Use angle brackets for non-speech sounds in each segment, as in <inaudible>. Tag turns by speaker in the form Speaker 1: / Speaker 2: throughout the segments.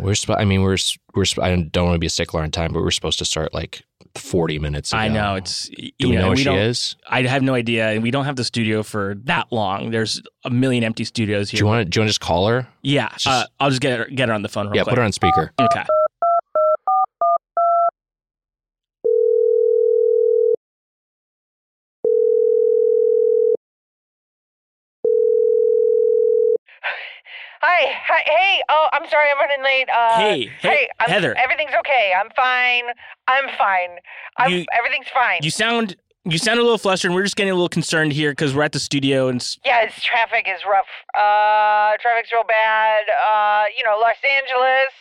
Speaker 1: we're. Sp- I mean, we're. s- We're. Sp- I don't want to be a stickler on time, but we're supposed to start like forty minutes. Ago.
Speaker 2: I know it's. You
Speaker 1: Do we know,
Speaker 2: know
Speaker 1: where
Speaker 2: we
Speaker 1: she
Speaker 2: don't-
Speaker 1: is?
Speaker 2: I have no idea, and we don't have the studio for that long. There's a million empty studios
Speaker 1: Do
Speaker 2: here.
Speaker 1: you want to? Do you want to just call her?
Speaker 2: yeah,
Speaker 1: just-
Speaker 2: uh, I'll just get her, get her on the phone real
Speaker 1: yeah,
Speaker 2: quick.
Speaker 1: put her on speaker.
Speaker 2: Okay.
Speaker 3: Hi, hi, hey. Oh, I'm sorry, I'm running late. Uh,
Speaker 2: hey, hey,
Speaker 3: I'm,
Speaker 2: Heather.
Speaker 3: Everything's okay. I'm fine. I'm fine. I'm,
Speaker 2: You-
Speaker 3: everything's fine.
Speaker 2: You sound you sound a little flustered. and We're just getting a little concerned here because we're at the studio and s-
Speaker 3: yeah, it's, traffic is rough. Uh, traffic's real bad. Uh, you know, Los Angeles.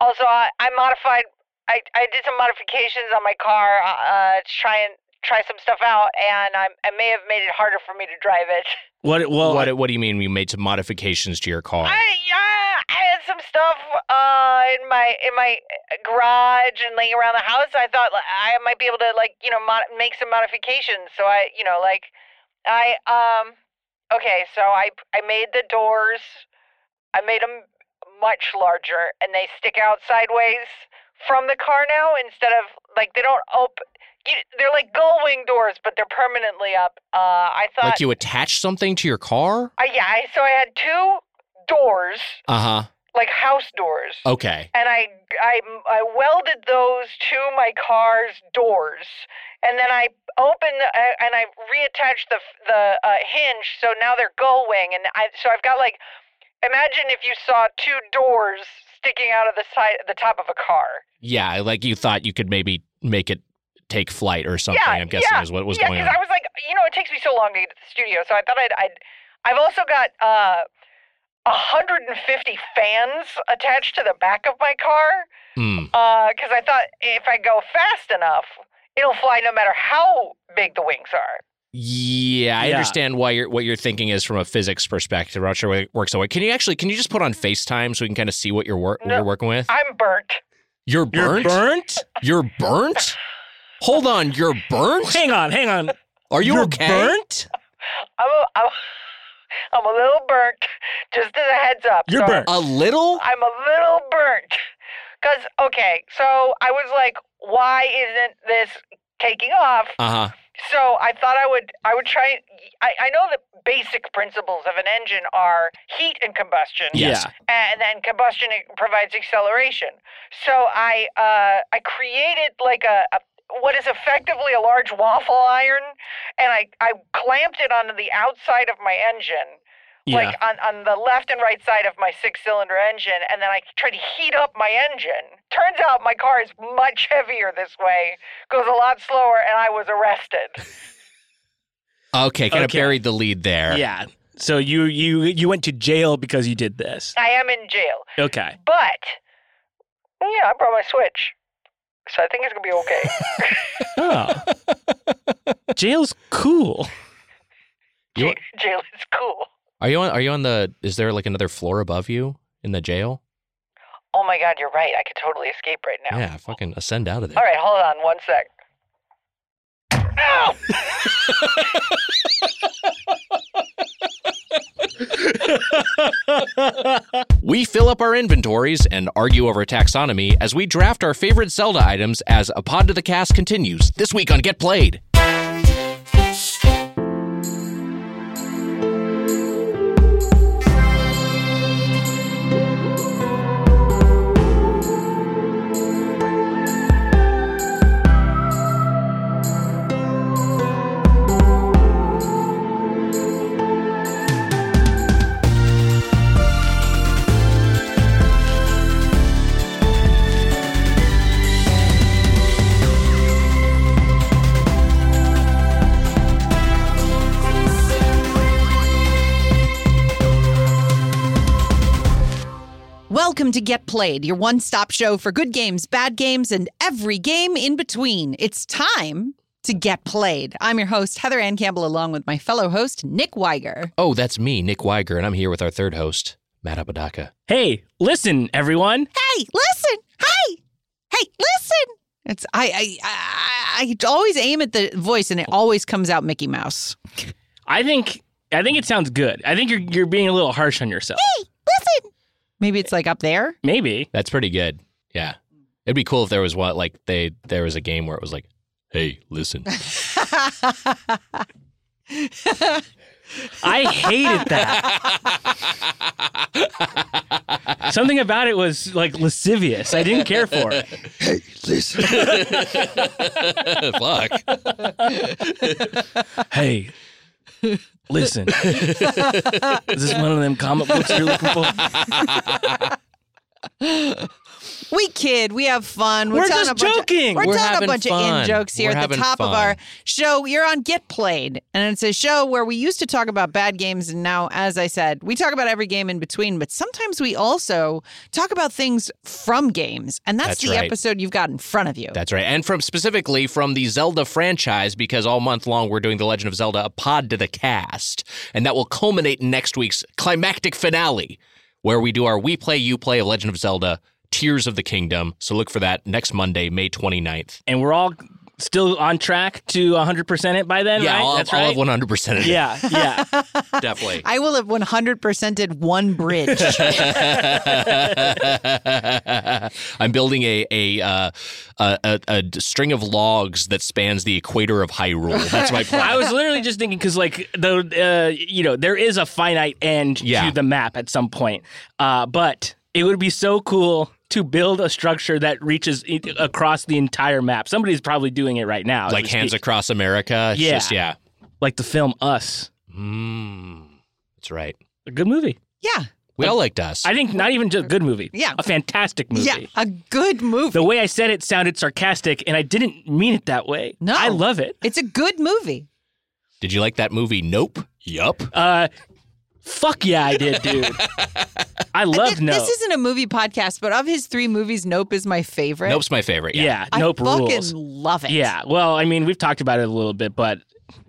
Speaker 3: Also, I, I modified. I, I did some modifications on my car uh, to try and try some stuff out, and I, I may have made it harder for me to drive it. <laughs>
Speaker 2: what? Well,
Speaker 1: what? What do you mean? We made some modifications to your car?
Speaker 3: I yeah, I had some stuff uh in my in my uh, garage and laying around the house. I thought like, I might be able to like you know mod- make some modifications. So I you know like I um okay, so I I made the doors. I made them much larger, and they stick out sideways from the car now instead of like they don't open. They're like gull wing doors, but they're permanently up. Uh, I thought
Speaker 1: like you attached something to your car?
Speaker 3: I, yeah, I, so I had two doors,
Speaker 1: Uh
Speaker 3: like house doors,
Speaker 1: huh. Okay.
Speaker 3: and I, I I welded those to my car's doors, and then I opened the, I- and I reattached the f- the uh, hinge, so now they're gull wing, and I so I've got like, imagine if you saw two doors sticking out of the side the top of a car.
Speaker 1: Yeah, like you thought you could maybe make it take flight or something. I'm guessing
Speaker 3: yeah,
Speaker 1: is what was
Speaker 3: yeah,
Speaker 1: going on.
Speaker 3: because I was like, you know, it takes me so long to get to the studio, so I thought I'd. I'd I've also got uh, 150 fans attached to the back of my car
Speaker 1: Mm.
Speaker 3: because Uh, I thought if I go fast enough, it'll fly no matter how big the wings are.
Speaker 1: Yeah, I
Speaker 2: Yeah.
Speaker 1: understand why you're what you're thinking is from a physics perspective. I'm not sure what works that way. Can you actually can you just put on FaceTime so we can kind of see what you're wor- what
Speaker 3: No.
Speaker 1: you're working with?
Speaker 3: I'm burnt.
Speaker 1: You're
Speaker 2: you're
Speaker 1: burnt.
Speaker 2: burnt?
Speaker 1: You're burnt. Hold on, you're burnt.
Speaker 2: hang on, hang on.
Speaker 1: Are you
Speaker 2: You're
Speaker 1: okay?
Speaker 2: burnt?
Speaker 3: I'm a, I'm, <laughs> I'm a little burnt. Just as a heads up.
Speaker 2: You're
Speaker 3: so
Speaker 2: burnt.
Speaker 1: A little.
Speaker 3: I'm a little burnt. Because, okay, so I was like, why isn't this taking off?
Speaker 1: Uh huh.
Speaker 3: So I thought I would I would try I, I know the basic principles of an engine are heat and combustion.
Speaker 1: Yes.
Speaker 2: Yeah.
Speaker 3: and then combustion it provides acceleration. So I uh, I created like a, a what is effectively a large waffle iron, and I I clamped it onto the outside of my engine. Like on, on the left and right side of my six cylinder engine, and then I tried to heat up my engine. Turns out my car is much heavier this way, goes a lot slower, and I was arrested.
Speaker 1: Okay, kind of
Speaker 2: Okay.
Speaker 1: buried the lead there.
Speaker 2: yeah. So you you you went to jail because you did this.
Speaker 3: I am in jail.
Speaker 1: <laughs>
Speaker 2: Okay.
Speaker 3: But, yeah, I brought my Switch. So I think it's going to be okay.
Speaker 2: Oh. Jail's cool.
Speaker 1: You
Speaker 3: Jail,
Speaker 1: want-
Speaker 3: jail is cool.
Speaker 1: Are you on? Are you on the? Is there like another floor above you in the jail?
Speaker 3: Oh my god, you're right. I could totally escape right now.
Speaker 1: Yeah, fucking ascend out of there.
Speaker 3: All right, hold on one sec. Ow!
Speaker 1: We fill up our inventories and argue over taxonomy as we draft our favorite Zelda items as A Pod to the Cast continues this week on Get Played.
Speaker 4: Welcome to Get Played, your one stop show for good games, bad games, and every game in between. It's time to get played. I'm your host, Heather Ann Campbell, along with my fellow host, Nick Weiger.
Speaker 1: Oh, that's me, Nick Weiger, and I'm here with our third host, Matt Apodaca.
Speaker 2: Hey, listen, everyone.
Speaker 4: Hey, listen! Hey! Hey, listen! It's I I, I I always aim at the voice and it always comes out Mickey Mouse.
Speaker 2: I think I think it sounds good. I think you're you're being a little harsh on yourself.
Speaker 4: Listen!
Speaker 5: Maybe it's like up there.
Speaker 2: Maybe.
Speaker 1: That's pretty good. Yeah. It'd be cool if there was one like they there was a game where it was like, "Hey,
Speaker 2: <laughs>
Speaker 1: listen." <laughs>
Speaker 2: I hated that.
Speaker 1: <laughs>
Speaker 2: Something about it was like lascivious. I didn't care for it.
Speaker 1: Fuck.
Speaker 2: Hey, listen. Is this one of them comic books you're looking for?
Speaker 5: We kid. We have fun. We're,
Speaker 2: We're
Speaker 5: telling
Speaker 2: just
Speaker 5: a bunch of-
Speaker 2: joking.
Speaker 5: we're
Speaker 1: We're
Speaker 5: telling a
Speaker 1: having
Speaker 5: bunch of in
Speaker 1: fun.
Speaker 5: jokes here
Speaker 1: We're
Speaker 5: at the
Speaker 1: having
Speaker 5: top of
Speaker 1: fun.
Speaker 5: our show. You're on Get Played, and it's a show where we used to talk about bad games, and now, as I said, we talk about every game in between. But sometimes we also talk about things from games, and that's,
Speaker 1: That's
Speaker 5: the
Speaker 1: right.
Speaker 5: episode you've got in front of you.
Speaker 1: That's right. And from specifically from the Zelda franchise, because all month long we're doing The Legend of Zelda, a pod to the cast. And that will culminate in next week's climactic finale, where we do our We Play, You Play of Legend of Zelda, Tears of the Kingdom. So look for that next Monday, May 29th.
Speaker 2: And we're all still on track to 100% it by then,
Speaker 1: yeah,
Speaker 2: right?
Speaker 1: I'll,
Speaker 2: That's
Speaker 1: I'll
Speaker 2: right.
Speaker 1: have 100% of it.
Speaker 2: yeah, yeah.
Speaker 1: Definitely.
Speaker 5: I will have 100%ed
Speaker 1: <laughs>
Speaker 5: one bridge.
Speaker 1: <laughs> I'm building a a, uh, a, a a string of logs that spans the equator of Hyrule. That's my plan.
Speaker 2: <laughs> I was literally just thinking because, like, the uh, you know, there is a finite end
Speaker 1: Yeah.
Speaker 2: to the map at some point. Uh, but it would be so cool to build a structure that reaches i- across the entire map. Somebody's probably doing it right now, as
Speaker 1: like
Speaker 2: we
Speaker 1: hands
Speaker 2: speak.
Speaker 1: across America. It's
Speaker 2: Yeah.
Speaker 1: just- yeah.
Speaker 2: like the film Us.
Speaker 1: Mm, that's right.
Speaker 2: A good movie.
Speaker 5: yeah.
Speaker 1: We all liked us.
Speaker 2: I think not even just a good movie.
Speaker 5: Yeah.
Speaker 2: a fantastic movie.
Speaker 5: Yeah. A good movie.
Speaker 2: The way I said it sounded sarcastic, and I didn't mean it that way.
Speaker 5: No.
Speaker 2: I love it.
Speaker 5: it's a good movie.
Speaker 1: Did you like that movie? Nope. Yup.
Speaker 2: Uh, fuck yeah, I did,
Speaker 5: <laughs>
Speaker 2: dude. I love
Speaker 5: Th-
Speaker 2: Nope.
Speaker 5: This isn't a movie podcast, but of his three movies, Nope is my favorite.
Speaker 1: Nope's my favorite. Yeah.
Speaker 2: yeah,
Speaker 5: I
Speaker 2: Nope
Speaker 5: fucking
Speaker 2: rules.
Speaker 5: love it.
Speaker 2: Yeah. Well, I mean, we've talked about it a little bit, but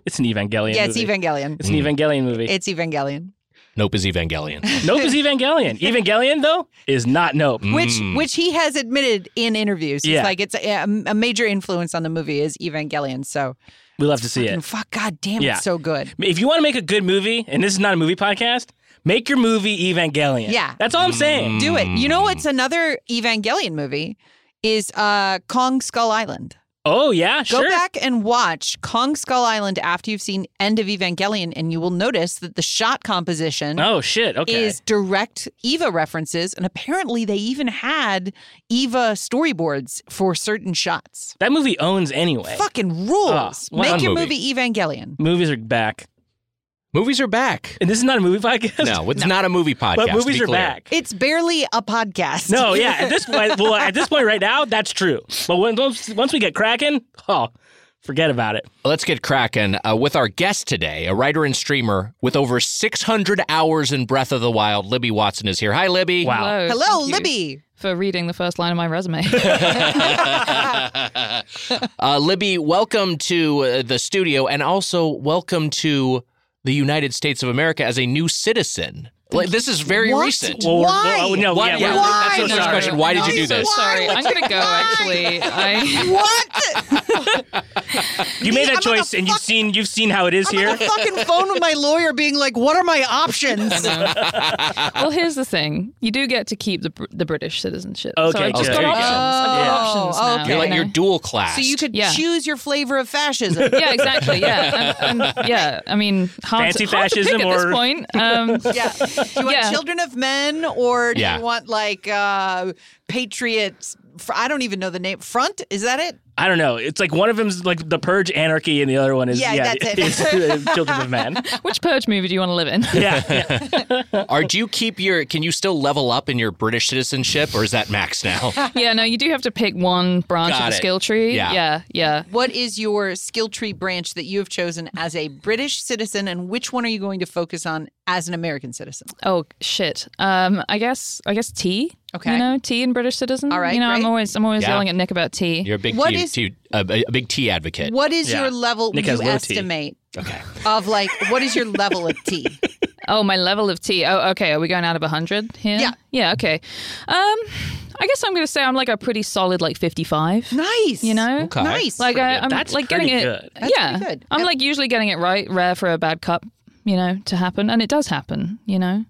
Speaker 2: it's an Evangelion.
Speaker 5: Yeah, it's
Speaker 2: movie.
Speaker 5: Evangelion.
Speaker 2: It's an
Speaker 1: Hmm.
Speaker 2: Evangelion movie.
Speaker 5: It's Evangelion.
Speaker 1: Nope is Evangelion.
Speaker 2: nope
Speaker 5: <laughs>
Speaker 2: is Evangelion. Evangelion though is not Nope.
Speaker 5: Which
Speaker 1: Mm.
Speaker 5: which he has admitted in interviews.
Speaker 2: Mm. Yeah.
Speaker 5: It's like it's a, a major influence on the movie is Evangelion. So
Speaker 2: We love to see it.
Speaker 5: and fuck god damn
Speaker 2: Yeah.
Speaker 5: it's so good.
Speaker 2: If you want to make a good movie, and this is not a movie podcast, make your movie Evangelion.
Speaker 5: Yeah.
Speaker 2: That's all
Speaker 1: Hmm.
Speaker 2: I'm saying.
Speaker 5: Do it. You know
Speaker 2: Mm.
Speaker 5: what's another Evangelion movie is uh Kong Skull Island.
Speaker 2: Oh yeah,
Speaker 5: Go
Speaker 2: sure.
Speaker 5: back and watch Kong Skull Island after you've seen End of Evangelion and you will notice that the shot composition
Speaker 2: Oh shit. Okay.
Speaker 5: is direct Eva references and apparently they even had Eva storyboards for certain shots.
Speaker 2: that movie owns anyway.
Speaker 5: Fucking rules.
Speaker 2: well,
Speaker 5: Make
Speaker 1: fun
Speaker 5: your movie.
Speaker 1: movie.
Speaker 5: Evangelion.
Speaker 2: Movies are back,
Speaker 1: Movies are
Speaker 2: <laughs>
Speaker 1: back.
Speaker 2: and this is not a movie podcast.
Speaker 1: No, it's not a movie podcast.
Speaker 2: <laughs> but
Speaker 1: to
Speaker 2: movies
Speaker 1: be
Speaker 2: are
Speaker 1: clear.
Speaker 2: back.
Speaker 5: It's barely a podcast.
Speaker 2: No,
Speaker 5: <laughs>
Speaker 2: yeah. At this point, well, at this point right now, that's true. But when, once once we get cracking, oh, forget about it.
Speaker 1: Let's get cracking uh, with our guest today, a writer and streamer with over 600 hours in Breath of the Wild. Libby Watson is here. Hi, Libby.
Speaker 2: Wow.
Speaker 6: Hello.
Speaker 5: Hello,
Speaker 6: thank you
Speaker 5: Libby.
Speaker 6: For reading the first line of
Speaker 1: <laughs>
Speaker 6: my resume. <laughs>
Speaker 1: uh, Libby, welcome to uh, the studio and also welcome to the United States of America as a new citizen. Like, this is very
Speaker 5: What?
Speaker 1: recent.
Speaker 5: Well,
Speaker 2: we're-
Speaker 5: Why?
Speaker 2: oh, no,
Speaker 1: Why-
Speaker 2: yeah,
Speaker 1: yeah,
Speaker 2: we're-
Speaker 5: why?
Speaker 2: that's so
Speaker 1: That's the
Speaker 2: sorry.
Speaker 1: first question. Why did you do
Speaker 6: I'm
Speaker 1: this?
Speaker 6: So sorry.
Speaker 5: Why?
Speaker 6: I'm
Speaker 5: <laughs>
Speaker 6: gonna go. Actually, I
Speaker 5: What?
Speaker 2: You made that
Speaker 5: I'm gonna
Speaker 2: choice, and you've
Speaker 5: fuck-
Speaker 2: seen you've seen how it is
Speaker 5: I'm
Speaker 2: here.
Speaker 5: on the fucking phone with my lawyer being like, what are my options?
Speaker 6: well, here's the thing. You do get to keep the Br- the British citizenship. so
Speaker 2: Okay,
Speaker 6: I just
Speaker 1: good.
Speaker 6: got
Speaker 1: There you go.
Speaker 6: options. I've got
Speaker 5: Oh,
Speaker 6: options now.
Speaker 5: okay.
Speaker 1: You're like
Speaker 6: you
Speaker 1: you're
Speaker 6: know?
Speaker 1: dual class.
Speaker 5: so you could
Speaker 6: Yeah.
Speaker 5: choose your flavor of fascism.
Speaker 2: <laughs>
Speaker 6: <laughs> yeah, exactly. Yeah, and, and, yeah. I mean, hard
Speaker 2: Fancy
Speaker 6: to, hard to pick
Speaker 2: fascism
Speaker 6: at
Speaker 2: or-
Speaker 6: this point. Um,
Speaker 5: <laughs> Yeah. Do you want
Speaker 6: Yeah.
Speaker 5: children of men or do
Speaker 1: Yeah.
Speaker 5: you want like uh patriots? fr- I don't even know the name. Front? Is that it?
Speaker 2: I don't know. It's like one of them's like the Purge anarchy, and the other one is
Speaker 5: Yeah,
Speaker 2: yeah, <laughs>
Speaker 5: that's it.
Speaker 2: is, uh, Children of
Speaker 5: <laughs>
Speaker 2: Men.
Speaker 6: which purge movie do you want to live
Speaker 1: <laughs>
Speaker 6: in?
Speaker 2: Yeah, yeah.
Speaker 1: Are do you keep your? Can you still level up in your British citizenship, or is that max
Speaker 5: <laughs>
Speaker 1: now?
Speaker 6: yeah, no, you do have to pick one branch
Speaker 1: Got
Speaker 6: of the
Speaker 1: it.
Speaker 6: skill tree.
Speaker 1: Yeah.
Speaker 6: yeah, yeah.
Speaker 5: What is your skill tree branch that you have chosen as a British citizen, and which one are you going to focus on as an American citizen?
Speaker 6: Oh shit. Um, I guess I guess tea.
Speaker 5: Okay.
Speaker 6: You know, tea and British citizen.
Speaker 5: All right,
Speaker 6: You know,
Speaker 5: great.
Speaker 6: I'm always I'm always
Speaker 1: Yeah.
Speaker 6: yelling at Nick about tea.
Speaker 1: You're a big
Speaker 5: What
Speaker 1: tea,
Speaker 5: is-
Speaker 1: tea- a, a big tea advocate.
Speaker 5: What is
Speaker 2: Yeah.
Speaker 5: your level?
Speaker 2: Nick
Speaker 5: would
Speaker 2: has
Speaker 5: you
Speaker 2: low T.
Speaker 5: estimate
Speaker 1: Okay.
Speaker 5: of like what is your level of
Speaker 2: <laughs>
Speaker 5: tea?
Speaker 6: Oh, my level of tea. Oh, okay. Are we going out of hundred here?
Speaker 5: Yeah.
Speaker 6: Yeah. Okay. Um, I guess I'm going to say I'm like a pretty solid like 55.
Speaker 5: Nice,
Speaker 6: You know.
Speaker 1: Okay.
Speaker 5: nice.
Speaker 6: Like uh, I,
Speaker 1: good.
Speaker 6: I'm
Speaker 2: That's
Speaker 6: like getting
Speaker 2: pretty
Speaker 6: it.
Speaker 2: good.
Speaker 5: That's
Speaker 6: yeah.
Speaker 5: pretty good.
Speaker 6: I'm
Speaker 5: And-
Speaker 6: like usually getting it right. Rare for a bad cup. You know, to happen, and it does happen. You know.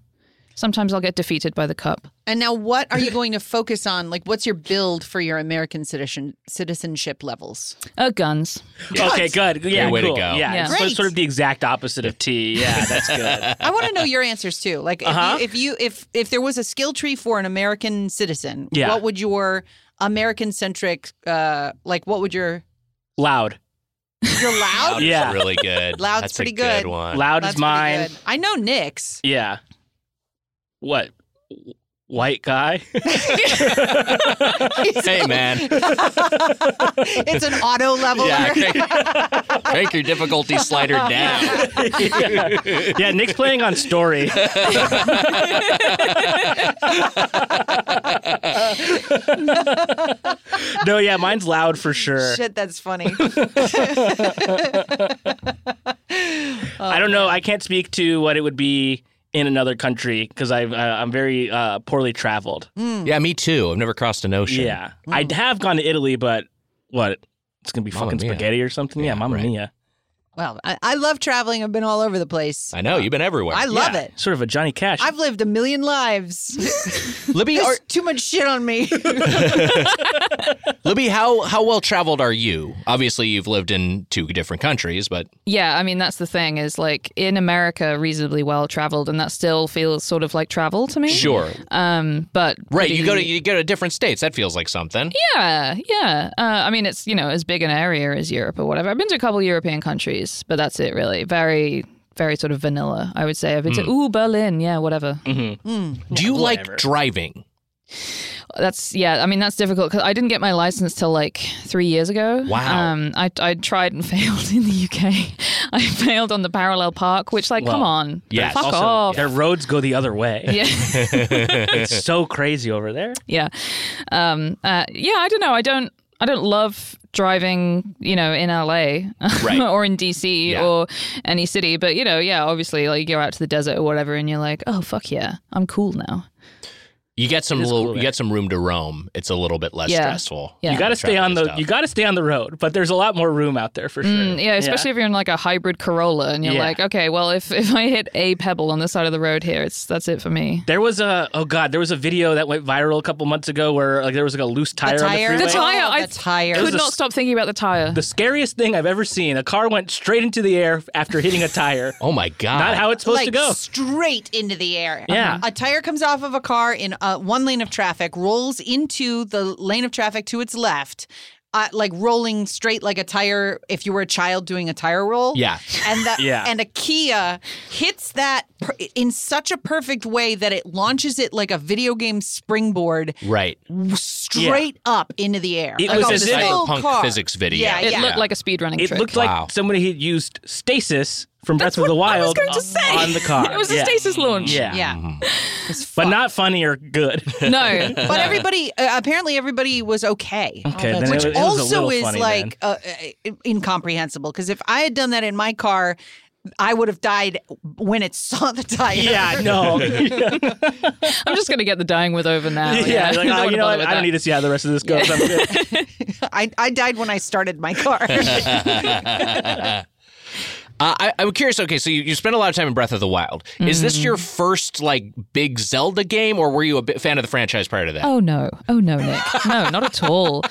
Speaker 6: Sometimes I'll get defeated by the cup.
Speaker 5: And now, what are you going to focus on? Like, what's your build for your American citizen citizenship levels?
Speaker 6: Uh, guns.
Speaker 2: Okay, good. Yeah,
Speaker 1: way to
Speaker 2: cool.
Speaker 1: go.
Speaker 2: Yeah,
Speaker 6: Yeah.
Speaker 2: So
Speaker 5: Great.
Speaker 2: it's sort of the exact opposite of tea. Yeah, that's
Speaker 1: <laughs>
Speaker 2: good.
Speaker 5: I want to know your answers too. Like, if,
Speaker 2: Uh-huh.
Speaker 5: you, if you if if there was a skill tree for an American citizen,
Speaker 2: Yeah.
Speaker 5: what would your American centric uh like? What would your
Speaker 2: Loud.
Speaker 5: you're loud?
Speaker 1: Loud is
Speaker 2: Yeah.
Speaker 1: really good.
Speaker 5: <laughs> Loud's
Speaker 1: That's
Speaker 5: pretty
Speaker 1: a good.
Speaker 5: good.
Speaker 1: one.
Speaker 2: Loud
Speaker 5: That's
Speaker 2: is
Speaker 5: pretty
Speaker 2: mine.
Speaker 5: good. I
Speaker 1: <laughs>
Speaker 5: know Nick's.
Speaker 2: Yeah. What? White guy? <laughs>
Speaker 1: Hey man,
Speaker 5: it's an auto leveler.
Speaker 1: yeah, <laughs>
Speaker 5: <laughs>
Speaker 1: crank, crank your difficulty slider <laughs> down.
Speaker 2: yeah. <laughs> yeah, Nick's playing on
Speaker 5: <laughs>
Speaker 2: story. no, yeah, mine's loud for sure.
Speaker 5: Shit,
Speaker 1: <laughs>
Speaker 5: that's funny.
Speaker 2: I don't know. I can't speak to what it would be in another country because I've uh, I'm very uh, poorly traveled.
Speaker 5: Mm.
Speaker 1: Yeah, me too. I've never crossed an ocean.
Speaker 2: Yeah, I have gone to Italy, but what? It's gonna be
Speaker 1: Mamma
Speaker 2: fucking
Speaker 1: mia.
Speaker 2: spaghetti or something. Yeah,
Speaker 1: Yeah,
Speaker 2: Mamma
Speaker 1: right.
Speaker 2: Mia.
Speaker 5: well, I, I love traveling. I've been all over the place.
Speaker 1: I know you've been everywhere.
Speaker 5: I love
Speaker 2: Yeah,
Speaker 5: it.
Speaker 2: Sort of a Johnny Cash.
Speaker 5: I've lived a million lives.
Speaker 1: <laughs> Libby, are,
Speaker 5: There's too much shit on me.
Speaker 1: Libby, how how well traveled are you? Obviously, you've lived in two different countries, but
Speaker 6: Yeah, I mean that's the thing is like in America reasonably well traveled, and that still feels sort of like travel to me.
Speaker 1: sure,
Speaker 6: Um, but
Speaker 1: Uh, right? You
Speaker 6: pretty-
Speaker 1: go to you go to different states. That feels like something.
Speaker 6: Yeah, yeah. Uh, I mean, it's you know as big an area as Europe or whatever. I've been to a couple European countries, but that's it really. Very, very sort of vanilla. I would say I've been
Speaker 1: Hmm.
Speaker 6: to ooh Berlin, yeah, whatever.
Speaker 1: Do you
Speaker 2: whatever.
Speaker 1: like driving?
Speaker 6: That's yeah. I mean, that's difficult because I didn't get my license till like three years ago.
Speaker 1: Wow.
Speaker 6: Um, I I tried and <laughs> failed in the UK. I failed on the parallel park, which like, come
Speaker 2: Well,
Speaker 6: on,
Speaker 1: yes.
Speaker 6: fuck
Speaker 2: also,
Speaker 6: off.
Speaker 2: their roads go the other way.
Speaker 1: <laughs>
Speaker 5: <laughs>
Speaker 6: yeah. <laughs>
Speaker 2: it's so crazy over there.
Speaker 6: yeah um uh yeah i don't know i don't i don't love driving you know in la <laughs> or in dc
Speaker 1: Yeah.
Speaker 6: or any city but you know yeah obviously like you go out to the desert or whatever and you're like oh fuck yeah i'm cool now
Speaker 1: You get some
Speaker 2: It is
Speaker 1: little,
Speaker 2: cool
Speaker 1: you
Speaker 2: there.
Speaker 1: get some room to roam. It's a little bit less
Speaker 6: Yeah.
Speaker 1: stressful.
Speaker 6: Yeah.
Speaker 2: You got to stay on the
Speaker 1: Traveling
Speaker 2: you
Speaker 1: stuff.
Speaker 2: got to stay on the road, but there's a lot more room out there for sure.
Speaker 6: Mm, yeah especially if you're in like a hybrid corolla and you're
Speaker 2: Yeah.
Speaker 6: like okay well if if i hit a pebble on the side of the road here it's that's it for me
Speaker 2: There was a oh god, there was a video that went viral a couple months ago where like there was like a loose tire, on the freeway.
Speaker 6: The tire,
Speaker 5: Oh,
Speaker 6: I
Speaker 5: the tire.
Speaker 6: could
Speaker 2: a
Speaker 6: not
Speaker 2: s-
Speaker 6: stop thinking about the tire
Speaker 2: The scariest thing I've ever seen. A car went straight into the air after hitting a
Speaker 1: <laughs>
Speaker 2: tire.
Speaker 1: Oh my god!
Speaker 2: Not how it's supposed
Speaker 5: like
Speaker 2: to go.
Speaker 5: straight into the air. Uh-huh.
Speaker 2: Yeah.
Speaker 5: A tire comes off of a car in uh, one lane of traffic, rolls into the lane of traffic to its left, uh, like rolling straight like a tire if you were a child doing a tire roll.
Speaker 1: Yeah.
Speaker 5: And that
Speaker 2: Yeah.
Speaker 5: and a Kia hits that per- in such a perfect way that it launches it like a video game springboard
Speaker 1: Right.
Speaker 5: straight up into the air.
Speaker 2: It
Speaker 5: like
Speaker 2: was
Speaker 5: a
Speaker 2: as if-
Speaker 5: full
Speaker 1: Cyberpunk
Speaker 5: car.
Speaker 1: physics video.
Speaker 5: Yeah,
Speaker 6: it
Speaker 5: yeah.
Speaker 6: looked like a speed running
Speaker 2: It
Speaker 6: trick
Speaker 2: looked
Speaker 1: Wow.
Speaker 2: like somebody had used stasis from Breath of the Wild
Speaker 6: going to say.
Speaker 2: on the car.
Speaker 6: <laughs> it was
Speaker 2: yeah.
Speaker 6: a stasis launch
Speaker 2: Yeah.
Speaker 5: yeah.
Speaker 1: Mm-hmm.
Speaker 2: But not funny or
Speaker 1: <laughs>
Speaker 2: good. okay, <laughs>
Speaker 6: no
Speaker 5: But everybody, uh, apparently, every- everybody was okay.
Speaker 6: Oh,
Speaker 2: then it was, it was a
Speaker 5: also
Speaker 2: little
Speaker 5: is
Speaker 2: funny then.
Speaker 5: like uh, uh, incomprehensible because if I had done that in my car, I would have died when it saw the tire.
Speaker 2: Yeah,
Speaker 6: <laughs>
Speaker 2: no. <laughs> yeah,
Speaker 6: i'm just gonna get the dying with over now
Speaker 2: like,
Speaker 6: <laughs> I
Speaker 2: oh,
Speaker 6: don't
Speaker 2: you know
Speaker 6: wanna
Speaker 2: what?
Speaker 6: bother
Speaker 2: I
Speaker 6: with that.
Speaker 2: don't need to see how the rest of this goes. I'm good.
Speaker 5: <laughs> I, I died when I started my
Speaker 2: <laughs>
Speaker 5: car.
Speaker 1: Uh, I, I'm curious. Okay, so you, you spent a lot of time in Breath of the Wild. Is
Speaker 6: Mm-hmm.
Speaker 1: this your first like big Zelda game, or were you a bi- fan of the franchise prior to that?
Speaker 6: Oh no! Oh no, Nick! No, not at all.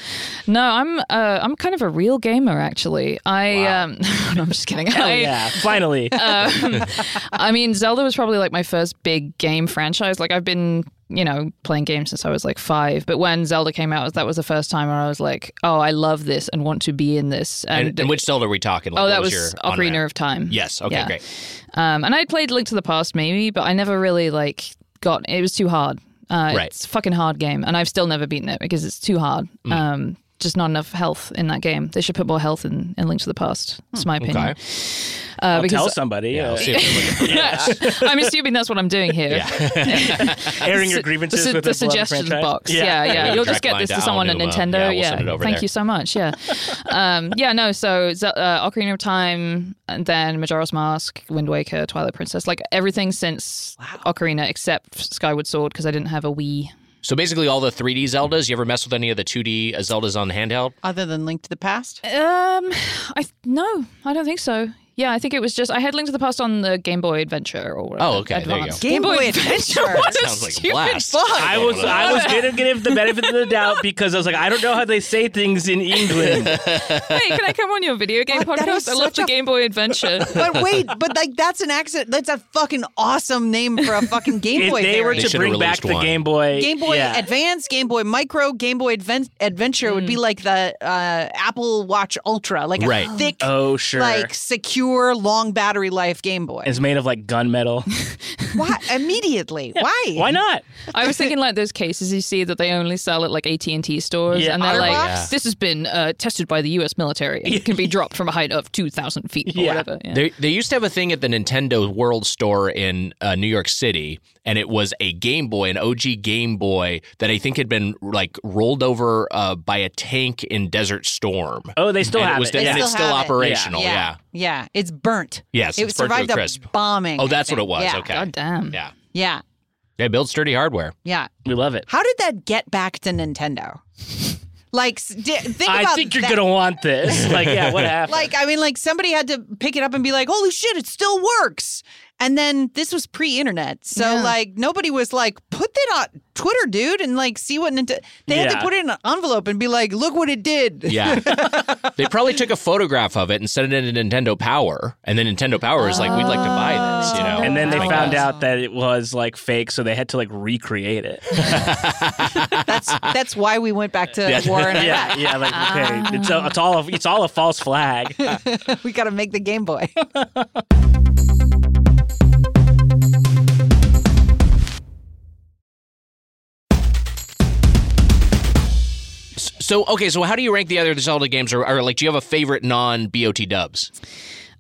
Speaker 6: No, I'm uh, I'm kind of a real gamer actually. I um, <laughs> no, I'm just kidding. I,
Speaker 2: yeah, <laughs> finally.
Speaker 5: Uh,
Speaker 6: um, I mean, Zelda was probably like my first big game franchise. Like I've been, you know, playing games since I was like five. But when Zelda came out, that was the first time where I was like, oh, I love this and want to be in this.
Speaker 1: and, and which Zelda are we talking? Like,
Speaker 6: oh,
Speaker 1: what
Speaker 6: that
Speaker 1: was,
Speaker 6: was,
Speaker 1: your
Speaker 6: Ocarina
Speaker 1: on-ramp?
Speaker 6: of Time.
Speaker 1: Yes. Okay.
Speaker 6: Yeah.
Speaker 1: Great.
Speaker 6: Um, and I played Link to the Past maybe, but I never really like got. It was too hard. Uh,
Speaker 1: Right.
Speaker 6: It's a fucking hard game, and I've still never beaten it because it's too hard.
Speaker 1: Hmm.
Speaker 6: Um, just not enough health in that game. They should put more health in, in Link to the Past. It's my opinion.
Speaker 1: Hmm. Okay.
Speaker 6: Uh,
Speaker 2: I'll tell
Speaker 6: because
Speaker 2: somebody.
Speaker 1: Yeah.
Speaker 2: uh, <laughs>
Speaker 1: I'll see if they're
Speaker 6: <laughs>
Speaker 1: looking for that.
Speaker 6: I'm assuming that's what I'm doing here.
Speaker 2: airing your
Speaker 6: su-
Speaker 2: grievances
Speaker 6: the, su-
Speaker 2: with
Speaker 6: the
Speaker 2: a beloved
Speaker 6: suggestions
Speaker 2: franchise.
Speaker 6: box. Yeah,
Speaker 1: <laughs>
Speaker 6: yeah.
Speaker 1: Yeah, we
Speaker 6: You'll
Speaker 1: can
Speaker 6: just
Speaker 1: track
Speaker 6: get this
Speaker 1: mine down
Speaker 6: to someone at
Speaker 1: and, um,
Speaker 6: Nintendo.
Speaker 1: yeah,
Speaker 6: Yeah,
Speaker 1: we'll send it over
Speaker 6: thank
Speaker 1: there.
Speaker 6: you so
Speaker 1: <laughs>
Speaker 6: much. Yeah, um, yeah. No, so Ze- uh, Ocarina of Time, and then Majora's Mask, Wind Waker, Twilight Princess, like everything since Ocarina except Skyward Sword because I didn't have a Wii.
Speaker 1: So basically, all the 3D Zeldas. You ever mess with any of the 2D Zeldas on the handheld?
Speaker 5: Other than Link to the Past?
Speaker 6: Um, I no, I don't think so. Yeah, I think it was just I had Link to the Past on the Game Boy Adventure or whatever.
Speaker 1: Oh, okay, there you
Speaker 6: Advance.
Speaker 5: go. Game Boy Adventure.
Speaker 6: <laughs> What a
Speaker 1: Sounds like a
Speaker 6: stupid
Speaker 1: blast.
Speaker 6: <laughs> book.
Speaker 2: I was I was gonna give the benefit of the doubt because I was like, I don't know how they say things in
Speaker 5: <laughs>
Speaker 2: England.
Speaker 6: Hey, can I come on your <laughs> video game
Speaker 5: God, that is
Speaker 6: podcast? I love
Speaker 5: such
Speaker 6: the
Speaker 5: a-
Speaker 6: Game Boy Adventure. <laughs>
Speaker 5: But wait, but like that's an accident. That's a fucking awesome name for a fucking Game
Speaker 2: If
Speaker 5: Boy.
Speaker 2: they were
Speaker 5: variant.
Speaker 1: They
Speaker 2: to
Speaker 1: should've
Speaker 2: bring
Speaker 1: released
Speaker 2: back the
Speaker 1: one.
Speaker 2: Game Boy,
Speaker 5: Game Boy
Speaker 2: yeah.
Speaker 5: Advance, Game Boy Micro, Game Boy Adven- Adventure would be like the uh, Apple Watch Ultra, like
Speaker 1: Right.
Speaker 5: a thick,
Speaker 2: oh sure,
Speaker 5: like secure, long battery life Game Boy.
Speaker 2: it's made of like
Speaker 5: <laughs>
Speaker 2: gunmetal.
Speaker 5: Why immediately?
Speaker 2: <laughs>
Speaker 5: Why?
Speaker 2: Why not?
Speaker 6: I was thinking like those cases you see that they only sell at like AT and T stores,
Speaker 2: Yeah,
Speaker 6: and they're like,
Speaker 5: Otterbox? Yeah.
Speaker 6: "This has been uh, tested by the U.S. military. and It can be dropped from a height of two thousand feet or
Speaker 2: Yeah.
Speaker 6: whatever." Yeah.
Speaker 1: They, they used to have a thing at the Nintendo World Store in uh, New York City, and it was a Game Boy, an OG Game Boy that I think had been like rolled over uh, by a tank in Desert Storm.
Speaker 2: Oh, they still
Speaker 1: and
Speaker 2: have
Speaker 1: it was
Speaker 2: it.
Speaker 5: They
Speaker 1: and
Speaker 2: Yeah.
Speaker 1: it's
Speaker 5: still
Speaker 1: still
Speaker 5: have it.
Speaker 1: operational. Yeah.
Speaker 5: Yeah, yeah, it's burnt.
Speaker 1: Yes,
Speaker 5: it
Speaker 1: it's burnt to
Speaker 5: survived
Speaker 1: a
Speaker 5: the
Speaker 1: crisp.
Speaker 5: bombing.
Speaker 1: Oh,
Speaker 5: I
Speaker 1: that's what
Speaker 5: think.
Speaker 1: it was.
Speaker 5: Yeah.
Speaker 1: Okay.
Speaker 6: God damn.
Speaker 1: Yeah.
Speaker 5: Yeah,
Speaker 1: They build sturdy hardware.
Speaker 5: yeah.
Speaker 2: We love it.
Speaker 5: How did that get back to Nintendo? Like, s- di- think
Speaker 2: I
Speaker 5: about
Speaker 2: think you're
Speaker 5: that.
Speaker 2: gonna
Speaker 1: <laughs>
Speaker 2: want this. Like, yeah, what happened?
Speaker 5: Like, I mean, like somebody had to pick it up and be like, "Holy shit, it still works!" And then this was pre-internet, so
Speaker 6: Yeah.
Speaker 5: like nobody was like, "Put that on Twitter, dude," and like see what Nintendo. They had to
Speaker 2: Yeah.
Speaker 5: put it in an envelope and be like, "Look what it did."
Speaker 1: Yeah. they probably took a photograph of it and sent it into Nintendo Power. And then Nintendo Power is like, we'd like to buy this, you know?
Speaker 2: and then they
Speaker 5: oh
Speaker 1: Like,
Speaker 2: found
Speaker 1: uh,
Speaker 2: out that it was like fake, so they had to like recreate it.
Speaker 5: <laughs>
Speaker 1: <laughs>
Speaker 5: that's that's why we went back to
Speaker 1: Yeah.
Speaker 5: war
Speaker 1: <laughs>
Speaker 2: <laughs>
Speaker 5: in
Speaker 2: yeah,
Speaker 5: Iraq. Ah.
Speaker 2: yeah. Like, okay, it's, a, it's all a, it's all a false flag.
Speaker 5: <laughs> we got to make the Game Boy. <laughs>
Speaker 1: So, okay, so how do you rank the other Zelda games? Or, or like, do you have a favorite non BOT dubs?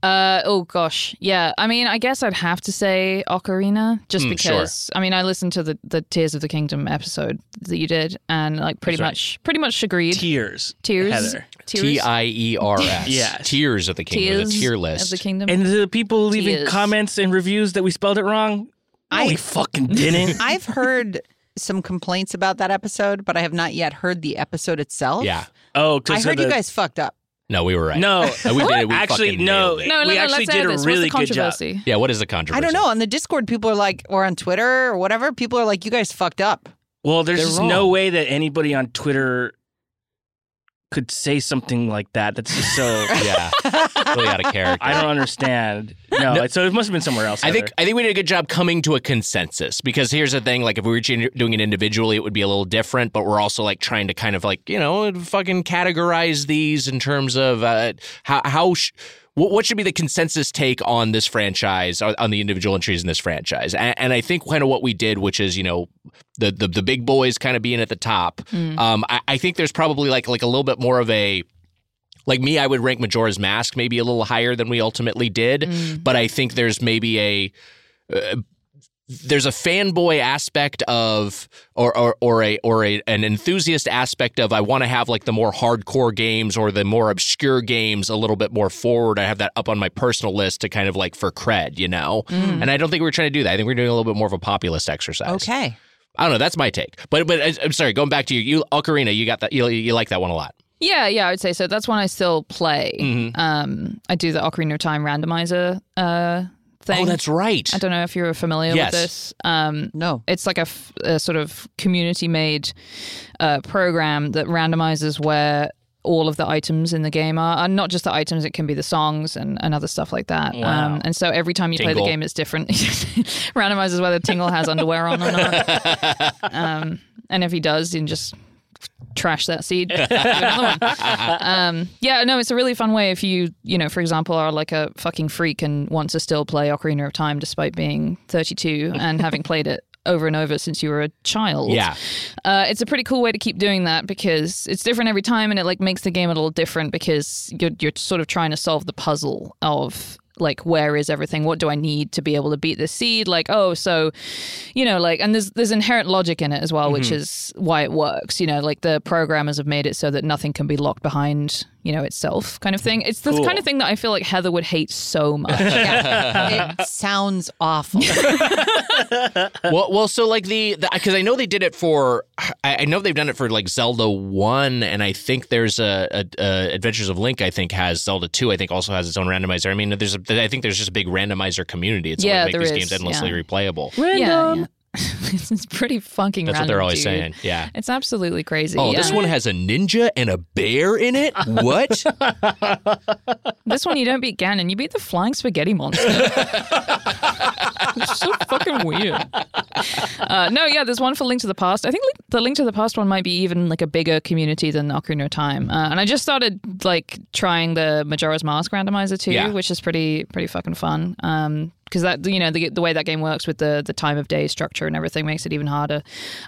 Speaker 6: Uh, oh gosh, yeah. I mean, I guess I'd have to say Ocarina, just
Speaker 1: Mm, sure.
Speaker 6: because. I mean, I listened to the the Tears of the Kingdom episode that you did, and like pretty
Speaker 1: That's right.
Speaker 6: much, pretty much agreed.
Speaker 2: Tears,
Speaker 6: Tears,
Speaker 2: Heather.
Speaker 1: T
Speaker 6: tears,
Speaker 1: I E R S.
Speaker 2: Yes.
Speaker 1: Tears of the Kingdom.
Speaker 6: tears
Speaker 1: Tears a tier
Speaker 6: of
Speaker 1: list.
Speaker 6: the Kingdom.
Speaker 2: And the people leaving
Speaker 6: Um, Tears.
Speaker 2: comments and reviews that we spelled it wrong. I
Speaker 5: I-
Speaker 2: we fucking
Speaker 6: <laughs>
Speaker 2: didn't.
Speaker 5: I've heard some complaints about that episode, but I have not yet heard the episode itself.
Speaker 1: yeah.
Speaker 2: oh, 'cause
Speaker 5: I
Speaker 2: so
Speaker 5: heard
Speaker 2: the-
Speaker 5: you guys fucked up.
Speaker 1: No, <laughs> we were right.
Speaker 2: No,
Speaker 1: No, we did it. We
Speaker 2: actually
Speaker 1: fucking
Speaker 2: no.
Speaker 1: nailed it.
Speaker 6: no, no,
Speaker 2: we
Speaker 6: no.
Speaker 2: actually
Speaker 6: let's
Speaker 2: did
Speaker 6: air
Speaker 2: a
Speaker 6: this.
Speaker 2: really
Speaker 6: What's
Speaker 2: good
Speaker 6: the
Speaker 2: job.
Speaker 6: controversy?
Speaker 1: Yeah, what is the
Speaker 5: I
Speaker 1: controversy?
Speaker 5: don't know. On the Discord, people are like, or on Twitter or whatever, people are like, you guys
Speaker 1: <laughs>
Speaker 5: fucked up.
Speaker 2: Well, there's
Speaker 1: They're
Speaker 2: just no
Speaker 1: wrong.
Speaker 2: way that anybody on Twitter could say something like that. That's just
Speaker 1: <laughs>
Speaker 2: so.
Speaker 1: Yeah. really out of character.
Speaker 2: I
Speaker 1: <laughs>
Speaker 2: don't understand. No, so it must have been somewhere else.
Speaker 1: I think
Speaker 2: Heather.
Speaker 1: I think we did a good job coming to a consensus because here's the thing: like if we were gen- doing it individually, it would be a little different. But we're also like trying to kind of like you know fucking categorize these in terms of uh, how how. Sh- what what should be the consensus take on this franchise, on on the individual entries in this franchise? And, and I think kind of what we did, which is you know, the the, the big boys kind of being at the top. Um, I, I think there's probably like like a little bit more of a like me, I would rank Majora's Mask maybe a little higher than we ultimately did,
Speaker 6: Mm.
Speaker 1: but I think there's maybe a uh, there's a fanboy aspect of or or or a or a an enthusiast aspect of I want to have like the more hardcore games or the more obscure games a little bit more forward. I have that up on my personal list to kind of like for cred, you know.
Speaker 6: Mm.
Speaker 1: And I don't think we're trying to do that. I think we're doing a little bit more of a populist exercise.
Speaker 5: Okay.
Speaker 1: I don't know. That's my take. But but I- I'm sorry. Going back to you, you Ocarina, you got that. You, you like that one a lot.
Speaker 6: Yeah, yeah, I would say so. That's one I still play.
Speaker 1: Mm-hmm.
Speaker 6: Um, I do the Ocarina of Time randomizer uh, thing.
Speaker 1: Oh, that's right.
Speaker 6: I don't know if you're familiar
Speaker 1: Yes.
Speaker 6: with this. Um,
Speaker 5: No.
Speaker 6: it's like a, f- a sort of community-made uh, program that randomizes where all of the items in the game are, and not just the items. It can be the songs and, and other stuff like that.
Speaker 2: Wow.
Speaker 6: Um, and so every time you play
Speaker 1: Tingle.
Speaker 6: the game, it's different. <laughs> randomizes whether Tingle has underwear on or not.
Speaker 1: <laughs>
Speaker 6: Um, and if he does, then just trash that seed. Do another one. Um, yeah, no, it's a really fun way if you, you know, for example, are like a fucking freak and want to still play Ocarina of Time despite being 32 and having played it over and over since you were a child.
Speaker 1: Yeah.
Speaker 6: Uh, it's a pretty cool way to keep doing that because it's different every time and it like makes the game a little different because you're, you're sort of trying to solve the puzzle of like where is everything what do i need to be able to beat this seed like oh so you know like and there's there's inherent logic in it as well
Speaker 1: Mm-hmm.
Speaker 6: which is why it works you know like the programmers have made it so that nothing can be locked behind you know itself kind of thing it's the
Speaker 2: Cool.
Speaker 6: kind of thing that i feel like heather would hate so
Speaker 1: <laughs>
Speaker 6: much
Speaker 5: Yeah. it sounds awful.
Speaker 1: <laughs> well, well, so like the because I know they did it for I, I know they've done it for like Zelda one, and I think there's a, a, a Adventures of Link. I think has Zelda two. I think also has its own randomizer. I mean, there's a th- I think there's just a big randomizer community. It's
Speaker 6: Yeah,
Speaker 1: yeah, make
Speaker 6: there
Speaker 1: these
Speaker 6: is,
Speaker 1: games endlessly
Speaker 6: yeah.
Speaker 1: replayable.
Speaker 6: Yeah, <laughs> yeah. it's pretty funking.
Speaker 1: That's what they're
Speaker 6: random,
Speaker 1: always
Speaker 6: dude.
Speaker 1: saying. Yeah.
Speaker 6: It's absolutely crazy.
Speaker 1: Oh, this
Speaker 6: yeah.
Speaker 1: one has a ninja and a bear in
Speaker 6: <laughs>
Speaker 1: it. What?
Speaker 6: This one you don't beat Ganon, you beat the flying spaghetti monster. <laughs> it's so fucking weird. Uh, no, yeah, there's one for Link to the Past. I think Link, the Link to the Past one might be even like a bigger community than Ocarina of Time. Uh, and I just started like trying the Majora's Mask randomizer too,
Speaker 1: Yeah.
Speaker 6: which is pretty pretty fucking fun. Um, because that you know the, the way that game works with the the time of day structure and everything makes it even harder.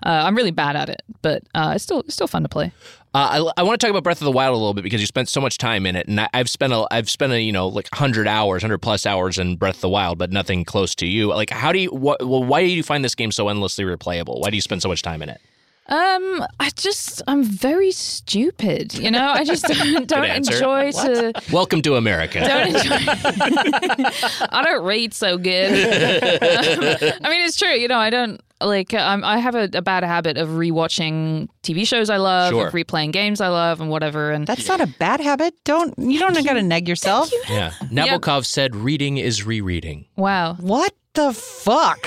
Speaker 6: Uh, I'm really bad at it, but uh, it's still it's still fun to play.
Speaker 1: Uh, I, I want to talk about Breath of the Wild a little bit because you spent so much time in it, and I, I've spent a, I've spent a, you know like hundred hours, hundred plus hours in Breath of the Wild, but nothing close to you. Like, how do you? Wh- well, why do you find this game so endlessly replayable? Why do you spend so much time in it?
Speaker 6: Um, I just I'm very stupid. You know, I just don't, don't
Speaker 1: answer.
Speaker 6: enjoy to
Speaker 1: Welcome to America.
Speaker 6: don't enjoy. <laughs> I don't read so good. Um, I mean, it's true. You know, I don't like. Um, I have a, a bad habit of rewatching TV shows I love,
Speaker 1: Sure.
Speaker 6: of replaying games I love, and whatever. And
Speaker 4: That's not a bad habit. Don't you don't gotta neg yourself.
Speaker 1: Yeah. Nabokov said, "Reading is rereading."
Speaker 6: wow,
Speaker 4: What the fuck?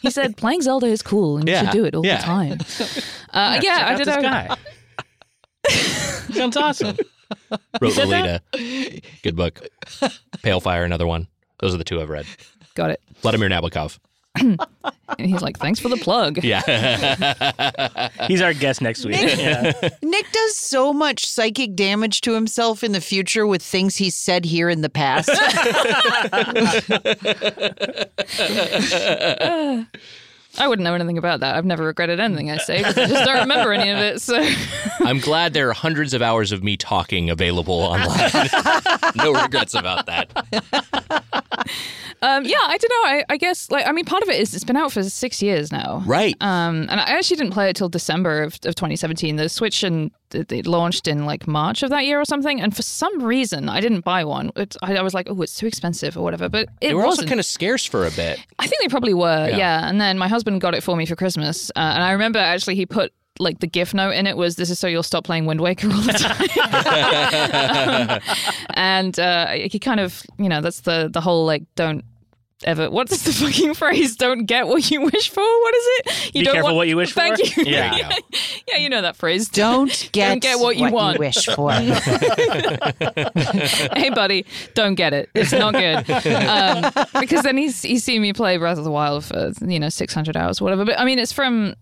Speaker 6: he said playing Zelda is cool and
Speaker 1: Yeah.
Speaker 6: you should do it all
Speaker 1: Yeah.
Speaker 6: the time. Uh, yeah,
Speaker 2: check
Speaker 6: I
Speaker 2: out
Speaker 6: did.
Speaker 2: this
Speaker 6: a-
Speaker 2: guy. Sounds awesome.
Speaker 1: Wrote
Speaker 2: said
Speaker 1: Lolita. Good book. Pale Fire, another one. Those are the two I've read.
Speaker 6: <laughs> Got it.
Speaker 1: Vladimir Nabokov.
Speaker 6: And he's like, thanks for the plug.
Speaker 1: Yeah.
Speaker 2: He's our guest next week. Yeah.
Speaker 4: <laughs> Nick does so much psychic damage to himself in the future with things he said here in the <laughs> past.
Speaker 6: I wouldn't know anything about that. I've never regretted anything I say because I just don't remember any of it. So.
Speaker 1: <laughs> I'm glad there are hundreds of hours of me talking available online. <laughs> no regrets about that.
Speaker 6: Um, yeah, I don't know. I, I guess, like, I mean, part of it is it's been out for six years now.
Speaker 1: Right.
Speaker 6: Um, and I actually didn't play it till December of, of 2017. The Switch and it it launched in like March of that year or something. And for some reason, I didn't buy one. It, I, I was like, oh, it's too expensive or whatever. But it
Speaker 1: They were also
Speaker 6: wasn't.
Speaker 1: kind of scarce for a bit.
Speaker 6: I think they probably were,
Speaker 1: Yeah.
Speaker 6: yeah. And then my husband got it for me for Christmas, uh, and I remember actually he put like the gift note in it was "This is so you'll stop playing Wind Waker all the time," Um,
Speaker 2: <laughs>
Speaker 6: and uh, he kind of you know that's the the whole like don't ever what's the fucking <laughs> phrase don't get what you wish for what is it you
Speaker 2: Be
Speaker 6: don't
Speaker 2: careful
Speaker 6: want-
Speaker 2: what you wish for.
Speaker 6: thank you
Speaker 2: Yeah.
Speaker 1: There you go.
Speaker 6: <laughs> yeah you know that phrase
Speaker 4: Don't get,
Speaker 6: get what you want.
Speaker 4: wish for.
Speaker 6: <laughs>
Speaker 4: <laughs>
Speaker 6: hey buddy don't get it it's not good um, because then he's he's seen me play breath of the wild for you know 600 hours whatever but i mean it's from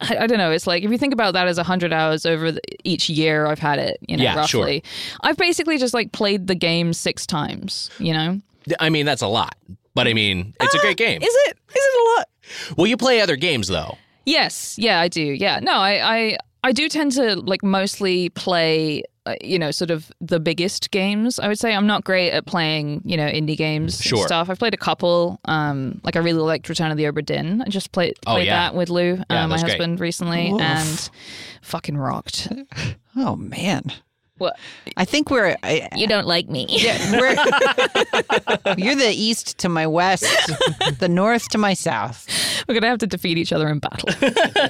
Speaker 6: I, I don't know. It's like if you think about that as 100 hours over the, each year I've had it, you know,
Speaker 1: Yeah, sure.
Speaker 6: roughly. I've basically just like played the game six times, you know?
Speaker 1: I mean, that's a lot. But I mean, it's a great game.
Speaker 6: it? Uh, Is it a lot?
Speaker 1: Well, you play other games though.
Speaker 6: Yes, yeah, I do. Yeah, no, I, I, I do tend to like mostly play, uh, you know, sort of the biggest games. I would say I'm not great at playing, you know, indie games
Speaker 1: Sure.
Speaker 6: and stuff. I've played a couple. Um, like I really liked Return of the Obra Dinn. I just played
Speaker 1: Oh,
Speaker 6: played
Speaker 1: yeah.
Speaker 6: that with Lou,
Speaker 1: Yeah,
Speaker 6: uh, my
Speaker 1: that's great.
Speaker 6: husband, recently,
Speaker 4: Woof.
Speaker 6: and fucking rocked.
Speaker 4: Oh man,
Speaker 6: What?
Speaker 4: I think we're <laughs> I,
Speaker 6: You don't like me?
Speaker 4: yeah, we're you're the east to my <laughs> west, the north to my south.
Speaker 6: We're gonna have to defeat each other in battle.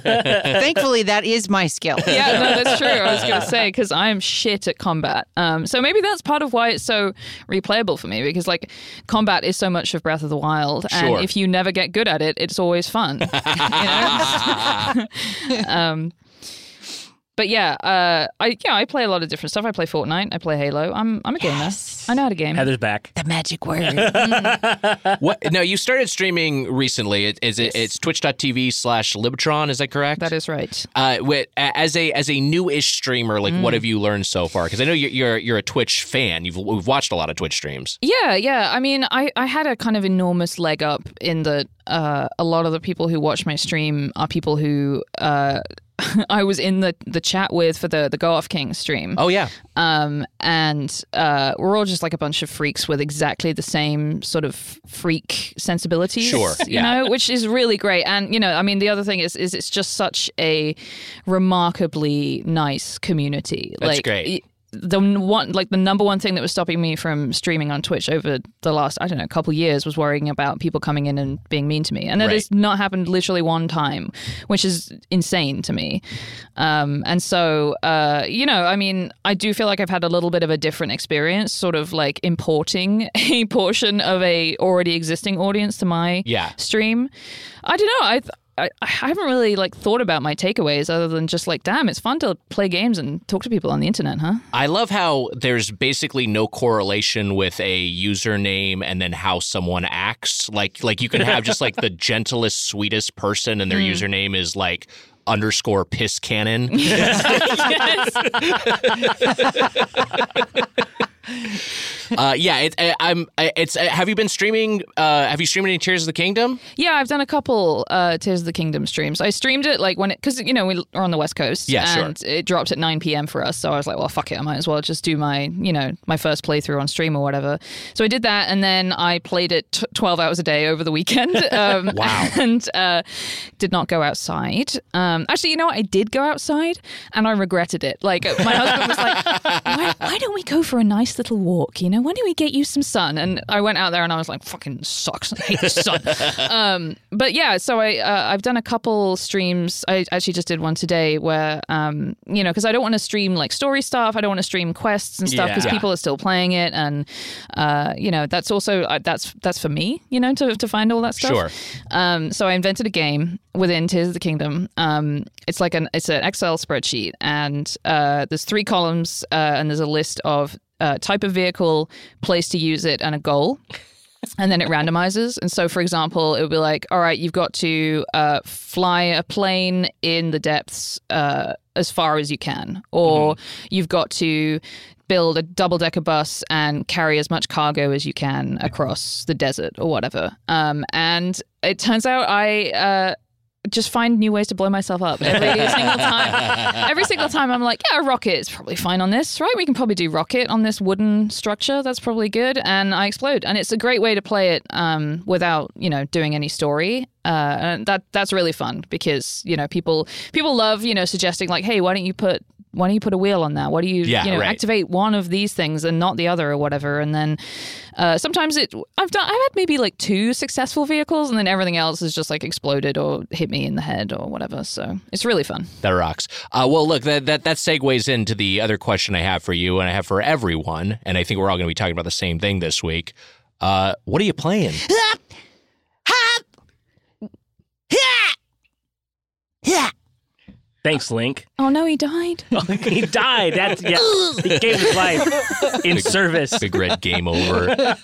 Speaker 4: Thankfully, that is my skill.
Speaker 6: yeah, no, that's true. I was going to say because I'm shit at combat. Um, so maybe that's part of why it's so replayable for me because like combat is so much of Breath of the Wild,
Speaker 1: Sure.
Speaker 6: and if you never get good at it, it's always fun. you know? <laughs> um, but yeah, uh, I yeah I play a lot of different stuff. I play Fortnite. I play Halo. I'm I'm a gamer. I know how to game.
Speaker 2: Heather's back.
Speaker 4: The magic word.
Speaker 1: What? Now you started streaming recently. It- Is it? It's twitch.tv slash libtron. Is that correct?
Speaker 6: that is right.
Speaker 1: Uh, wi- a- as a as a newish streamer, like
Speaker 6: Mm.
Speaker 1: what have you learned so far? Because I know you're, you're you're a Twitch fan. You've we've watched a lot of Twitch streams.
Speaker 6: Yeah, yeah. I mean, I, I had a kind of enormous leg up in that uh, a lot of the people who watch my stream are people who uh, <laughs> I was in the, the chat with for the, the Go Off King stream.
Speaker 1: Oh yeah,
Speaker 6: Um, and uh, we're all just like a bunch of freaks with exactly the same sort of freak sensibilities.
Speaker 1: Sure,
Speaker 6: You
Speaker 1: yeah.
Speaker 6: know, which is really great. And, you know, I mean, the other thing is, is it's just such a remarkably nice community.
Speaker 1: That's
Speaker 6: like,
Speaker 1: great.
Speaker 6: y- the one like the number one thing that was stopping me from streaming on Twitch over the last I don't know couple years was worrying about people coming in and being mean to me, and that
Speaker 1: Right.
Speaker 6: has not happened literally one time, which is insane to me. Um, and so uh, you know, I mean, I do feel like I've had a little bit of a different experience, sort of like importing <laughs> a portion of a already existing audience to my
Speaker 1: Yeah.
Speaker 6: stream. I don't know. I, th- I I haven't really like thought about my takeaways other than just like, damn, it's fun to play games and talk to people on the internet, huh?
Speaker 1: I love how there's basically no correlation with a username and then how someone acts. Like like you can have just like the gentlest, sweetest person and their username is like underscore piss cannon. <laughs> uh, yeah, it, I, I'm. I- It's. uh, Have you been streaming? Uh, have you streamed any Tears of the Kingdom?
Speaker 6: Yeah, I've done a couple uh, Tears of the Kingdom streams. I streamed it like when it because you know we are on the West Coast.
Speaker 1: Yeah, sure.
Speaker 6: and It dropped at 9 p.m. for us, so I was like, well, fuck it, I might as well just do my you know my first playthrough on stream or whatever. So I did that, and then I played it t- 12 hours a day over
Speaker 1: <laughs>
Speaker 6: the weekend. Um, wow, <laughs> and uh, did not go outside. Um, actually, you know what? I did go outside, and I regretted it. Like my husband was like, why, why don't we go for a nice little walk? You know, why don't we get you some sun? And I went out there, and I was like, fucking sucks. I hate the sun.
Speaker 1: <laughs>
Speaker 6: um, but yeah, so I uh, I've done a couple streams. I actually just did one today where um, you know because I don't want to stream like story stuff. I don't want to stream quests and stuff because
Speaker 1: Yeah.
Speaker 6: people are still playing it, and uh, you know that's also uh, that's that's for me. You know to to find all that stuff.
Speaker 1: Sure.
Speaker 6: Um, so I invented a game within Tears of the Kingdom. Um, it's like an it's an Excel spreadsheet, and uh, there's three columns, uh, and there's a list of uh, type of vehicle, place to use it, and a goal and then it randomizes. And so, for example, it would be like, all right, you've got to uh, fly a plane in the depths uh, as far as you can, or you've got to build a double decker bus and carry as much cargo as you can across the desert or whatever. Um, and it turns out I. Uh, just find new ways to blow myself up every single time. Every single time, I'm like, yeah, a rocket is probably fine on this, right? We can probably do rocket on this wooden structure. That's probably good. And I explode, and it's a great way to play it um, without you know doing any story. Uh, and that that's really fun because you know people people love you know suggesting like, hey, why don't you put why don't you put a wheel on that? Why do you
Speaker 1: Yeah,
Speaker 6: you know
Speaker 1: right.
Speaker 6: activate one of these things and not the other or whatever? And then uh, sometimes it I've done I've had maybe like two successful vehicles and then everything else has just like exploded or hit me in the head or whatever. So it's really fun.
Speaker 1: That rocks. Uh, well, look, that, that that segues into the other question I have for you, and I have for everyone, and I think we're all going to be talking about the same thing this week. Uh, what are you
Speaker 5: <laughs>
Speaker 1: playing?
Speaker 2: Thanks, Link.
Speaker 6: Oh no,
Speaker 5: <laughs>
Speaker 6: he died.
Speaker 2: he died. That's yeah. He gave his life in service.
Speaker 1: Big red game over.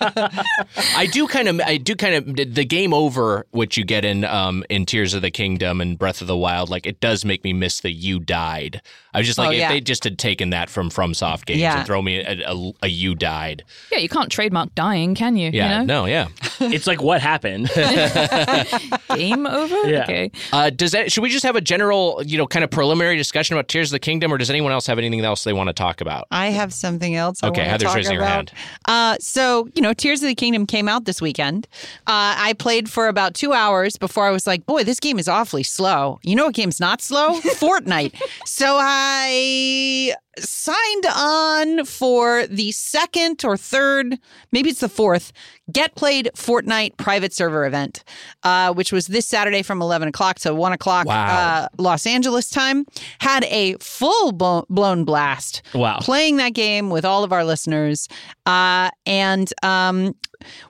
Speaker 1: I do kind of, I do kind of the game over, which you get in um in Tears of the Kingdom and Breath of the Wild. Like it does make me miss the you died. I was just like,
Speaker 5: Oh,
Speaker 1: if
Speaker 5: yeah.
Speaker 1: they just had taken that from FromSoft games
Speaker 5: Yeah.
Speaker 1: and throw me a, a, a you died.
Speaker 6: Yeah, you can't trademark dying, can you?
Speaker 1: Yeah,
Speaker 6: You know?
Speaker 1: no, yeah.
Speaker 2: It's like what
Speaker 1: <laughs>
Speaker 2: happened.
Speaker 6: <laughs> Game over?
Speaker 2: Yeah.
Speaker 6: Okay.
Speaker 1: Uh, does that should we just have a general, you know, kind of preliminary discussion about Tears of the Kingdom, or does anyone else have anything else they want to talk about?
Speaker 5: I have something else. I
Speaker 1: Okay,
Speaker 5: wanna
Speaker 1: Heather's
Speaker 5: talk
Speaker 1: raising her hand.
Speaker 5: about. Uh, so you know, Tears of the Kingdom came out this weekend. Uh, I played for about two hours before I was like, "Boy, this game is awfully slow." You know, what game's
Speaker 1: <laughs>
Speaker 5: not slow? Fortnite. So I signed on for the second or third, maybe it's the fourth, Get Played Fortnite private server event, uh, which was this Saturday from eleven o'clock to one o'clock
Speaker 1: Wow.
Speaker 5: uh, Los Angeles time. Had a full blo- blown blast
Speaker 2: Wow.
Speaker 5: playing that game with all of our listeners. Uh, and um,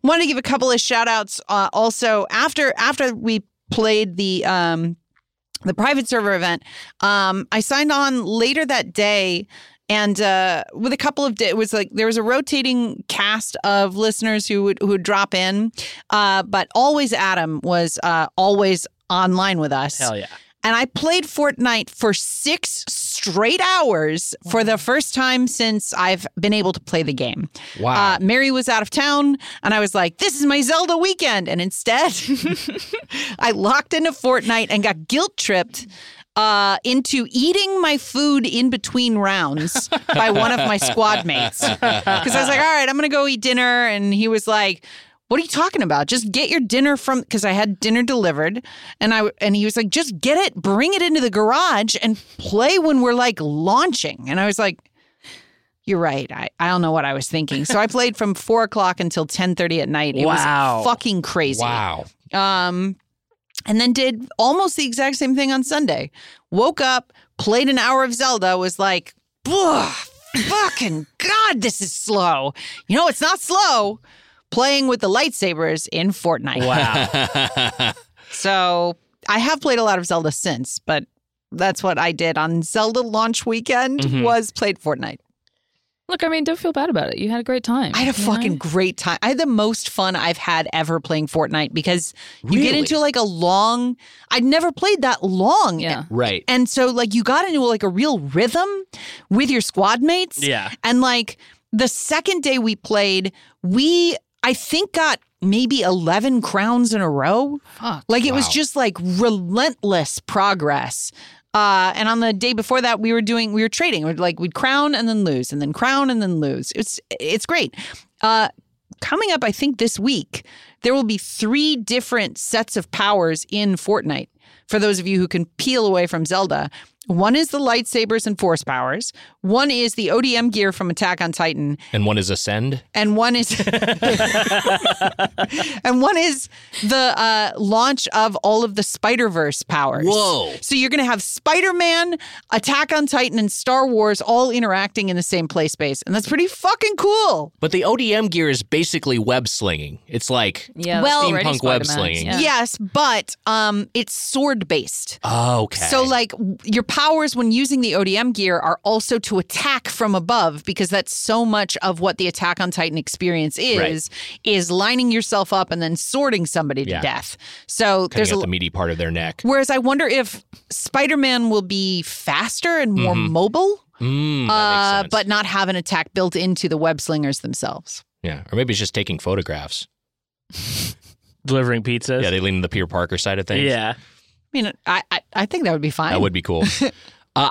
Speaker 5: want to give a couple of shout outs uh, also after after we played the um, the private server event. Um, I signed on later that day. And uh, with a couple of, it was like there was a rotating cast of listeners who would who would drop in, uh, but always Adam was uh, always online with us.
Speaker 2: Hell yeah.
Speaker 5: And I played Fortnite for six straight hours for the first time since I've been able to play the game.
Speaker 1: Wow.
Speaker 5: Uh, Mary was out of town, and I was like, this is my Zelda weekend. And instead, <laughs> I locked into Fortnite and got guilt tripped. Uh, into eating my food in between rounds by one of my squad mates. Because I was like, all right, I'm going to go eat dinner. And he was like, what are you talking about? Just get your dinner from because I had dinner delivered, and I and he was like, just get it, bring it into the garage, and play when we're like launching. And I was like, You're right. I, I don't know what I was thinking. So I played from four o'clock until ten thirty at night. It
Speaker 2: Wow.
Speaker 5: was fucking crazy.
Speaker 1: Wow.
Speaker 5: Um, and then did almost the exact same thing on Sunday. Woke up, played an hour of Zelda, was like, "Ugh, fucking God, this is slow. You know, it's not slow. Playing with the lightsabers in Fortnite.
Speaker 2: Wow.
Speaker 1: <laughs>
Speaker 5: So I have played a lot of Zelda since, but that's what I did on Zelda launch weekend
Speaker 2: Mhm.
Speaker 5: was played Fortnite.
Speaker 6: Look, I mean, don't feel bad about it. You had a great time.
Speaker 5: I had a
Speaker 6: you know?
Speaker 5: fucking great time. I had the most fun I've had ever playing Fortnite because you get
Speaker 1: Really?
Speaker 5: into like a long I'd never played that long.
Speaker 6: Yeah.
Speaker 1: Right.
Speaker 5: And so like you got into like a real rhythm with your squad mates.
Speaker 2: yeah.
Speaker 5: And like the second day we played, we I think got maybe 11 crowns in a row.
Speaker 6: Fuck.
Speaker 5: Like it was
Speaker 1: Wow.
Speaker 5: just like relentless progress. Uh, and on the day before that, we were doing we were trading. We'd like we'd crown and then lose, and then crown and then lose. It's it's great. Uh, coming up, I think this week there will be three different sets of powers in Fortnite. For those of you who can peel away from Zelda, one is the lightsabers and force powers. One is the ODM gear from Attack on Titan,
Speaker 1: And one is ascend.
Speaker 5: and one is <laughs> and one is the uh, launch of all of the Spider Verse powers.
Speaker 1: Whoa.
Speaker 5: So you're going to have Spider Man, Attack on Titan, and Star Wars all interacting in the same play space, and that's pretty fucking cool.
Speaker 1: But the ODM gear is basically web slinging. It's like
Speaker 6: Yeah.
Speaker 5: Well-
Speaker 6: that's already
Speaker 1: Steampunk web
Speaker 6: Spider-Man's,
Speaker 1: slinging.
Speaker 6: Yeah.
Speaker 5: Yes, but um, it's sword based.
Speaker 1: Oh, okay.
Speaker 5: So, like, w- your powers when using the ODM gear are also to attack from above because that's so much of what the Attack on Titan experience is, is lining yourself up and then sorting somebody to
Speaker 1: Yeah.
Speaker 5: death. So,
Speaker 1: cutting
Speaker 5: there's a,
Speaker 1: out the meaty part of their neck.
Speaker 5: Whereas I wonder if Spider Man will be faster and more
Speaker 1: Mhm.
Speaker 5: mobile,
Speaker 1: Mm, that
Speaker 5: uh,
Speaker 1: makes sense.
Speaker 5: but not have an attack built into the web slingers themselves.
Speaker 1: yeah, or maybe it's just taking photographs.
Speaker 2: Delivering pizzas.
Speaker 1: Yeah, they lean to the Peter Parker side of things.
Speaker 2: Yeah.
Speaker 5: I mean, I I, I think that would be fine.
Speaker 1: That would be cool. Uh,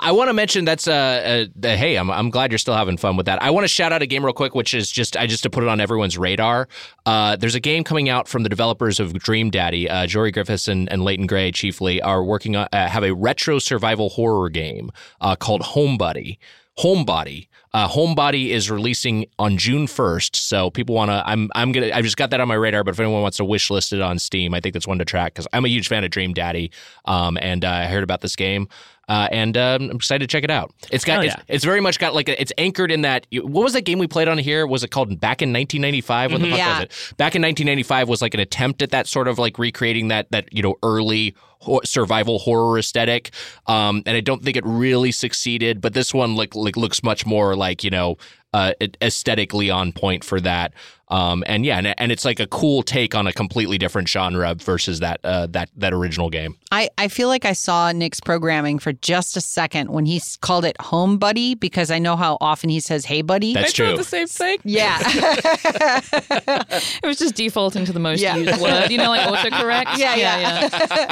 Speaker 1: I want to mention that's uh, uh, the- hey, I'm, I'm glad you're still having fun with that. I want to shout out a game real quick, which is just I just to put it on everyone's radar. Uh, there's a game coming out from the developers of Dream Daddy. Uh, Jory Griffiths and, and Leighton Gray chiefly are working on uh, have a retro survival horror game uh, called Homebody. Homebody. Uh, Homebody is releasing on June 1st, so people want to. I'm I'm gonna. I just got that on my radar, but if anyone wants to wish list it on Steam, I think that's one to track because I'm a huge fan of Dream Daddy, um, and uh, I heard about this game. Uh, and um, I'm excited to check it out. It's got
Speaker 2: Hell
Speaker 1: it's, it's very much got like a, it's anchored in that. What was that game we played on here? Was it called Back in 1995? What the fuck
Speaker 5: Yeah.
Speaker 1: was it? Back in 1995 was like an attempt at that sort of like recreating that that you know early ho- survival horror aesthetic. Um, and I don't think it really succeeded, but this one like, like looks much more like you know uh, a- aesthetically on point for that. Um, and yeah, and, and it's like a cool take on a completely different genre versus that uh, that that original game.
Speaker 5: I, I feel like I saw Nick's programming for just a second when he s- called it Home Buddy because I know how often he says Hey Buddy.
Speaker 1: That's
Speaker 6: I thought
Speaker 1: true.
Speaker 6: the same thing.
Speaker 5: yeah.
Speaker 6: It was just defaulting to the most
Speaker 5: Yeah.
Speaker 6: used word. You know, like autocorrect.
Speaker 5: <laughs> Yeah, yeah.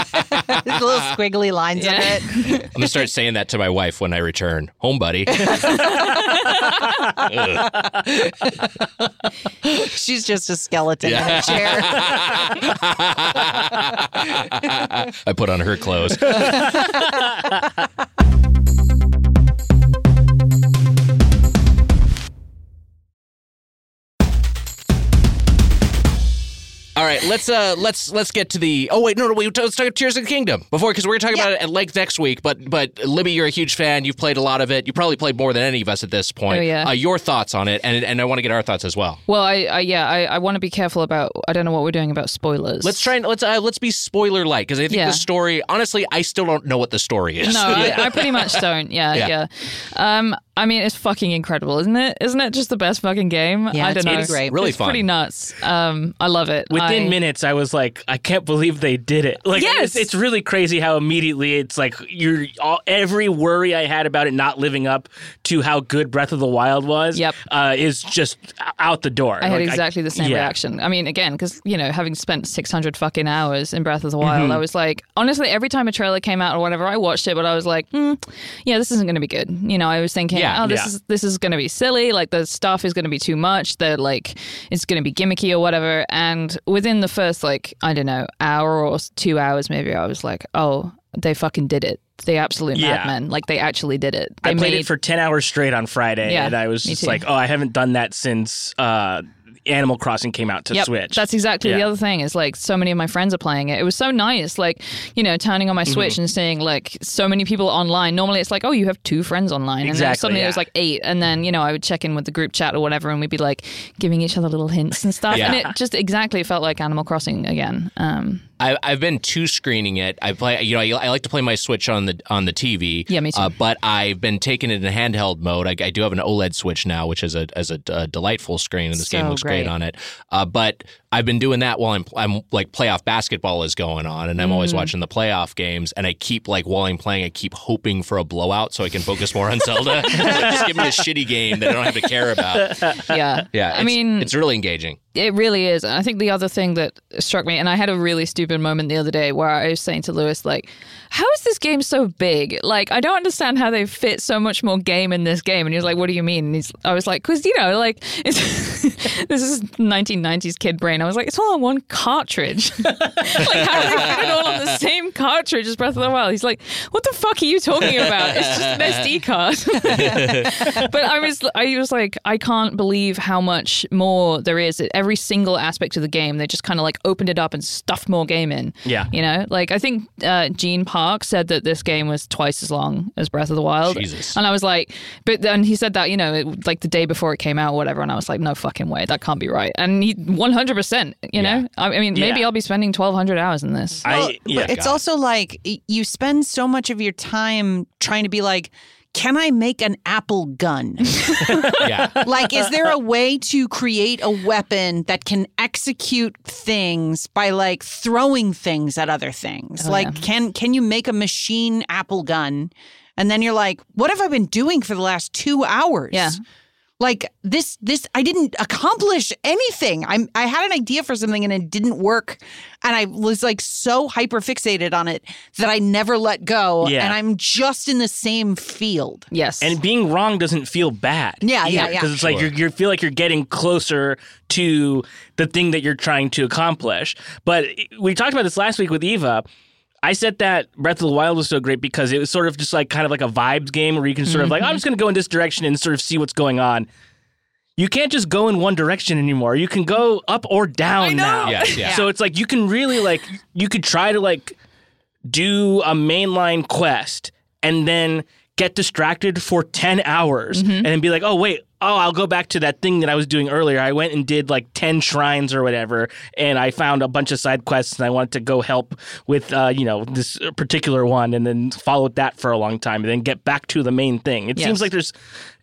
Speaker 6: yeah.
Speaker 5: <laughs> There's little squiggly lines on
Speaker 6: Yeah.
Speaker 5: it.
Speaker 1: I'm gonna start saying that to my wife when I return home, buddy.
Speaker 5: She's just a skeleton in a chair. <laughs>
Speaker 1: I put on her clothes. All right, let's uh let's let's get to the Oh wait, no no, wait, let's talk about Tears of the Kingdom before cuz we're going to talk
Speaker 5: Yeah.
Speaker 1: about it at length next week, but but Libby, you're a huge fan. You've played a lot of it. You probably played more than any of us at this point.
Speaker 6: Oh, yeah.
Speaker 1: Uh, your thoughts on it and and I want to get our thoughts as well.
Speaker 6: Well, I, I yeah, I, I want to be careful about. I don't know what we're doing about spoilers.
Speaker 1: Let's try and let's uh, let's be spoiler light because I think
Speaker 6: Yeah.
Speaker 1: the story. Honestly, I still don't know what the story is.
Speaker 6: No, I, I pretty much don't. Yeah,
Speaker 1: Yeah.
Speaker 6: yeah. Um, I mean, it's fucking incredible, isn't it? Isn't it just the best fucking game?
Speaker 5: Yeah,
Speaker 6: I
Speaker 5: it's
Speaker 6: don't know.
Speaker 5: pretty great.
Speaker 1: Really
Speaker 6: it's
Speaker 1: fun.
Speaker 6: pretty nuts. Um, I love it.
Speaker 2: Within
Speaker 6: I-
Speaker 2: minutes, I was like, I can't believe they did it. Like,
Speaker 6: Yes!
Speaker 2: it's, it's really crazy how immediately it's like you're all, every worry I had about it not living up to how good Breath of the Wild was.
Speaker 6: Yep.
Speaker 2: uh, is just out the door.
Speaker 6: I had
Speaker 2: Like,
Speaker 6: exactly the same
Speaker 2: yeah.
Speaker 6: reaction. I mean, again, because you know, having spent six hundred fucking hours in Breath of the
Speaker 2: Mm-hmm.
Speaker 6: Wild, I was like, honestly, every time a trailer came out or whatever, I watched it, but I was like, hmm, yeah, this isn't going to be good. You know, I was thinking,
Speaker 1: Yeah,
Speaker 6: oh, this
Speaker 2: yeah.
Speaker 6: is this is going to be silly. Like the stuff is going to be too much. They're like, it's going to be gimmicky or whatever. And within the first like I don't know hour or s- two hours, maybe I was like, oh, they fucking did it. the absolute
Speaker 2: Yeah.
Speaker 6: madmen. Like they actually did it. They
Speaker 2: I played
Speaker 6: made
Speaker 2: it for 10 hours straight on Friday,
Speaker 6: Yeah,
Speaker 2: and I was
Speaker 6: me
Speaker 2: just
Speaker 6: too.
Speaker 2: like, oh, I haven't done that since uh, Animal Crossing came out to
Speaker 6: Yep,
Speaker 2: Switch.
Speaker 6: That's exactly the
Speaker 2: Yeah.
Speaker 6: other thing. Is like so many of my friends are playing it. It was so nice, like you know, turning on
Speaker 2: Mm-hmm.
Speaker 6: my Switch and seeing like so many people online. Normally, it's like, oh, you have two friends online, and then
Speaker 2: Exactly,
Speaker 6: suddenly it
Speaker 2: yeah.
Speaker 6: was like eight. And then you know, I would check in with the group chat or whatever, and we'd be like giving each other little hints and stuff. And
Speaker 1: Yeah.
Speaker 6: it just exactly felt like Animal Crossing again. Um,
Speaker 1: I, I've been two screening it. I play, you know, I, I like to play my Switch on the on the TV.
Speaker 6: Yeah, me too.
Speaker 1: Uh, but I've been taking it in handheld mode. I, I do have an OLED Switch now, which is a as a, uh delightful screen, and this
Speaker 6: So
Speaker 1: game looks great,
Speaker 6: great.
Speaker 1: on it. Uh, but I've been doing that while I'm I'm like playoff basketball is going on, and I'm always
Speaker 6: Mm-hmm.
Speaker 1: watching the playoff games, and I keep like while I'm playing, I keep hoping for a blowout so I can focus more on Zelda. <laughs> Like, just give me a shitty game that I don't have to care about.
Speaker 2: <laughs>
Speaker 6: yeah,
Speaker 1: Yeah,
Speaker 6: I
Speaker 1: it's-
Speaker 6: mean,
Speaker 1: it's really
Speaker 6: <laughs>
Speaker 1: engaging.
Speaker 6: it really is. And I think the other thing that struck me, and I had a really stupid moment the other day where I was saying to Lewis, like, how is this game so big? Like, I don't understand how they fit so much more game in this game. And he was like, what do you mean? And he's, I was like, because, you know, like, <laughs> it's, this is 1990s kid brain. I was like, it's all on one cartridge. <laughs> like, how do they fit it all on the same cartridge as Breath of the Wild? He's like, what the fuck are you talking about? It's just an SD card. <laughs> but I was I was like I can't believe how much more there is. Every single aspect of the game, they just kind of like opened it up and stuffed more game in.
Speaker 2: Yeah.
Speaker 6: you know, like I think uh, Gene Park said that this game was twice as long as Breath of the Wild.
Speaker 1: Jesus.
Speaker 6: And I was like, but then he said that you know it, like the day before it came out, or whatever. And I was like, no fucking way, that can't be right. And he one hundred percent. You know, I, I mean, maybe
Speaker 2: Yeah.
Speaker 6: I'll be spending twelve hundred hours in this.
Speaker 5: Well,
Speaker 2: I, yeah.
Speaker 5: but it's also like y- you spend so much of your time trying to be like, can I make an apple gun?
Speaker 1: Yeah.
Speaker 5: like, is there a way to create a weapon that can execute things by like throwing things at other things? like, can can you make a machine apple gun? And then you're like, what have I been doing for the last two hours?
Speaker 6: Yeah.
Speaker 5: Like this, this I didn't accomplish anything. I'm I had an idea for something and it didn't work, and I was like so hyper fixated on it that I never let go,
Speaker 2: Yeah.
Speaker 5: and I'm just in the same field.
Speaker 6: Yes, <laughs>
Speaker 2: and being wrong doesn't feel bad.
Speaker 5: Yeah, yeah, yeah.
Speaker 2: Because it's like you you feel like you're getting closer to the thing that you're trying to accomplish. But we talked about this last week with Eva. I said that Breath of the Wild was so great because it was sort of just like kind of like a vibes game where you can sort of
Speaker 5: Mm-hmm.
Speaker 2: like "Oh, I'm just going to go in this direction and sort of see what's going on. You can't just go in one direction anymore. You can go up or down now.
Speaker 1: Yes, yeah.
Speaker 2: So it's like you can really like you could try to like do a mainline quest and then get distracted for 10 hours and then be like, oh, wait, oh, I'll go back to that thing that I was doing earlier. I went and did like 10 shrines or whatever, and I found a bunch of side quests and I wanted to go help with, uh, you know, this particular one and then follow that for a long time and then get back to the main thing. It
Speaker 6: Yes.
Speaker 2: seems like there's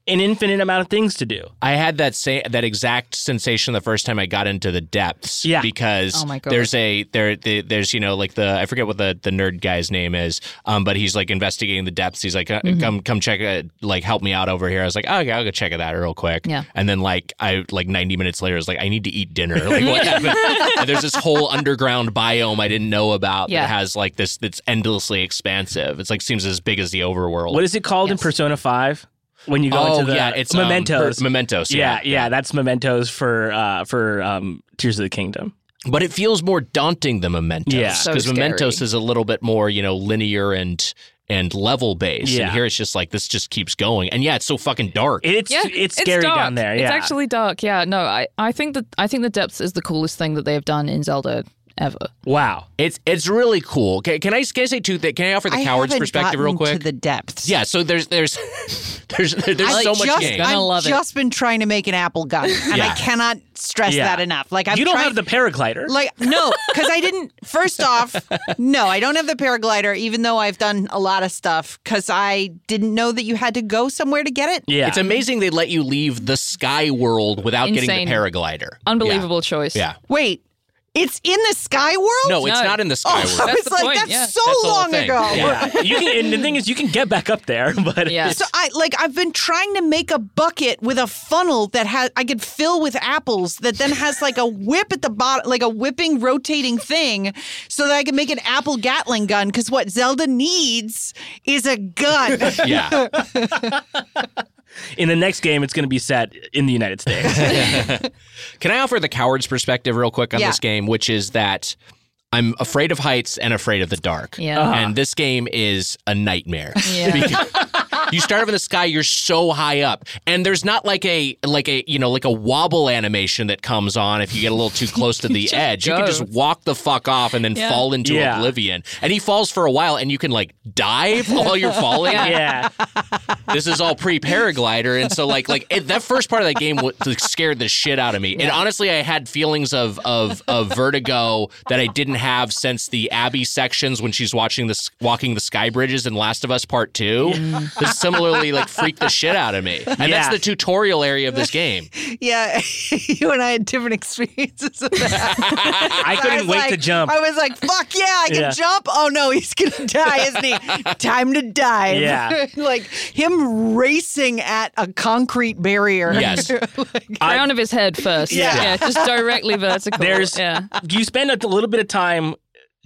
Speaker 2: an infinite amount of things to do.
Speaker 1: I had that same that exact sensation the first time I got into the depths.
Speaker 2: Yeah.
Speaker 1: Because
Speaker 6: Oh my God.
Speaker 1: there's a there the, there's you know like the I forget what the, the nerd guy's name is, um, but he's like investigating the depths. He's like, uh,
Speaker 6: Mm-hmm.
Speaker 1: come come check it, like help me out over here. I was like, oh, okay, I'll go check it out real quick.
Speaker 6: Yeah.
Speaker 1: And then like I like 90 minutes later, I was like, I need to eat
Speaker 6: <laughs>
Speaker 1: dinner. Like what happened? And there's this whole underground biome I didn't know about
Speaker 6: Yeah.
Speaker 1: that has like this that's endlessly expansive. It's like seems as big as the overworld.
Speaker 2: What is it called in
Speaker 6: Yes.
Speaker 2: Persona 5? When you go
Speaker 1: oh
Speaker 2: into the
Speaker 1: yeah, it's um, per-
Speaker 2: mementos.
Speaker 1: mementos.
Speaker 2: yeah, yeah, that's mementos for uh, for um, Tears of the Kingdom.
Speaker 1: but it feels more daunting than Mementos.
Speaker 2: Yeah.
Speaker 6: So
Speaker 1: because
Speaker 6: scary.
Speaker 1: Mementos is a little bit more you know linear and and level based,
Speaker 2: Yeah.
Speaker 1: and here it's just like this just keeps going, and yeah, it's so fucking dark.
Speaker 2: It's it's scary
Speaker 6: dark.
Speaker 2: down there. Yeah,
Speaker 6: It's actually dark. Yeah. No, I, I think that I think the depths is the coolest thing that they have done in Zelda ever.
Speaker 2: wow.
Speaker 1: It's it's really cool. Can, can I can I say two things? Can I offer the
Speaker 5: I
Speaker 1: coward's
Speaker 5: haven't
Speaker 1: perspective real
Speaker 5: gotten
Speaker 1: quick?
Speaker 5: To the depths.
Speaker 1: yeah, so there's there's <laughs> there's there's
Speaker 5: I
Speaker 1: so much
Speaker 5: just,
Speaker 1: game.
Speaker 6: Gonna
Speaker 5: I've
Speaker 6: love it.
Speaker 5: just been trying to make an apple gun, and
Speaker 1: Yeah.
Speaker 5: I cannot stress
Speaker 2: Yeah.
Speaker 5: that enough. Like I'm
Speaker 2: you don't
Speaker 5: trying,
Speaker 2: have the paraglider.
Speaker 5: like no, because I didn't.
Speaker 1: <laughs>
Speaker 5: First off, no, I don't have the paraglider, even though I've done a lot of stuff. Because I didn't know that you had to go somewhere to get it.
Speaker 2: yeah, <laughs>
Speaker 1: It's amazing they let you leave the sky world without getting
Speaker 6: Insane.
Speaker 1: the paraglider.
Speaker 6: Unbelievable choice.
Speaker 1: Yeah.
Speaker 5: Wait, it's in the sky world. Oh,
Speaker 1: yeah. No, it's
Speaker 6: No.
Speaker 1: not in the sky
Speaker 5: I <laughs>
Speaker 1: world.
Speaker 5: was
Speaker 6: That's the
Speaker 5: like,
Speaker 6: point,
Speaker 5: that's
Speaker 6: yeah.
Speaker 5: so
Speaker 1: That's the whole
Speaker 5: long
Speaker 1: thing.
Speaker 5: ago.
Speaker 1: Yeah.
Speaker 2: you can, and the thing is, you can get back up there, <laughs> but
Speaker 6: <laughs> Yeah.
Speaker 5: So I like I've been trying to make a bucket with a funnel that has I could fill with apples that then has like a whip at the bottom, like a whipping rotating thing, so that I can make an apple Gatling gun. Because what Zelda needs is a gun.
Speaker 2: <laughs>
Speaker 1: Yeah.
Speaker 2: in the next game, it's going to be set in the United States.
Speaker 1: Can I offer the coward's perspective real quick on
Speaker 5: Yeah.
Speaker 1: this game, which is that I'm afraid of heights and afraid of the dark.
Speaker 6: Yeah.
Speaker 2: Uh-huh.
Speaker 1: And this game is a nightmare.
Speaker 6: Yeah.
Speaker 1: Because you start up in the sky, you're so high up. And there's not like a like a you know, like a wobble animation that comes on if you get a little too close to the edge. You can just walk the fuck off and then
Speaker 6: Yeah.
Speaker 1: fall into
Speaker 2: Yeah.
Speaker 1: oblivion. And he falls for a while and you can like dive <laughs> while you're falling.
Speaker 2: Yeah.
Speaker 1: This is all pre paraglider, and so like like it, that first part of that game wa- like, scared the shit out of me. And honestly, I had feelings of of of vertigo that I didn't have since the Abby sections when she's watching this walking the sky bridges in Last of Us Part Two. This similarly like freaked the shit out of me, and
Speaker 2: Yeah.
Speaker 1: that's the tutorial area of this game.
Speaker 5: <laughs>
Speaker 4: Yeah, you and I had different experiences of that.
Speaker 2: <laughs> I couldn't
Speaker 4: was
Speaker 2: wait
Speaker 4: like-
Speaker 2: to jump.
Speaker 4: I was like, "Fuck yeah, I can
Speaker 2: Yeah.
Speaker 4: jump!" Oh no, he's
Speaker 5: <laughs>
Speaker 4: gonna die, isn't he? Time to dive.
Speaker 2: Yeah.
Speaker 4: like him racing at a concrete barrier.
Speaker 1: Yes.
Speaker 6: Crown of his head first.
Speaker 4: Yeah.
Speaker 6: Yeah. just directly vertical.
Speaker 2: There's-
Speaker 6: yeah.
Speaker 2: you spend a little bit of time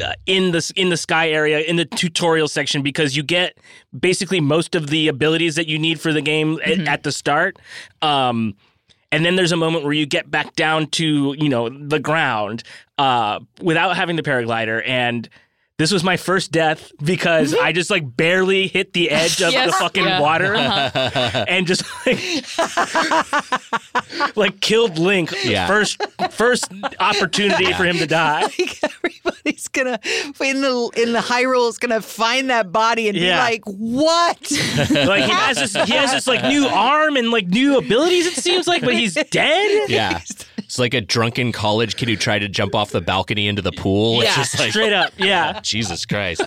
Speaker 2: uh, in the in the sky area in the tutorial section because you get basically most of the abilities that you need for the game a-
Speaker 6: Mm-hmm.
Speaker 2: at the start. Um, and then there's a moment where you get back down to you know the ground uh, without having the paraglider and. This was my first death because I just like barely hit the edge
Speaker 6: <laughs>
Speaker 2: of
Speaker 6: Mm-hmm. Yes,
Speaker 2: the fucking
Speaker 6: yeah, Uh-huh.
Speaker 2: water and just like like killed Link
Speaker 1: Yeah.
Speaker 2: first first opportunity for him to die.
Speaker 4: Like <laughs> everybody's gonna in the in the Hyrule's gonna find that body and
Speaker 2: Yeah.
Speaker 4: be like,
Speaker 2: <laughs>
Speaker 4: "What?"
Speaker 2: Like he has this he has this like new arm and like new abilities it seems like, but he's dead.
Speaker 1: Yeah, it's like a drunken college kid who tried to jump off the balcony into the pool. It's
Speaker 4: Yeah.
Speaker 1: just like
Speaker 2: Straight up, yeah.
Speaker 1: <laughs> Jesus Christ.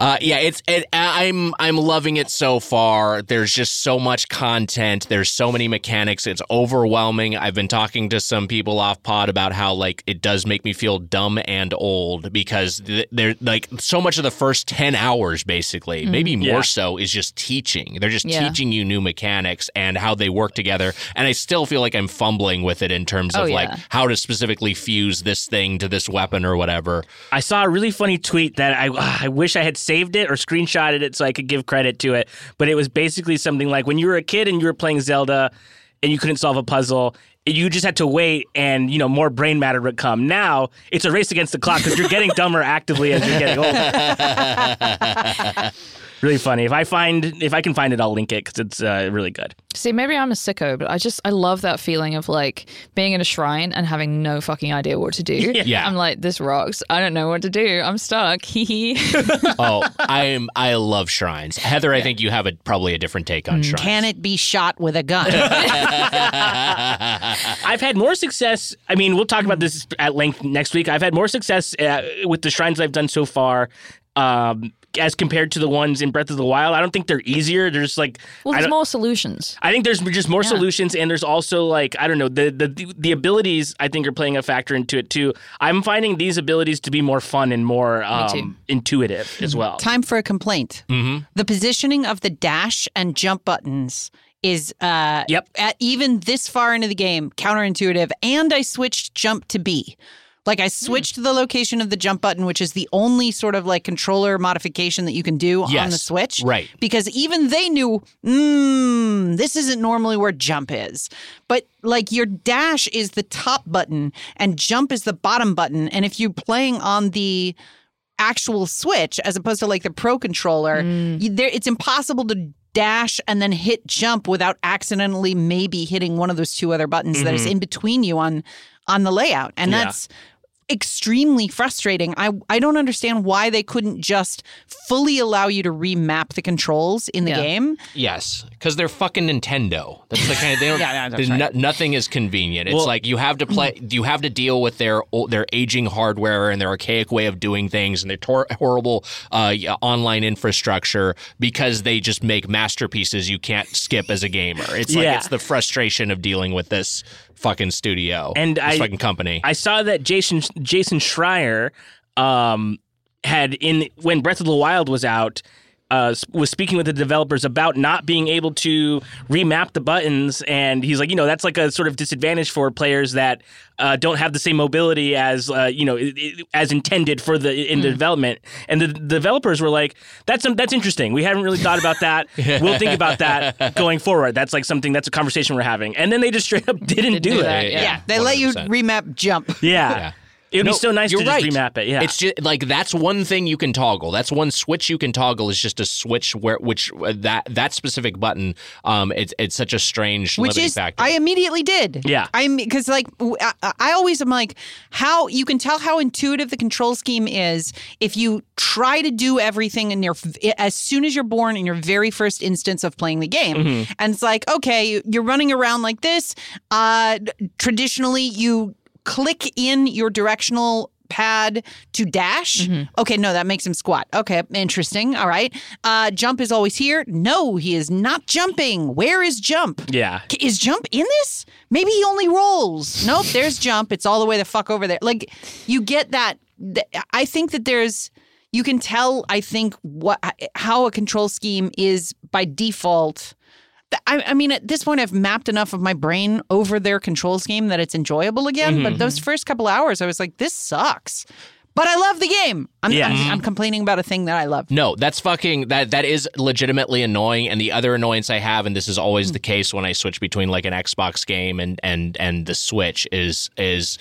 Speaker 1: Uh, yeah, it's it, I'm I'm loving it so far. There's just so much content. There's so many mechanics. It's overwhelming. I've been talking to some people off pod about how like it does make me feel dumb and old because th- there like so much of the first ten hours, basically, maybe more
Speaker 2: Yeah.
Speaker 1: so, is just teaching. They're just
Speaker 6: Mm-hmm. Yeah.
Speaker 1: teaching you new mechanics and how they work together. And I still feel like I'm fumbling with it in terms
Speaker 6: Oh,
Speaker 1: of
Speaker 6: yeah.
Speaker 1: like how to specifically fuse this thing to this weapon or whatever.
Speaker 2: I saw a really funny tweet that I <sighs> ah, I wish I had saved it or screenshotted it so I could give credit to it. But it was basically something like when you were a kid and you were playing Zelda and you couldn't solve a puzzle, you just had to wait and you know more brain matter would come. Now it's a race against the clock because you're getting dumber actively as you're getting older. really funny. If I find if I can find it, I'll link it because it's uh, really good.
Speaker 6: See, maybe I'm a sicko, but I just I love that feeling of like being in a shrine and having no fucking idea what to do.
Speaker 1: Yeah.
Speaker 6: I'm like, this rocks. I don't know what to do. I'm stuck. <laughs> Hee hee.
Speaker 1: oh, I am. I love shrines. Heather, I think you have a probably a different take on shrines.
Speaker 4: Can it be shot with a gun?
Speaker 2: I've had more success. I mean, we'll talk about this at length next week. I've had more success uh, with the shrines I've done so far. Um, as compared to the ones in Breath of the Wild, I don't think they're easier. They're just like
Speaker 6: Well,
Speaker 2: I,
Speaker 6: there's
Speaker 2: don't-
Speaker 6: more solutions.
Speaker 2: I think there's just more solutions, and there's also like I don't know the the the abilities. I think are playing a factor into it too. I'm finding these abilities to be more fun and more um, intuitive as well.
Speaker 4: <laughs> Time for a complaint. The positioning of the dash and jump buttons is uh
Speaker 2: Yep.
Speaker 4: at even this far into the game counterintuitive and I switched jump to B. Like I switched the location of the jump button which is the only sort of like controller modification that you can do on the
Speaker 1: Yes,
Speaker 4: Switch.
Speaker 1: right.
Speaker 4: Because even they knew, mmm, this isn't normally where jump is. But like your dash is the top button and jump is the bottom button. And if you're playing on the actual Switch as opposed to like the Pro controller, you, there, it's impossible to dash and then hit jump without accidentally maybe hitting one of those two other buttons that is in between you on on the layout. And
Speaker 2: Yeah.
Speaker 4: that's extremely frustrating. I I don't understand why they couldn't just fully allow you to remap the controls in the
Speaker 6: Yeah.
Speaker 4: game.
Speaker 1: Yes, because they're fucking Nintendo. That's the kind of they don't. there's no- nothing is convenient. It's
Speaker 2: Well-
Speaker 1: like you have to play. You have to deal with their o- their aging hardware and their archaic way of doing things and their tor- horrible uh, yeah, online infrastructure because they just make masterpieces you can't skip as a gamer. It's like
Speaker 2: Yeah.
Speaker 1: it's the frustration of dealing with this fucking studio
Speaker 2: And
Speaker 1: this
Speaker 2: I-
Speaker 1: fucking company.
Speaker 2: I saw that Jason Jason Schreier um, had in when Breath of the Wild was out. Uh, s- was speaking with the developers about not being able to remap the buttons, and he's like, you know, that's like a sort of disadvantage for players that uh, don't have the same mobility as uh, you know i- i- as intended for the in the development. And the developers were like, that's um, that's interesting. We haven't really thought about <laughs> that. We'll think about that going forward. That's like something that's a conversation we're having. And then they just straight up didn't, do,
Speaker 6: do
Speaker 2: it.
Speaker 6: that, yeah.
Speaker 4: They let you
Speaker 1: 100%.
Speaker 4: remap jump.
Speaker 2: Yeah.
Speaker 1: Yeah.
Speaker 2: It would
Speaker 1: No,
Speaker 2: be so nice to
Speaker 1: you're
Speaker 2: just
Speaker 1: right.
Speaker 2: remap it. Yeah.
Speaker 1: It's just like that's one thing you can toggle. That's one switch you can toggle is just a switch where which uh, that that specific button. Um, it's it's such a strange
Speaker 4: which
Speaker 1: limiting
Speaker 4: is
Speaker 1: factor.
Speaker 4: I immediately did.
Speaker 2: Yeah.
Speaker 4: I'm because like w- I, I always am like how you can tell how intuitive the control scheme is if you try to do everything in your f- as soon as you're born in your very first instance of playing the game, and it's like okay, you're running around like this. Uh, traditionally, you click in your directional pad to dash. Okay, no, that makes him squat. Okay, interesting. All right. Uh jump is always here. No, he is not jumping. Where is jump?
Speaker 2: yeah.
Speaker 4: K- Is jump in this? Maybe he only rolls. Nope, there's jump. It's all the way the fuck over there. Like you get that. th- I think that there's you can tell. I think what how a control scheme is by default. Th- I, I mean, at this point, I've mapped enough of my brain over their control scheme that it's enjoyable again.
Speaker 1: Mm-hmm,
Speaker 4: But those first couple hours, I was like, this sucks. But I love the game. I'm,
Speaker 2: Yeah.
Speaker 1: Mm-hmm.
Speaker 4: I'm, I'm complaining about a thing that I love.
Speaker 1: No, that's fucking that that is legitimately annoying. And the other annoyance I have, and this is
Speaker 4: Hmm.
Speaker 1: always the case when I switch between like an Xbox game and and and the Switch is is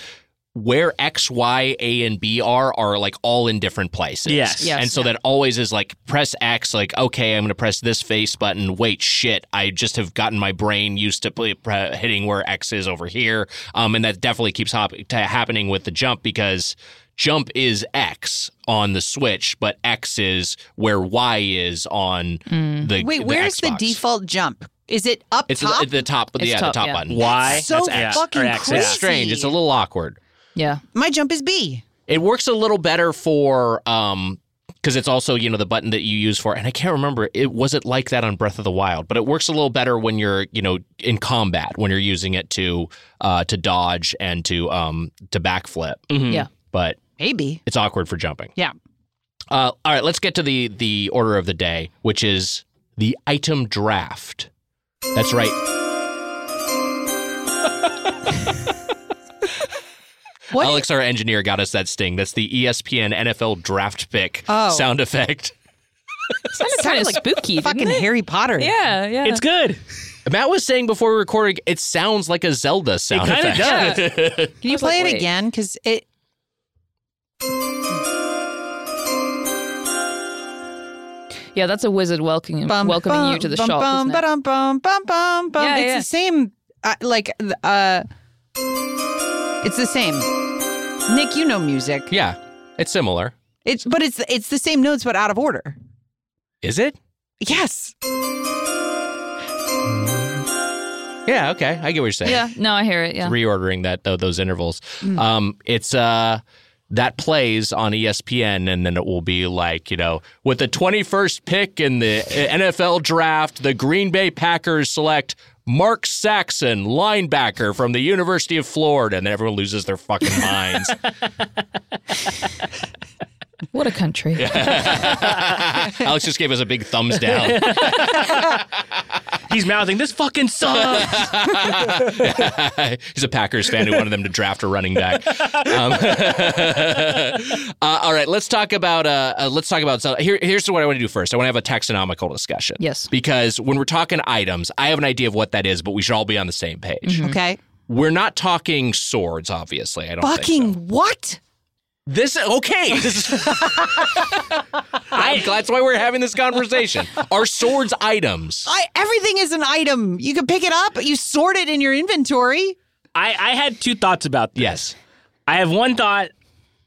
Speaker 1: where X, Y, A, and B are are like all in different places.
Speaker 2: Yes.
Speaker 6: Yes.
Speaker 1: And so that always is like press X, like okay, I'm gonna press this face button. Wait, shit, I just have gotten my brain used to play, pre- hitting where X is over here. Um, and that definitely keeps hop- t- happening with the jump because jump is X on the Switch, but X is where Y is on
Speaker 6: Mm-hmm. Mm,
Speaker 1: the
Speaker 4: Wait,
Speaker 1: the
Speaker 4: where's the
Speaker 1: Xbox.
Speaker 4: default jump? Is it up
Speaker 1: It's
Speaker 4: top?
Speaker 1: the, the top,
Speaker 6: It's
Speaker 1: yeah,
Speaker 6: top,
Speaker 1: the top
Speaker 6: yeah.
Speaker 1: button.
Speaker 2: Why?
Speaker 4: so
Speaker 2: That's X.
Speaker 4: fucking
Speaker 2: or X,
Speaker 1: It's
Speaker 4: crazy.
Speaker 2: Yeah.
Speaker 1: strange. It's a little awkward.
Speaker 6: Yeah.
Speaker 4: my jump is B.
Speaker 1: It works a little better for um because it's also you know the button that you use for and I can't remember it was it like that on Breath of the Wild, but it works a little better when you're you know in combat when you're using it to uh to dodge and to um to backflip.
Speaker 2: Mhm.
Speaker 6: Yeah.
Speaker 1: But
Speaker 4: Maybe.
Speaker 1: it's awkward for jumping.
Speaker 4: Yeah.
Speaker 1: Uh, all right, let's get to the the order of the day, which is the item draft. That's right.
Speaker 4: <laughs> What?
Speaker 1: Alex, our engineer, got us that sting. That's the E ESPN NFL draft pick
Speaker 4: Oh.
Speaker 1: sound effect.
Speaker 6: Sounded kind of
Speaker 4: like
Speaker 6: spooky,
Speaker 4: fucking
Speaker 6: didn't
Speaker 4: <laughs>
Speaker 6: it?
Speaker 4: Harry Potter.
Speaker 6: Yeah, yeah.
Speaker 2: It's good.
Speaker 1: Matt was saying before we recorded, it sounds like a Zelda sound
Speaker 2: kinda
Speaker 1: effect.
Speaker 2: does.
Speaker 6: Can
Speaker 4: Can you play it again? Because it.
Speaker 6: Yeah, that's a wizard <laughs> welcoming
Speaker 4: Bum,
Speaker 6: welcoming
Speaker 4: bum,
Speaker 6: you to the
Speaker 4: bum,
Speaker 6: shop.
Speaker 4: Bum,
Speaker 6: isn't it?
Speaker 4: ba-dum, bum, bum, bum, bum.
Speaker 6: Yeah,
Speaker 4: it's
Speaker 6: yeah.
Speaker 4: the same. Uh, like, uh. It's the same. Nick, you know music.
Speaker 1: Yeah, it's similar.
Speaker 4: It's but it's it's the same notes but out of order.
Speaker 1: Is it?
Speaker 4: Yes.
Speaker 1: Yeah, okay. I get what you're saying.
Speaker 6: Yeah, <laughs> no, I hear it. Yeah.
Speaker 1: reordering that tho- those intervals. Um, it's uh, that plays on E ESPN, and then it will be like you know, with the 21st pick in the uh, NFL draft, the Green Bay Packers select. Mark Saxon, linebacker from the University of Florida, and then everyone loses their fucking minds.
Speaker 6: What a country.
Speaker 1: Alex just gave us a big thumbs down.
Speaker 2: He's mouthing, this fucking sucks.
Speaker 6: <laughs>
Speaker 1: <laughs> He's a Packers fan who wanted them to draft a running back. Um, <laughs> uh, all right, let's talk about uh, uh, let's talk about so here, here's what I want to do first. I want to have a taxonomical discussion.
Speaker 6: Yes.
Speaker 1: because when we're talking items, I have an idea of what that is, but we should all be on the same page.
Speaker 6: Mm-hmm.
Speaker 4: Okay.
Speaker 1: We're not talking swords, obviously. I don't think so.
Speaker 4: Fucking what?
Speaker 1: this. Okay, this is, I'm glad that's why we're having this
Speaker 6: <laughs>
Speaker 1: conversation. Are swords items?
Speaker 6: Uh,
Speaker 4: I everything is an item. You can pick it up. You sort it in your inventory.
Speaker 2: <laughs> I, I had two thoughts about this.
Speaker 1: yes.
Speaker 2: I have one thought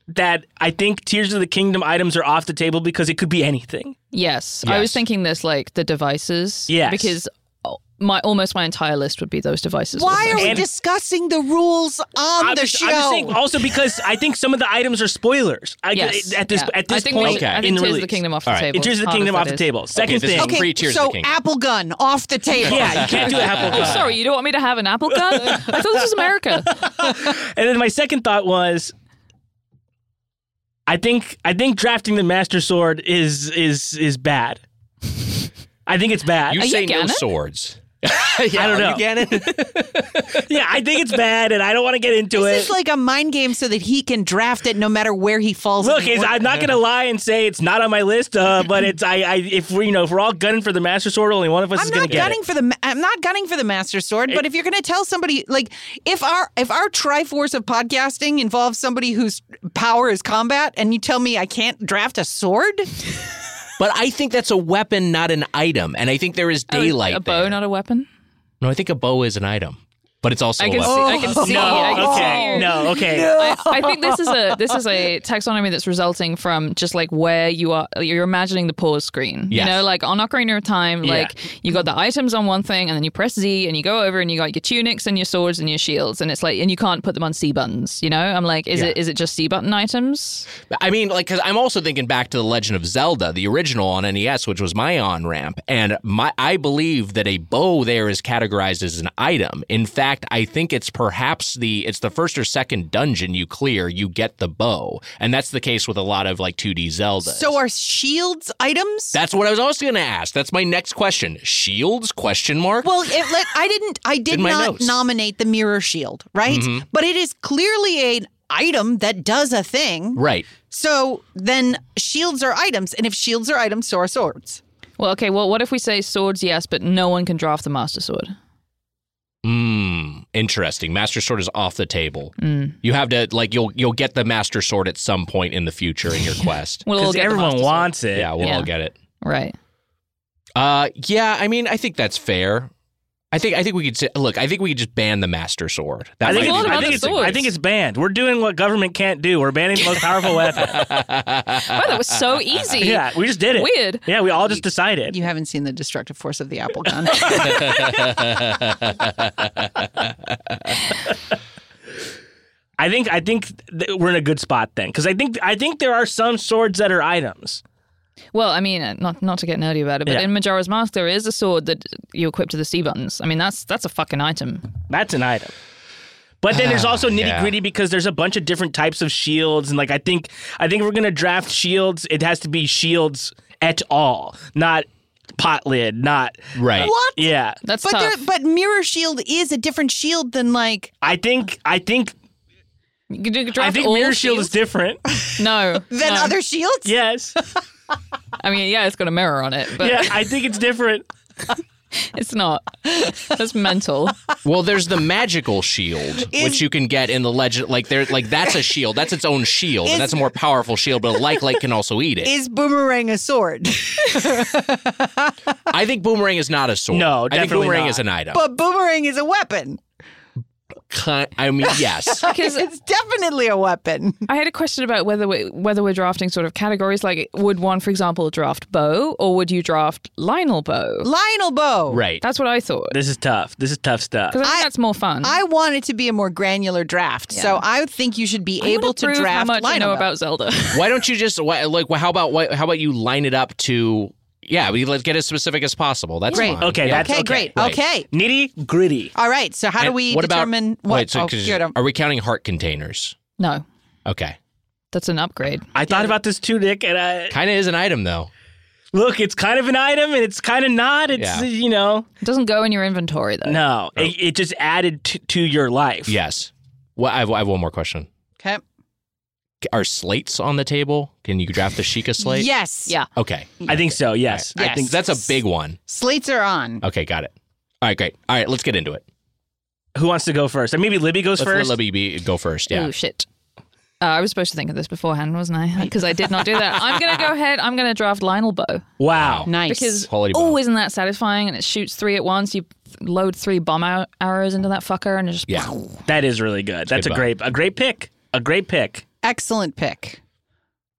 Speaker 2: that I think Tears of the Kingdom items are off the table because it could be anything.
Speaker 6: Yes. I
Speaker 1: Yes.
Speaker 6: was thinking this like the devices.
Speaker 2: Yes.
Speaker 6: Because uh, my almost my entire list would be those devices.
Speaker 4: Why are
Speaker 6: also.
Speaker 4: we
Speaker 2: And-
Speaker 4: discussing the rules on
Speaker 2: I'm
Speaker 4: the
Speaker 2: just-
Speaker 4: show?
Speaker 2: I'm just saying also because I think some of the items are spoilers. I,
Speaker 6: Yes.
Speaker 2: At this
Speaker 6: yeah.
Speaker 2: at this
Speaker 6: I think we
Speaker 2: point
Speaker 6: should- I
Speaker 2: in
Speaker 6: think
Speaker 2: the
Speaker 6: Tears
Speaker 2: release.
Speaker 6: of the Kingdom off the
Speaker 1: All right.
Speaker 6: table.
Speaker 2: It Tears of
Speaker 6: As
Speaker 2: the
Speaker 6: hard
Speaker 2: Kingdom
Speaker 6: as
Speaker 2: off
Speaker 6: that
Speaker 2: the
Speaker 6: is.
Speaker 2: table. Second
Speaker 1: this is
Speaker 2: thing.
Speaker 1: Okay. Free Tears of
Speaker 4: so
Speaker 1: the Kingdom.
Speaker 4: Apple Gun off the table.
Speaker 2: Yeah, you can't do
Speaker 6: <laughs>
Speaker 2: apple.
Speaker 6: Oh,
Speaker 2: pie.
Speaker 6: sorry. You don't want me to have an
Speaker 2: <laughs>
Speaker 6: apple gun? I thought this was America.
Speaker 2: And then my second thought was, I think I think drafting the Master Sword is is is bad. I think it's bad.
Speaker 1: You
Speaker 6: Are you
Speaker 1: say no
Speaker 6: Ganon?
Speaker 1: swords. Yeah,
Speaker 2: I don't
Speaker 1: are
Speaker 2: know.
Speaker 1: You
Speaker 2: <laughs>
Speaker 1: Gannon?
Speaker 2: yeah, I think it's bad, and I don't want to get into
Speaker 4: This is
Speaker 2: it.
Speaker 4: like a mind game so that he can draft it no matter where he falls. in
Speaker 2: Look,
Speaker 4: the
Speaker 2: it's,
Speaker 4: order.
Speaker 2: I'm not gonna lie and say it's not on my list, uh, but it's I, I if we you know if we're all gunning for the Master Sword, only one of us
Speaker 4: I'm
Speaker 2: is gonna
Speaker 4: not
Speaker 2: get
Speaker 4: gunning
Speaker 2: it.
Speaker 4: for the. ma- I'm not gunning for the master sword. But if you're going to tell somebody, like, if our if our triforce of podcasting involves somebody whose power is combat, and you tell me I can't draft a sword,
Speaker 1: But I think that's a weapon, not an item. And I think there is daylight.
Speaker 6: Oh, a bow,
Speaker 1: there.
Speaker 6: not a weapon.
Speaker 1: No, I think a bow is an item, but it's also
Speaker 6: I
Speaker 1: a
Speaker 6: can see.
Speaker 1: weapon.
Speaker 6: I can
Speaker 4: Oh.
Speaker 6: see. I can see.
Speaker 2: okay,
Speaker 6: you.
Speaker 2: no, okay.
Speaker 6: I, I think this is a this is a taxonomy that's resulting from just like where you are you're imagining the pause screen.
Speaker 1: Yes.
Speaker 6: You know, like on Ocarina of Time,
Speaker 2: Yeah.
Speaker 6: like you got the items on one thing and then you press Z and you go over and you got your tunics and your swords and your shields and it's like and you can't put them on C buttons, you know? I'm like, is it is it just C button items?
Speaker 1: I mean, like, because I'm also thinking back to the Legend of Zelda, the original on NES, which was my on ramp, and my I believe that a bow there is categorized as an item. In fact, I think it's perhaps the it's the first or second dungeon you clear, you get the bow, and that's the case with a lot of like 2D Zelda.
Speaker 4: so are shields items?
Speaker 1: that's what I was also going to ask. That's my next question. Shields? Question mark.
Speaker 4: Well, it let, I didn't. I did
Speaker 1: In my
Speaker 4: not
Speaker 1: notes.
Speaker 4: nominate the mirror shield, right?
Speaker 2: Mm-hmm.
Speaker 4: But it is clearly an item that does a thing.
Speaker 1: right.
Speaker 4: So then shields are items, and if shields are items, so are swords.
Speaker 6: Well, okay, well what if we say swords, yes, but no one can draft the master sword?
Speaker 1: Mm, interesting. Master Sword is off the table. You have to like you'll you'll get the Master Sword at some point in the future in your quest.
Speaker 6: We'll all
Speaker 2: Because
Speaker 6: get the
Speaker 2: everyone
Speaker 6: master
Speaker 2: wants it.
Speaker 1: yeah, we'll all
Speaker 6: Yeah.
Speaker 1: get it.
Speaker 6: sword. Right.
Speaker 1: Uh, yeah. I mean, I think that's fair. I think I think we could say, look. I think we could just ban the Master Sword. That
Speaker 2: I think,
Speaker 1: might
Speaker 2: it's,
Speaker 6: There's a
Speaker 1: be
Speaker 2: I,
Speaker 6: lot of
Speaker 1: the
Speaker 2: think
Speaker 6: other
Speaker 2: it's,
Speaker 1: biggest
Speaker 6: swords.
Speaker 2: I think it's banned. We're doing what government can't do. We're banning the most powerful
Speaker 4: <laughs>
Speaker 2: weapon.
Speaker 6: Wow, that was
Speaker 2: <laughs>
Speaker 6: so easy.
Speaker 2: Yeah, we just did it.
Speaker 6: Weird.
Speaker 2: Yeah, we all just decided.
Speaker 4: You haven't seen the destructive force of the apple gun.
Speaker 2: I think I think th- we're in a good spot then, because I think I think there are some swords that are items.
Speaker 6: Well, I mean, uh, not not to get nerdy about it, but
Speaker 2: Yeah.
Speaker 6: in Majora's Mask, there is a sword that you equip to the C buttons. I mean, that's that's a fucking item.
Speaker 2: That's an item. But then there's also nitty
Speaker 1: yeah.
Speaker 2: gritty because there's a bunch of different types of shields, and like I think I think if we're gonna draft shields. It has to be shields at all, not pot lid, not
Speaker 1: Right.
Speaker 4: what?
Speaker 2: yeah.
Speaker 6: That's
Speaker 4: But
Speaker 6: tough.
Speaker 4: there, but mirror shield is a different shield than like
Speaker 2: I think I think
Speaker 6: You could draft
Speaker 2: I think
Speaker 6: all
Speaker 2: mirror shield is
Speaker 6: shields.
Speaker 2: different. <laughs>
Speaker 6: no
Speaker 4: than
Speaker 6: no.
Speaker 4: other shields.
Speaker 2: yes,
Speaker 6: I mean, yeah, it's got a mirror on it, but
Speaker 2: yeah. I think it's different.
Speaker 6: it's not. That's mental.
Speaker 1: Well, there's the magical shield, which you can get in the legend. Like there, like that's a shield. That's its own shield, and that's a more powerful shield. But a like light can also eat it.
Speaker 4: Is boomerang a sword? <laughs>
Speaker 1: I think boomerang is not a sword.
Speaker 2: No,
Speaker 1: I think
Speaker 2: definitely
Speaker 1: boomerang
Speaker 2: not.
Speaker 1: is an item.
Speaker 4: but boomerang is a weapon.
Speaker 1: Ki- I mean, yes.
Speaker 6: Because
Speaker 4: It's definitely a weapon.
Speaker 6: <laughs> I had a question about whether we, whether we're drafting sort of categories. Like, would one, for example, draft bow, or would you draft Lionel bow?
Speaker 4: Lionel bow.
Speaker 1: Right.
Speaker 6: That's what I thought.
Speaker 2: This is tough. This is tough stuff.
Speaker 6: Because I think
Speaker 4: I-
Speaker 6: that's more fun.
Speaker 4: I want it to be a more granular draft, so I think you should be
Speaker 6: I wanna
Speaker 4: able to
Speaker 6: prove
Speaker 4: draft
Speaker 6: how much I
Speaker 4: Lionel
Speaker 6: know
Speaker 4: bow.
Speaker 6: about Zelda. <laughs>
Speaker 1: why don't you just why, like well, how about why, how about you line it up to yeah we let's get as specific as possible that's
Speaker 4: Great.
Speaker 1: fine.
Speaker 2: Okay,
Speaker 1: Yeah.
Speaker 2: that's
Speaker 4: Okay,
Speaker 2: okay.
Speaker 4: great.
Speaker 1: Right.
Speaker 4: Okay.
Speaker 2: Nitty gritty.
Speaker 4: All right. So how do
Speaker 1: And
Speaker 4: we
Speaker 1: what
Speaker 4: determine
Speaker 1: about,
Speaker 4: what?
Speaker 1: wait, so,
Speaker 4: oh,
Speaker 1: 'cause
Speaker 4: here it is.
Speaker 1: are we counting heart containers
Speaker 6: no,
Speaker 1: okay
Speaker 6: that's an upgrade.
Speaker 2: I thought about this too, Nick, and I
Speaker 1: kind of is an item though
Speaker 2: look. It's kind of an item, and it's kind of not. It's
Speaker 1: Yeah. Oh.
Speaker 2: you know,
Speaker 6: It doesn't go in your inventory though.
Speaker 2: no. It, it just added t- to your life.
Speaker 1: yes well, I, have, I have one more question
Speaker 4: Okay.
Speaker 1: are slates on the table can you draft the Sheikah slate
Speaker 4: Yes.
Speaker 6: Yeah.
Speaker 1: okay
Speaker 2: I think so. Yes,
Speaker 4: Yes.
Speaker 2: I think
Speaker 1: that's a big one
Speaker 4: Slates are on.
Speaker 1: okay got it all right great all right let's get into it
Speaker 2: Who wants to go first? Or maybe Libby goes
Speaker 1: let's let
Speaker 2: first.
Speaker 1: Libby be, go first yeah
Speaker 6: Ooh, shit. Uh, I was supposed to think of this beforehand, wasn't I? <laughs> Because I did not do that. I'm going to go ahead. I'm going to draft Lionel Bow
Speaker 2: Wow.
Speaker 4: Nice.
Speaker 6: because
Speaker 1: Quality bow.
Speaker 6: oh, isn't that satisfying? And it shoots three at once. You th- load three bomb ar- arrows into that fucker, and it just
Speaker 1: yeah
Speaker 2: that is really good. That's
Speaker 1: good
Speaker 2: a great, a great pick. A great pick.
Speaker 4: excellent pick.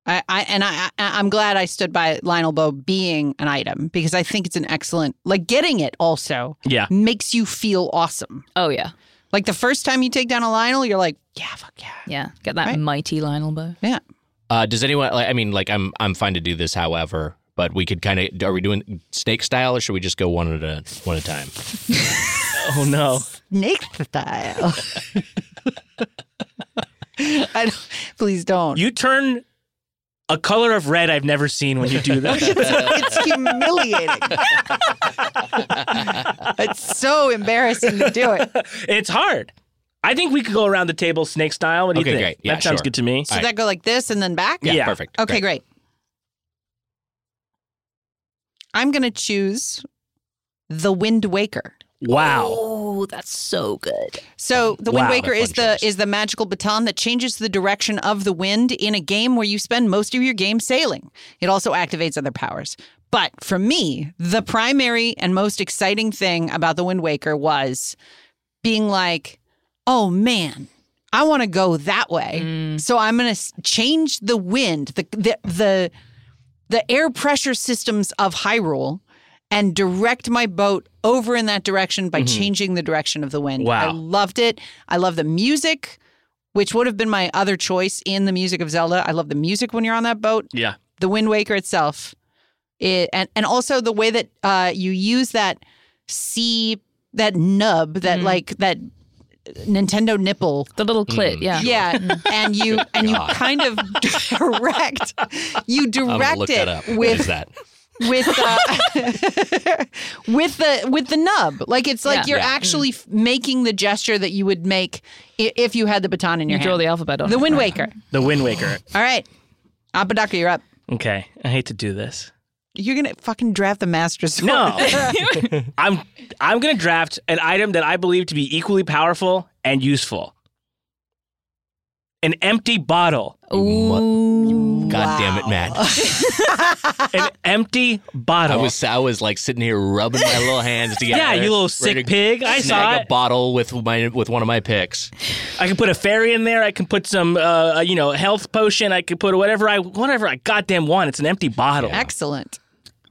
Speaker 4: I, I and I, I I'm glad I stood by Lionel Bow being an item because I think it's an excellent like getting it also
Speaker 2: Yeah.
Speaker 4: makes you feel awesome.
Speaker 6: oh yeah,
Speaker 4: Like the first time you take down a Lionel, you're like, yeah, fuck yeah,
Speaker 6: yeah. Get that
Speaker 4: Right.
Speaker 6: mighty Lionel Bow.
Speaker 4: yeah.
Speaker 1: Uh, does anyone? Like, I mean, like I'm I'm fine to do this, however. But we could kind of are we doing snake style or should we just go one at a one at a time?
Speaker 2: Oh no.
Speaker 4: Snake style. <laughs> I don't, please don't.
Speaker 2: You turn a color of red I've never seen when you do that.
Speaker 4: it's humiliating. it's so embarrassing to do it.
Speaker 2: it's hard. I think we could go around the table snake style. What do
Speaker 1: Okay,
Speaker 2: you think?
Speaker 1: great. Yeah,
Speaker 2: that sounds
Speaker 1: sure.
Speaker 2: good to me.
Speaker 4: Should that go like this and then back?
Speaker 1: Yeah,
Speaker 2: Yeah.
Speaker 1: perfect.
Speaker 4: Okay, great. I'm going to choose The Wind Waker.
Speaker 2: Wow.
Speaker 6: Oh, that's so good.
Speaker 4: So the Wind
Speaker 2: Wow.
Speaker 4: Waker
Speaker 1: That's
Speaker 4: is
Speaker 1: fun
Speaker 4: the
Speaker 1: choice.
Speaker 4: is the magical baton that changes the direction of the wind in a game where you spend most of your game sailing. It also activates other powers. But for me, the primary and most exciting thing about the Wind Waker was being like, "Oh man, I want to go that way." So I'm going to change the wind, the the the the air pressure systems of Hyrule and direct my boat over in that direction by changing the direction of the wind.
Speaker 2: Wow.
Speaker 4: I loved it. I love the music, which would have been my other choice in the music of Zelda. I love the music when you're on that boat.
Speaker 2: Yeah.
Speaker 4: The Wind Waker itself, it, and and also the way that uh, you use that C that nub that
Speaker 6: Mm-hmm.
Speaker 4: like that Nintendo nipple
Speaker 6: The little clit,
Speaker 1: Mm.
Speaker 6: yeah.
Speaker 4: yeah, <laughs> and you and you
Speaker 1: God.
Speaker 4: kind of direct you
Speaker 1: I'm gonna
Speaker 4: direct
Speaker 1: look
Speaker 4: it
Speaker 1: that up. what is <laughs>
Speaker 4: with
Speaker 1: that?
Speaker 4: with uh, <laughs> with the with the nub. Like it's like
Speaker 6: Yeah.
Speaker 4: you're
Speaker 1: Yeah.
Speaker 4: actually f- making the gesture that you would make i- if you had the baton in
Speaker 6: You
Speaker 4: your
Speaker 6: draw
Speaker 4: hand.
Speaker 6: the alphabet on
Speaker 4: the
Speaker 6: it,
Speaker 4: Wind
Speaker 6: right?
Speaker 4: Waker.
Speaker 2: The Wind Waker.
Speaker 4: All right, Apodaca, you're up.
Speaker 2: Okay. I hate to do this.
Speaker 4: You're gonna fucking draft the Master's Sword.
Speaker 2: No. <laughs> I'm I'm gonna draft an item that I believe to be equally powerful and useful. An empty bottle.
Speaker 6: Ooh.
Speaker 1: God damn it, Matt.
Speaker 4: <laughs>
Speaker 2: An empty bottle.
Speaker 1: I was I was like sitting here rubbing my little
Speaker 4: <laughs>
Speaker 1: hands together.
Speaker 2: yeah, you little
Speaker 1: ready
Speaker 2: sick
Speaker 1: to
Speaker 2: pig. I saw
Speaker 1: Snag
Speaker 2: it.
Speaker 1: a bottle with my with one of my picks.
Speaker 2: I can put a fairy in there. I can put some, uh, you know, health potion. I can put whatever I whatever I goddamn want. It's an empty bottle.
Speaker 4: Excellent.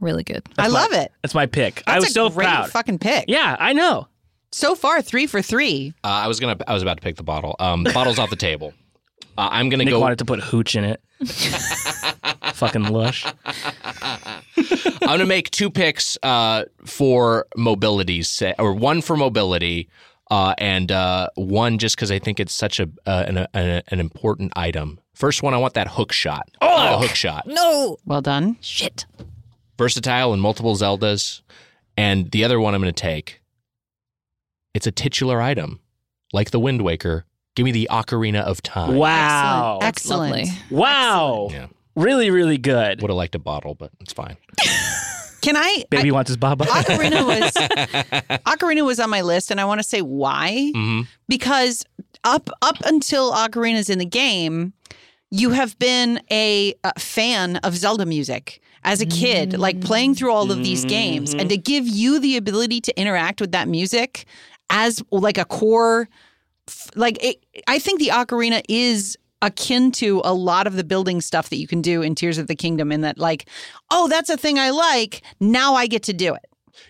Speaker 6: Really good.
Speaker 4: I love it.
Speaker 2: That's my pick. I
Speaker 4: That's
Speaker 2: was
Speaker 4: a
Speaker 2: so
Speaker 4: great
Speaker 2: proud.
Speaker 4: Fucking pick.
Speaker 2: yeah, I know.
Speaker 4: So far, three for three.
Speaker 1: Uh, I was gonna I was about to pick the bottle. Um, the bottle's off the table. Uh, I'm gonna
Speaker 2: Nick
Speaker 1: go.
Speaker 2: wanted to put hooch in
Speaker 4: <laughs>
Speaker 2: it. Fucking lush.
Speaker 1: I'm gonna make two picks uh, for mobility, sa- or one for mobility, uh, and uh, one just because I think it's such a uh, an, an, an important item. First one, I want that hook shot. Oh, the hook shot.
Speaker 6: No.
Speaker 4: Well done.
Speaker 6: Shit.
Speaker 1: Versatile and multiple Zeldas. And the other one I'm gonna take. It's a titular item, like the Wind Waker. Give me the Ocarina of Time.
Speaker 2: Wow.
Speaker 4: Excellent.
Speaker 6: Lovely.
Speaker 2: Wow.
Speaker 1: Yeah.
Speaker 2: Really, really good.
Speaker 1: Would have liked a bottle, but it's fine.
Speaker 4: Can I?
Speaker 2: Baby wants his baba.
Speaker 4: I Ocarina was Ocarina was on my list, and I want to say why.
Speaker 1: hmm
Speaker 4: because up up until Ocarina's in the game, you have been a, uh fan of Zelda music as a kid, like playing through all of these games, and to give you the ability to interact with that music as like a core, f- like it, I think the Ocarina is akin to a lot of the building stuff that you can do in Tears of the Kingdom, in that like, oh, that's a thing I like. Now I get to do it.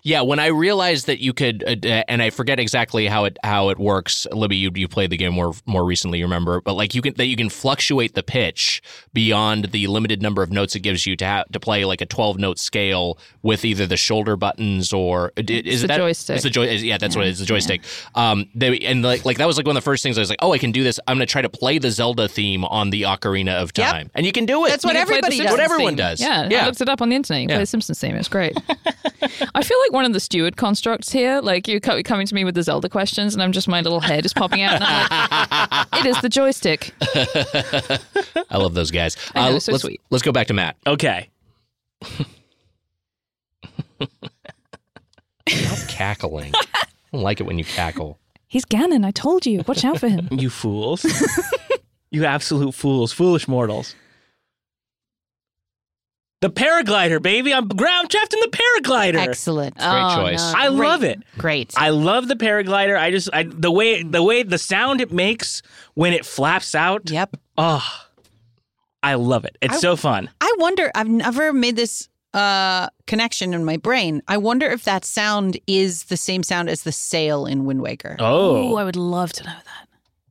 Speaker 1: Yeah, when I realized that you could, uh, uh, and I forget exactly how it how it works, Libby, you you played the game more more recently, you remember? But like you can that you can fluctuate the pitch beyond the limited number of notes it gives you to ha- to play like a twelve note scale with either the shoulder buttons or i- is
Speaker 6: the
Speaker 1: it that
Speaker 6: joystick.
Speaker 1: It's the joy. Yeah, that's what it is. The joystick. Um, they, and like like that was like one of the first things I was like, oh, I can do this. I'm gonna try to play the Zelda theme on the Ocarina of
Speaker 4: Yep.
Speaker 1: Time, and you can do it.
Speaker 4: That's what
Speaker 6: You can play the
Speaker 4: everybody
Speaker 6: Simpsons
Speaker 4: does.
Speaker 1: What everyone
Speaker 6: theme.
Speaker 1: does.
Speaker 6: Yeah, I
Speaker 1: Yeah.
Speaker 6: <laughs> looked it up on the internet. You can play
Speaker 1: Yeah.
Speaker 6: the Simpsons theme. It's great. I feel like one of the steward constructs here. Like you're co- coming to me with the Zelda questions, and I'm just my little head is popping out. And I'm like, it is the joystick.
Speaker 1: I love those guys. Uh,
Speaker 6: I know, so
Speaker 1: let's,
Speaker 6: sweet.
Speaker 1: Let's go back to Matt.
Speaker 2: <laughs> okay.
Speaker 1: Stop cackling. I don't like it when you cackle.
Speaker 6: He's Ganon. I told you. Watch out
Speaker 2: <laughs>
Speaker 6: for him.
Speaker 2: You fools. you absolute fools. Foolish mortals. The paraglider, baby. I'm ground trapped in the paraglider.
Speaker 4: Excellent.
Speaker 1: Great
Speaker 6: Oh,
Speaker 1: choice.
Speaker 2: I love it.
Speaker 4: Great.
Speaker 2: I love the paraglider. I just I, the way the way the sound it makes when it flaps out.
Speaker 4: Yep.
Speaker 2: Oh, I love it. It's so fun.
Speaker 4: I wonder. I've never made this uh, connection in my brain. I wonder if that sound is the same sound as the sail in Wind Waker
Speaker 6: Ooh,
Speaker 2: Oh,
Speaker 6: I would love to know that.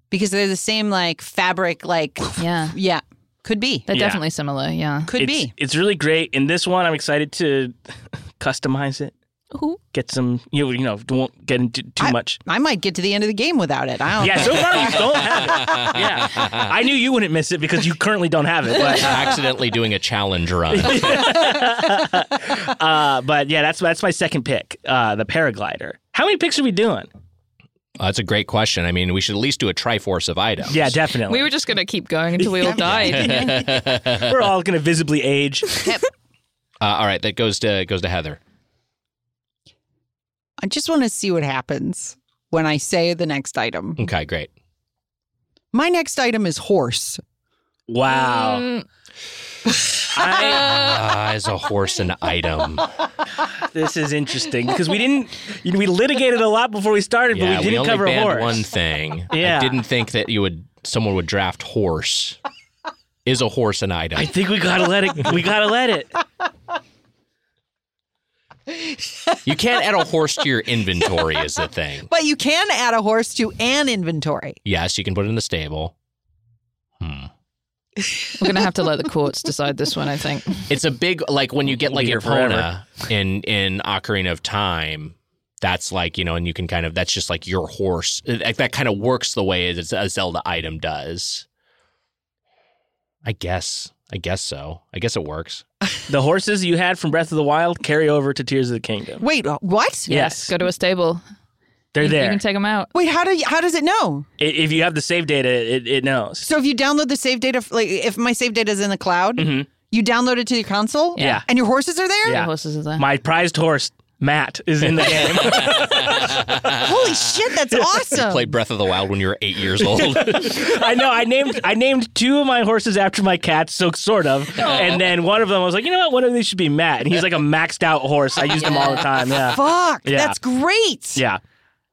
Speaker 4: because they're the same like fabric. Like, <laughs>
Speaker 6: Yeah,
Speaker 4: yeah, could be,
Speaker 6: they're
Speaker 2: Yeah.
Speaker 6: definitely similar. Yeah.
Speaker 4: could
Speaker 2: it's,
Speaker 4: be.
Speaker 2: It's really great. In this one, I'm excited to <laughs> customize it.
Speaker 6: Ooh.
Speaker 2: Get some, you know, you know, don't get into too
Speaker 4: I-
Speaker 2: much.
Speaker 4: I might get to the end of the game without it. I don't
Speaker 2: Yeah,
Speaker 4: know.
Speaker 2: so far you don't have it. Yeah, I knew you wouldn't miss it because you currently don't have it. But, <laughs>
Speaker 1: accidentally doing a challenge run.
Speaker 2: uh, but yeah, that's that's my second pick, uh, the paraglider. How many picks are we doing?
Speaker 1: Uh, that's a great question. I mean, we should at least do a triforce of items.
Speaker 2: Yeah, definitely.
Speaker 6: We were just going to keep going until <laughs> we
Speaker 1: <laughs>
Speaker 6: all died. <laughs>
Speaker 2: We're all going to visibly age.
Speaker 1: Uh, all right, that goes to goes to Heather.
Speaker 4: I just want to see what happens when I say the next item.
Speaker 2: Mm.
Speaker 1: Okay, great.
Speaker 4: My next item is horse.
Speaker 2: Wow.
Speaker 6: Mm, uh,
Speaker 2: I,
Speaker 6: <laughs>
Speaker 1: <laughs> Ah, is a horse an
Speaker 2: <laughs>
Speaker 1: item?
Speaker 2: this is interesting because we didn't, you know, we litigated a lot before we started,
Speaker 1: yeah,
Speaker 2: but we didn't
Speaker 1: only
Speaker 2: cover
Speaker 1: banned
Speaker 2: horse.
Speaker 1: one thing. I
Speaker 2: Yeah.
Speaker 1: didn't think that you would someone would draft horse. Is a horse an item?
Speaker 2: I think we gotta let it. We gotta let it.
Speaker 1: You can't add a horse to your inventory is the thing.
Speaker 4: But you can add a horse to an inventory.
Speaker 1: Yes, you can put it in the stable. Hmm.
Speaker 6: we're going to have to let the courts decide this one, I think.
Speaker 1: It's a big like when you get
Speaker 2: We'll
Speaker 1: like
Speaker 2: be here
Speaker 1: Epona in in Ocarina of Time. That's like you know, and you can kind of that's just like your horse. Like that kind of works the way as a Zelda item does. I guess. I guess so. I guess it works.
Speaker 2: The horses you had from Breath of the Wild carry over to Tears of the Kingdom.
Speaker 4: Wait, uh, what?
Speaker 2: Yes,
Speaker 6: Go to a stable.
Speaker 2: they're
Speaker 6: You- You
Speaker 2: there.
Speaker 6: can take them out.
Speaker 4: Wait, how do you, how does it know?
Speaker 2: I- if you have the save data, it, it knows.
Speaker 4: So if you download the save data, like if my save data is in the cloud,
Speaker 2: Mhm.
Speaker 4: you download it to your console,
Speaker 2: Yeah.
Speaker 4: and your horses are there.
Speaker 6: The
Speaker 2: Yeah.
Speaker 6: horses are there.
Speaker 2: My prized horse Matt is in the game.
Speaker 4: Holy
Speaker 2: <laughs>
Speaker 4: shit, that's awesome!
Speaker 1: Play Breath of the Wild when you were eight years old.
Speaker 2: I know. I named I named two of my horses after my cats, so sort of. And then one of them I was like, you know what? One of these should be Matt, and he's like a maxed out horse. I use them all the time.
Speaker 4: <laughs>
Speaker 2: Yeah,
Speaker 4: Fuck,
Speaker 2: Yeah.
Speaker 4: that's great.
Speaker 2: yeah.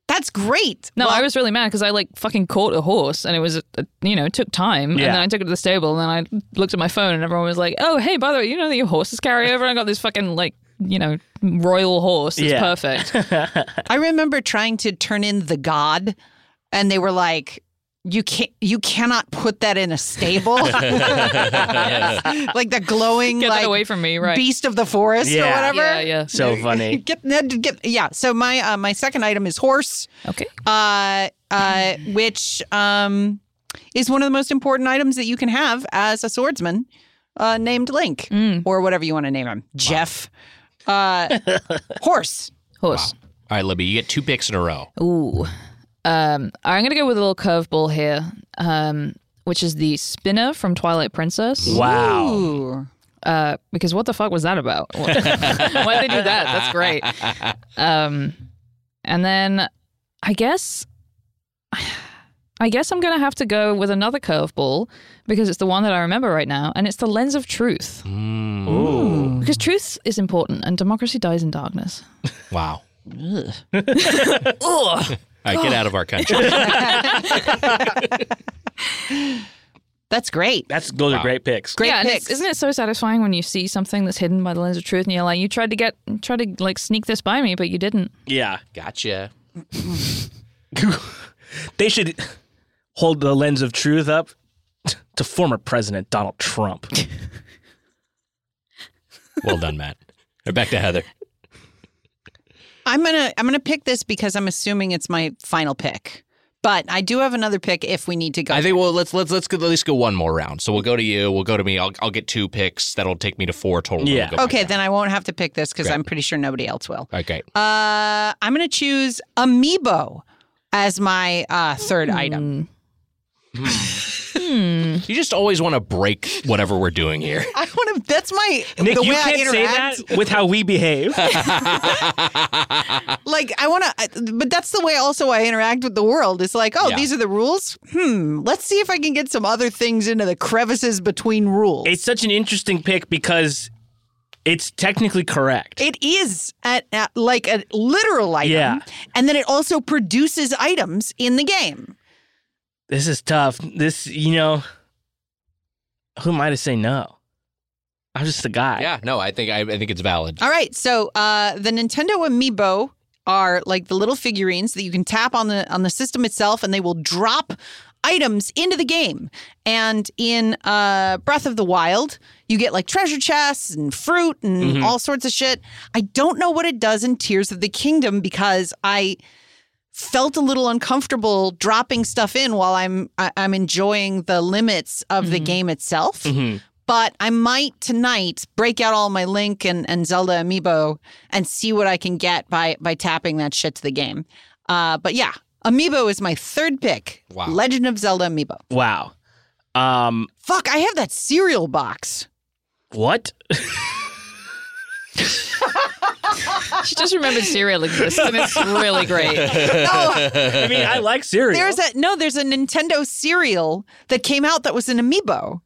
Speaker 4: That's great.
Speaker 6: No,
Speaker 4: Well,
Speaker 6: I was really mad because I like fucking caught a horse and it was, uh, you know, it took time. And
Speaker 2: Yeah.
Speaker 6: then I took it to the stable and then I looked at my phone and everyone was like, oh, hey, by the way, you know that your horses carry over? I got this fucking, like, you know, royal horse. It's
Speaker 2: Yeah.
Speaker 6: perfect.
Speaker 4: I remember trying to turn in the god, and they were like, "You can't, you cannot put that in a
Speaker 2: <laughs>
Speaker 4: stable." <laughs> like the glowing,
Speaker 6: Get
Speaker 4: like
Speaker 6: that away from me, right?
Speaker 4: beast of the forest or
Speaker 2: Yeah.
Speaker 4: whatever.
Speaker 6: Yeah, yeah.
Speaker 2: So funny.
Speaker 4: <laughs> Get, Ned, get yeah. So my uh, my second item is horse,
Speaker 6: Okay.
Speaker 4: uh, uh, which um, is one of the most important items that you can have as a swordsman, uh, named Link
Speaker 1: Mm.
Speaker 4: or whatever you want to name him, Jeff.
Speaker 1: <laughs>
Speaker 4: Uh, horse.
Speaker 6: Horse.
Speaker 1: All right, Libby, you get two picks in a row.
Speaker 6: Ooh. Um, I'm going to go with a little curveball here, um, which is the spinner from Twilight Princess.
Speaker 2: Wow.
Speaker 4: Ooh.
Speaker 6: Uh, because what the fuck was that
Speaker 4: <laughs>
Speaker 6: about? Why did they do that? That's great. Um, and then I guess. I guess I'm going to have to go with another curveball because it's the one that I remember right now, and it's the lens of truth.
Speaker 1: Mm,
Speaker 2: Ooh.
Speaker 6: Because truth is important, and democracy dies in darkness.
Speaker 1: Wow. <laughs> All right, get out of our country.
Speaker 4: That's great.
Speaker 2: That's those are great picks.
Speaker 4: Great
Speaker 6: yeah, and
Speaker 4: picks.
Speaker 6: it's, isn't it so satisfying when you see something that's hidden by the lens of truth, and you're like, you tried to get, tried to like sneak this by me, but you
Speaker 4: <laughs>
Speaker 6: didn't.
Speaker 2: Yeah.
Speaker 1: Gotcha.
Speaker 2: <laughs> They should hold the lens of truth up to former President Donald Trump.
Speaker 1: Well done, Matt. All right, Back to Heather.
Speaker 4: I'm gonna I'm gonna pick this because I'm assuming it's my final pick. But I do have another pick if we need to go.
Speaker 1: I think well let's let's let's go, at least go one more round. So we'll go to you. We'll go to me. I'll I'll get two picks. That'll take me to four total.
Speaker 2: Yeah.
Speaker 1: We'll go back
Speaker 4: okay,
Speaker 1: down.
Speaker 4: then I won't have to pick this because
Speaker 1: Great.
Speaker 4: I'm pretty sure nobody else will.
Speaker 1: Okay.
Speaker 4: Uh, I'm gonna choose Amiibo as my uh, third item.
Speaker 1: You just always want to break whatever we're doing here. <laughs>
Speaker 4: I want to. That's my
Speaker 2: Nick,
Speaker 4: <laughs> the way
Speaker 2: you
Speaker 4: I
Speaker 2: can't say
Speaker 4: interact.
Speaker 2: that with how we behave.
Speaker 4: Like I want to, but that's the way also I interact with the world. It's like, oh,
Speaker 1: Yeah.
Speaker 4: these are the rules. Hmm. Let's see if I can get some other things into the crevices between rules.
Speaker 2: it's such an interesting pick because it's technically correct.
Speaker 4: It is at, at like a literal item,
Speaker 2: Yeah.
Speaker 4: and then it also produces items in the game.
Speaker 2: this is tough. This, you know, who am I to say no? I'm just a guy.
Speaker 1: Yeah. No, I think I, I think it's valid.
Speaker 4: All right, so uh, the Nintendo Amiibo are like the little figurines that you can tap on the on the system itself, and they will drop items into the game. And in uh, Breath of the Wild, you get like treasure chests and fruit and all sorts of shit. I don't know what it does in Tears of the Kingdom because I felt a little uncomfortable dropping stuff in while I'm I, I'm enjoying the limits of the game itself.
Speaker 2: Mm-hmm.
Speaker 4: But I might tonight break out all my Link and, and Zelda amiibo and see what I can get by by tapping that shit to the game. Uh, but yeah, amiibo is my third pick.
Speaker 1: Wow.
Speaker 4: Legend of Zelda amiibo.
Speaker 2: Wow. Um,
Speaker 4: Fuck, I have that cereal box.
Speaker 2: what? <laughs>
Speaker 6: She just remembered cereal exists, and it's really great.
Speaker 2: I mean, I like cereal.
Speaker 4: There's a no, there's a Nintendo cereal that came out that was an amiibo.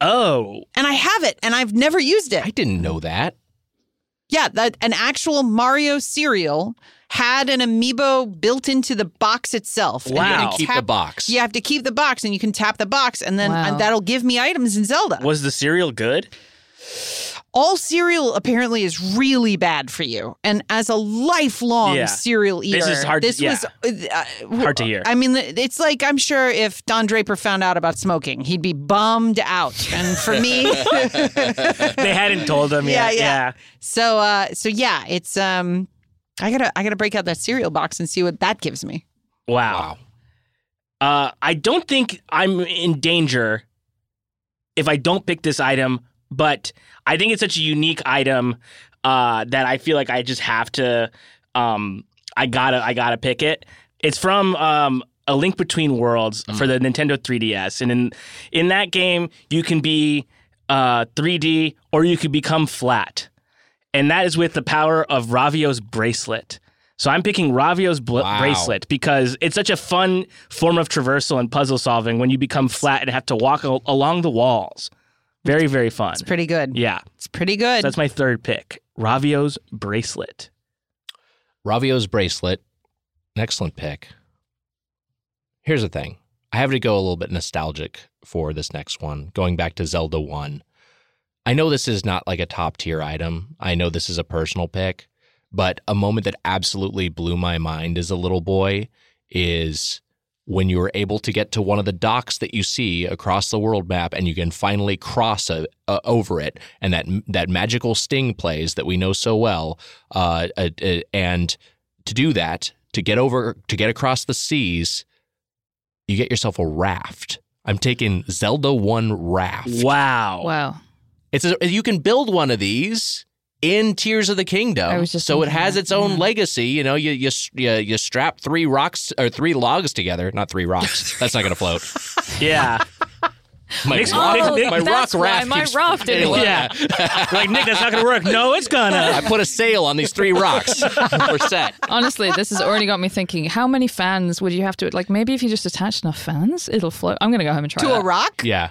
Speaker 2: oh,
Speaker 4: And I have it and I've never used it.
Speaker 1: I didn't know that.
Speaker 4: Yeah, that an actual Mario cereal had an amiibo built into the box itself. And you
Speaker 2: Wow.
Speaker 4: can
Speaker 1: And keep the
Speaker 4: tap-
Speaker 1: box.
Speaker 4: <laughs> You have to keep the box, and you can tap the box, and then
Speaker 6: Wow.
Speaker 4: and that'll give me items in Zelda.
Speaker 2: was the cereal good?
Speaker 4: All cereal apparently is really bad for you, and as a lifelong
Speaker 2: Yeah.
Speaker 4: cereal eater,
Speaker 2: This is hard to-
Speaker 4: This
Speaker 2: yeah.
Speaker 4: was uh, uh,
Speaker 2: Hard to hear.
Speaker 4: I mean, it's like I'm sure if Don Draper found out about smoking, he'd be bummed out. And for
Speaker 2: <laughs>
Speaker 4: me,
Speaker 2: they hadn't told them
Speaker 4: <laughs> Yeah,
Speaker 2: yet.
Speaker 4: yeah. so uh, so yeah, it's um, I gotta I gotta break out that cereal box and see what that gives me.
Speaker 1: <laughs>
Speaker 2: Wow.
Speaker 1: Wow.
Speaker 2: Uh, I don't think I'm in danger if I don't pick this item, but I think it's such a unique item uh, that I feel like I just have to. Um, I gotta, I gotta pick it. It's from um, A Link Between Worlds for the Nintendo 3DS, and in in that game, you can be uh, 3D or you could become flat, and that is with the power of Ravio's bracelet. So I'm picking Ravio's bl-
Speaker 1: Wow.
Speaker 2: bracelet because it's such a fun form of traversal and puzzle solving when you become flat and have to walk al- along the walls. Very, very fun.
Speaker 4: It's pretty good.
Speaker 2: yeah.
Speaker 4: It's pretty good.
Speaker 2: That's my third pick. Ravio's bracelet.
Speaker 1: Ravio's bracelet. An excellent pick. Here's the thing. I have to go a little bit nostalgic for this next one, going back to Zelda 1. I know this is not like a top tier item. I know this is a personal pick, but a moment that absolutely blew my mind as a little boy is when you were able to get to one of the docks that you see across the world map and you can finally cross a, uh, over it and that that magical sting plays that we know so well uh, uh, uh, and to do that to get over to get across the seas you get yourself a raft i'm taking zelda 1 raft
Speaker 2: Wow.
Speaker 6: Wow.
Speaker 1: it's a, you can build one of these in Tears of the Kingdom.
Speaker 6: I was just
Speaker 1: so it
Speaker 6: thinking
Speaker 1: has
Speaker 6: that,
Speaker 1: its own
Speaker 6: yeah.
Speaker 1: legacy. You know, you you s- you, you strap three rocks or three logs together, not three
Speaker 6: <laughs>
Speaker 1: rocks. That's not going to float. <laughs>
Speaker 2: Yeah.
Speaker 1: My,
Speaker 2: Nick's-
Speaker 1: rock-
Speaker 2: Oh, Nick-
Speaker 1: my rock
Speaker 6: that's why
Speaker 1: raft.
Speaker 6: my
Speaker 1: keeps
Speaker 6: raft didn't
Speaker 1: failing.
Speaker 6: work.
Speaker 2: yeah.
Speaker 1: <laughs>
Speaker 2: like, Nick, that's not going to work. No, it's going
Speaker 1: I
Speaker 2: to.
Speaker 1: put a sail on these three
Speaker 6: <laughs>
Speaker 1: rocks. We're set.
Speaker 6: Honestly, this has already got me thinking. How many fans would you have to like? Maybe if you just attach enough fans, it'll float. I'm gonna go home and try
Speaker 4: to
Speaker 2: uh,
Speaker 4: a
Speaker 6: that.
Speaker 4: rock.
Speaker 1: Yeah.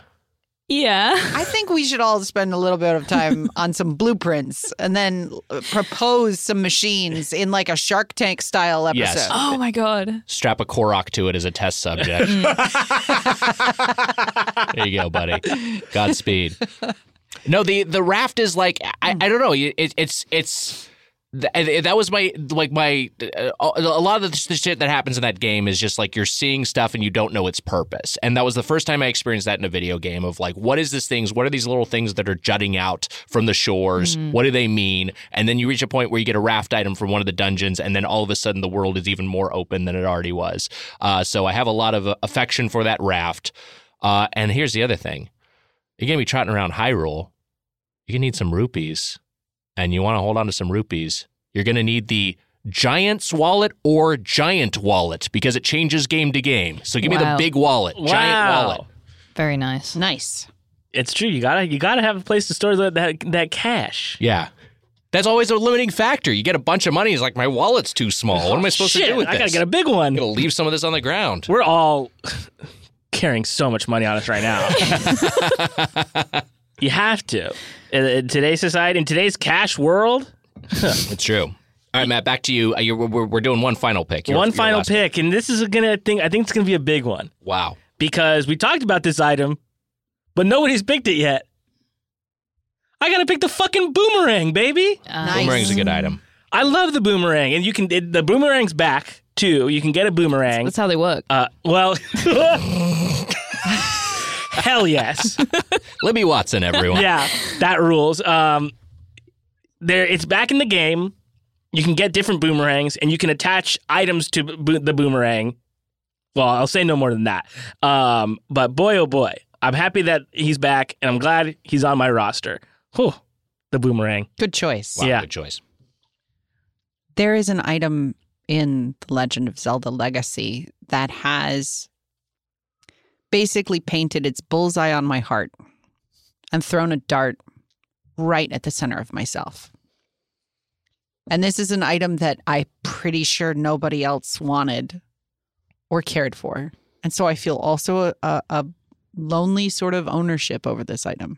Speaker 6: yeah.
Speaker 4: I think we should all spend a little bit of time on some blueprints and then uh, propose some machines in like a Shark Tank style episode.
Speaker 1: Yes.
Speaker 6: <laughs> Oh my god.
Speaker 1: Strap a Korok to it as a test subject. <laughs>
Speaker 6: Mm.
Speaker 1: there you go, buddy. Godspeed. No, the the raft is like I, I don't know. It, it's it's th- and that was my like my uh, a lot of the, the shit that happens in that game is just like you're seeing stuff and you don't know its purpose. And that was the first time I experienced that in a video game of like what is this things? What are these little things that are jutting out from the shores? What do they mean? And then you reach a point where you get a raft item from one of the dungeons, and then all of a sudden the world is even more open than it already was. Uh, so I have a lot of uh, affection for that raft. Uh, and here's the other thing you're gonna be trotting around Hyrule. You're gonna need some rupees, and you want to hold on to some rupees. You're gonna need the Giant's wallet or Giant wallet because it changes game to game. So give me the
Speaker 6: Wow.
Speaker 1: big wallet, <laughs> Giant
Speaker 2: Wow.
Speaker 1: wallet.
Speaker 6: Very nice.
Speaker 4: Nice.
Speaker 2: It's true. You gotta, you gotta have a place to store that that, that cash.
Speaker 1: Yeah, that's always a limiting factor. You get a bunch of money, it's like my wallet's too small. What am I supposed
Speaker 2: Shit,
Speaker 1: to do with
Speaker 2: I gotta
Speaker 1: this?
Speaker 2: get a big one.
Speaker 1: I'm gonna leave some of this on the ground.
Speaker 2: We're all <laughs> carrying so much money on us right
Speaker 1: <laughs>
Speaker 2: now. you have to. In, in today's society, in today's cash world,
Speaker 1: It's true. All right, Matt, back to you. Uh, you're, we're, we're doing one final pick. Your-
Speaker 2: one
Speaker 1: your
Speaker 2: final
Speaker 1: last-
Speaker 2: pick, and this is gonna think. I think it's gonna be a big one
Speaker 1: Wow.
Speaker 2: because we talked about this item, but nobody's picked it yet. I gotta pick the fucking boomerang, baby.
Speaker 6: Uh,
Speaker 4: Nice.
Speaker 1: Boomerang's a good item.
Speaker 2: I love the boomerang, and you can it, the boomerang's back too. You can get a boomerang.
Speaker 6: That's how they work.
Speaker 2: Uh, well, <laughs> hell yes,
Speaker 1: Libby Watson, everyone.
Speaker 2: <laughs> yeah, that rules. Um, there, it's back in the game. You can get different boomerangs, and you can attach items to bo- the boomerang. Well, I'll say no more than that. Um, but boy, oh boy, I'm happy that he's back, and I'm glad he's on my roster. Whew, the boomerang.
Speaker 4: Good choice.
Speaker 1: Wow,
Speaker 2: Yeah.
Speaker 1: good choice.
Speaker 4: There is an item in The Legend of Zelda Legacy that has basically painted its bullseye on my heart and thrown a dart right at the center of myself. And this is an item that I'm pretty sure nobody else wanted or cared for. And so I feel also a, a lonely sort of ownership over this item.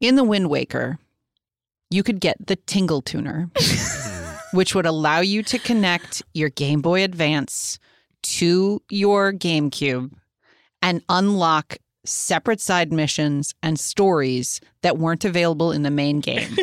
Speaker 4: In The Wind Waker, you could get the Tingle Tuner, which would allow you to connect your Game Boy Advance to your GameCube and unlock separate side missions and stories that weren't available in the main game.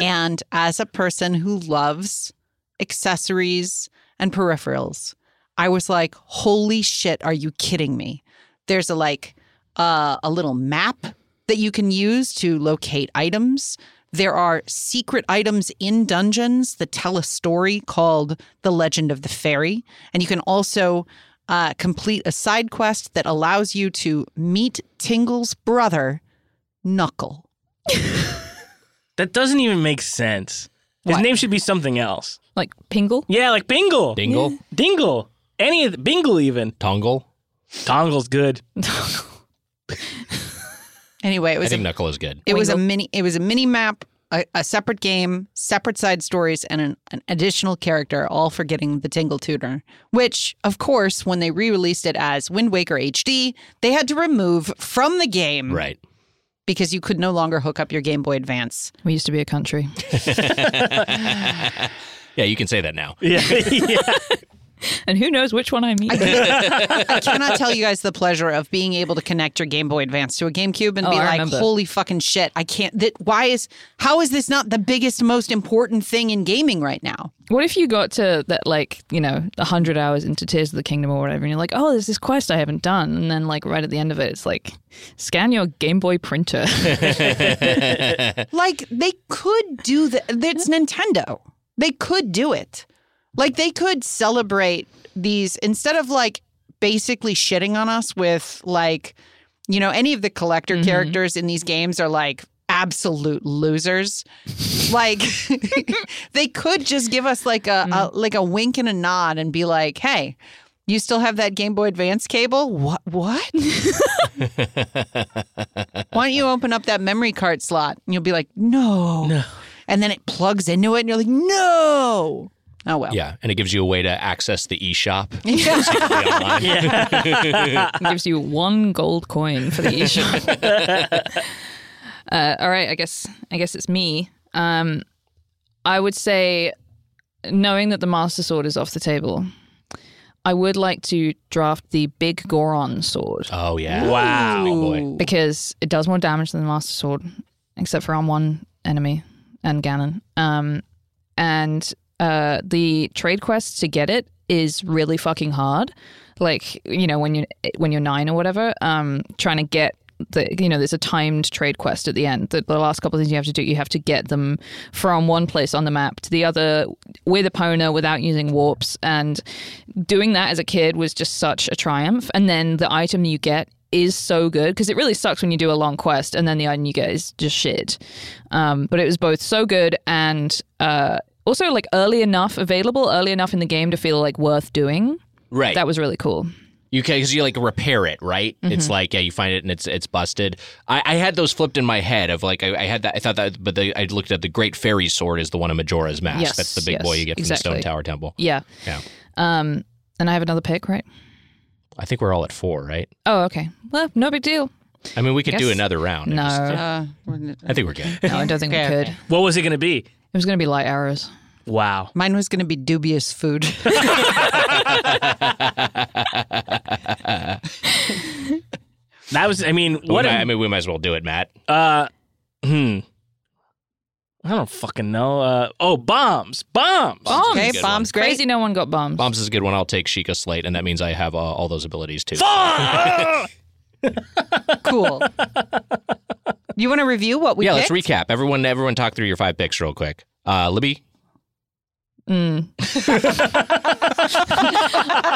Speaker 4: and as a person who loves accessories and peripherals, I was like, holy shit, are you kidding me? There's a like uh, a little map that you can use to locate items. There are secret items in dungeons that tell a story called The Legend of the Fairy. And you can also uh, complete a side quest that allows you to meet Tingle's brother, Knuckle.
Speaker 2: That doesn't even make sense. His
Speaker 4: What?
Speaker 2: name should be something else.
Speaker 6: like Pingle?
Speaker 2: Yeah, like Bingle.
Speaker 1: Dingle,
Speaker 2: Dingle. Any of the, Bingle even.
Speaker 1: Tongle.
Speaker 2: Tongle's good. <laughs>
Speaker 4: Anyway, it
Speaker 1: I
Speaker 4: was a
Speaker 1: think Knuckle is good.
Speaker 4: It was a
Speaker 6: Wingle.
Speaker 4: mini. It was a mini map, a, a separate game, separate side stories, and an, an additional character, all for getting the Tingle Tutor. Which, of course, when they re-released it as Wind Waker HD, they had to remove from the
Speaker 6: Mm.
Speaker 4: game
Speaker 1: Right.
Speaker 4: because you could no longer hook up your Game Boy Advance.
Speaker 6: We used to be a country.
Speaker 1: Yeah, you can say that now.
Speaker 2: Yeah. yeah.
Speaker 6: And who knows which one I mean?
Speaker 4: I cannot tell you guys the pleasure of being able to connect your Game Boy Advance to a GameCube and
Speaker 6: Oh,
Speaker 4: be
Speaker 6: I
Speaker 4: like,
Speaker 6: remember.
Speaker 4: "Holy fucking shit! I can't. That why is how is this not the biggest, most important thing in gaming right now?"
Speaker 6: What if you got to that, like, you know, 100 hours into Tears of the Kingdom or whatever, and you're like, oh, there's this quest I haven't done. And then, like, right at the end of it, it's like, scan your Game Boy printer. <laughs>
Speaker 4: Like they could do that. It's Nintendo. They could do it. Like they could celebrate these instead of like basically shitting on us with like, you know, any of the collector characters in these games are like absolute losers. like <laughs> they could just give us like a, a like a wink and a nod and be like, hey. You still have that Game Boy Advance cable? What? What? Why don't you open up that memory card slot? And you'll be like, no. No. And then it plugs into it, and you're like, no. Oh, well.
Speaker 1: Yeah, and it gives you a way to access the
Speaker 6: <laughs>
Speaker 1: eShop. Basically online.
Speaker 6: It gives you one gold coin for the eShop. uh, all right, I guess I guess it's me. Um, I would say, knowing that the Master Sword is off the table, I would like to draft the Big Goron Sword
Speaker 1: Oh yeah.
Speaker 2: Wow.
Speaker 1: Oh, boy.
Speaker 6: because it does more damage than the Master Sword, except for on one enemy and Ganon. Um, and uh, the trade quest to get it is really fucking hard. Like you know when you when you're nine or whatever, um, trying to get the you know there's a timed trade quest at the end. The, the last couple of things you have to do, you have to get them from one place on the map to the other with Epona without using warps. And doing that as a kid was just such a triumph. And then the item you get is so good because it really sucks when you do a long quest and then the item you get is just shit. Um, but it was both so good and uh, also like early enough available, early enough in the game to feel like worth doing.
Speaker 1: Right.
Speaker 6: That was really cool.
Speaker 1: You can because you like repair it, right?
Speaker 6: Mm-hmm.
Speaker 1: It's like yeah, you find it and it's it's busted. I, I had those flipped in my head of like I, I had that I thought that, but the, I looked at the Great Fairy Sword is the one in Majora's Mask.
Speaker 6: Yes,
Speaker 1: That's the big
Speaker 6: yes,
Speaker 1: boy you get from the
Speaker 6: exactly.
Speaker 1: Stone Tower Temple.
Speaker 6: Yeah.
Speaker 1: Yeah,
Speaker 6: Um, and I have another pick, right?
Speaker 1: I think we're all at four, right?
Speaker 6: Oh, okay. Well, no big deal.
Speaker 1: I mean, we could do
Speaker 6: Guess-
Speaker 1: another round. It
Speaker 6: No.
Speaker 1: just-
Speaker 4: Uh, we're-
Speaker 1: I think we're good.
Speaker 6: No, I don't think we
Speaker 4: <laughs> Okay,
Speaker 6: could.
Speaker 4: okay.
Speaker 2: What was it going to be?
Speaker 6: It was going to be light arrows.
Speaker 2: Wow.
Speaker 4: Mine was going to be dubious food.
Speaker 2: That was, I mean,
Speaker 1: What
Speaker 2: what
Speaker 1: we
Speaker 2: a,
Speaker 1: might, I mean, we might as well do it, Matt.
Speaker 2: uh, hmm. Uh, I don't fucking know. Uh, oh, bombs, bombs.
Speaker 6: Bombs.
Speaker 4: Okay,
Speaker 1: good
Speaker 4: bomb's great.
Speaker 6: Crazy no one got bombs.
Speaker 1: Bombs is a good one. I'll take Sheikah Slate, and that means I have uh, all those abilities too.
Speaker 2: Fuck!
Speaker 4: Cool. you want to review what we
Speaker 1: yeah,
Speaker 4: picked?
Speaker 1: let's recap. Everyone, everyone, talk through your five picks real quick. Uh, Libby,
Speaker 6: Mm. I'm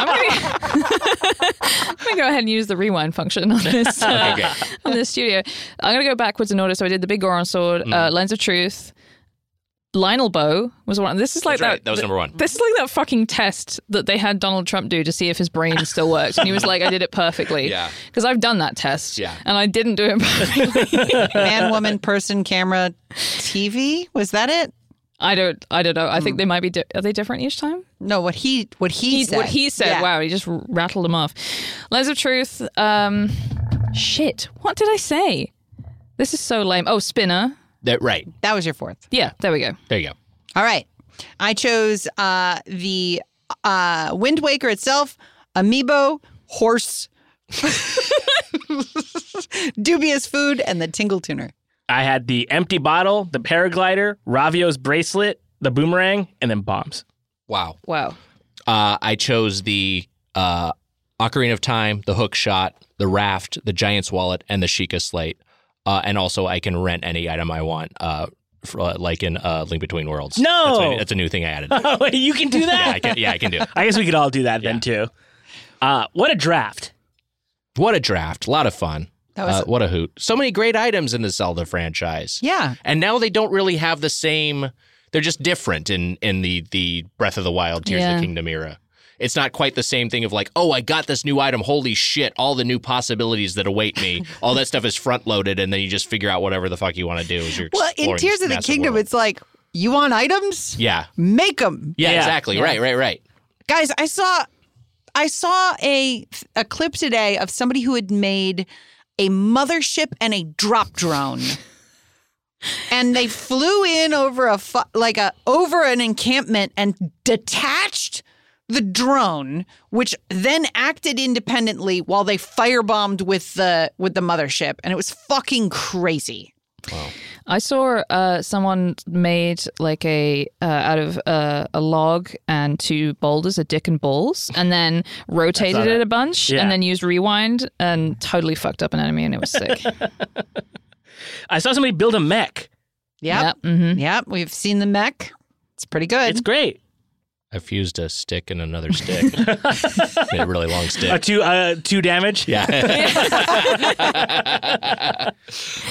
Speaker 6: gonna, <laughs> I'm gonna go ahead and use the rewind function on this uh,
Speaker 1: <laughs> Okay,
Speaker 6: on this studio. I'm gonna go backwards in order. So I did the Big Goron Sword,
Speaker 1: Mm.
Speaker 6: uh, Lens of Truth, Lionel Bow was one. This is like
Speaker 1: That's right.
Speaker 6: that.
Speaker 1: That was number one.
Speaker 6: This is like that fucking test that they had Donald Trump do to see if his brain still works, and he was like, "I did it
Speaker 1: <laughs>
Speaker 6: perfectly."
Speaker 1: Yeah.
Speaker 6: Because I've done that test.
Speaker 1: Yeah.
Speaker 6: And I didn't do it <laughs> perfectly.
Speaker 4: Man, woman, person, camera, TV. Was that it?
Speaker 6: I don't. I don't know. I
Speaker 1: Mm.
Speaker 6: think they might be. Di- are they different each time?
Speaker 4: No, what he what he,
Speaker 6: he,
Speaker 4: said.
Speaker 6: what he said.
Speaker 4: Yeah.
Speaker 6: Wow, he just r- rattled them off. Lens of truth. Um, shit. What did I say? This is so lame. Oh, spinner.
Speaker 1: that right?
Speaker 4: That was your fourth.
Speaker 6: Yeah, there we go.
Speaker 1: There you go.
Speaker 4: All right. I chose uh, the uh, Wind Waker itself, Amiibo, Horse, <laughs> Dubious Food, and the Tingle Tuner.
Speaker 2: I had the empty bottle, the paraglider, Ravio's bracelet, the boomerang, and then bombs. <laughs>
Speaker 1: Wow.
Speaker 6: Wow.
Speaker 1: Uh, I chose the uh, Ocarina of Time, the Hook Shot, the Raft, the Giant's Wallet, and the Sheikah Slate. Uh, and also, I can rent any item I want, uh, for, uh, like in uh, Link Between Worlds.
Speaker 2: No!
Speaker 1: that's a, that's a new thing I added. <laughs> yeah,
Speaker 2: Oh, you can <laughs> do that.
Speaker 1: I can, yeah, I can do it.
Speaker 2: I guess we could all do that then too. Uh, what a draft!
Speaker 1: What a draft! A lot of fun.
Speaker 4: That was-
Speaker 1: uh, what a hoot! So many great items in the Zelda franchise.
Speaker 4: Yeah.
Speaker 1: and now they don't really have the same. They're just different in in the the Breath of the Wild, Tears of
Speaker 6: Yeah.
Speaker 1: the Kingdom era. It's not quite the same thing of like, oh, I got this new item. Holy shit! All the new possibilities that await me. All that stuff is front loaded, and then you just figure out whatever the fuck you want to do. As you're
Speaker 4: Well, in
Speaker 1: exploring
Speaker 4: Tears
Speaker 1: this
Speaker 4: of the
Speaker 1: massive
Speaker 4: Kingdom,
Speaker 1: world.
Speaker 4: it's like, you want items?
Speaker 1: yeah,
Speaker 4: Make them.
Speaker 1: yeah,
Speaker 2: Yeah.
Speaker 1: exactly, right, right, right.
Speaker 4: Guys, I saw I saw a a clip today of somebody who had made a mothership and a drop drone. And they flew in over a fu- like a over an encampment and detached the drone, which then acted independently while they firebombed with the with the mothership, and it was fucking crazy.
Speaker 6: I saw uh, someone made like a uh, out of uh, a log and two boulders, a dick and balls, and then rotated it a bunch,
Speaker 2: Yeah.
Speaker 6: and then used rewind and totally fucked up an enemy, and it was sick.
Speaker 2: I saw somebody build a mech.
Speaker 4: Yep,
Speaker 6: hmm
Speaker 4: yep. We've seen the mech. It's pretty good.
Speaker 2: It's great.
Speaker 1: I fused a stick and another stick. Made a really long stick.
Speaker 2: Uh, two, uh, two damage.
Speaker 1: <laughs> Yeah. uh,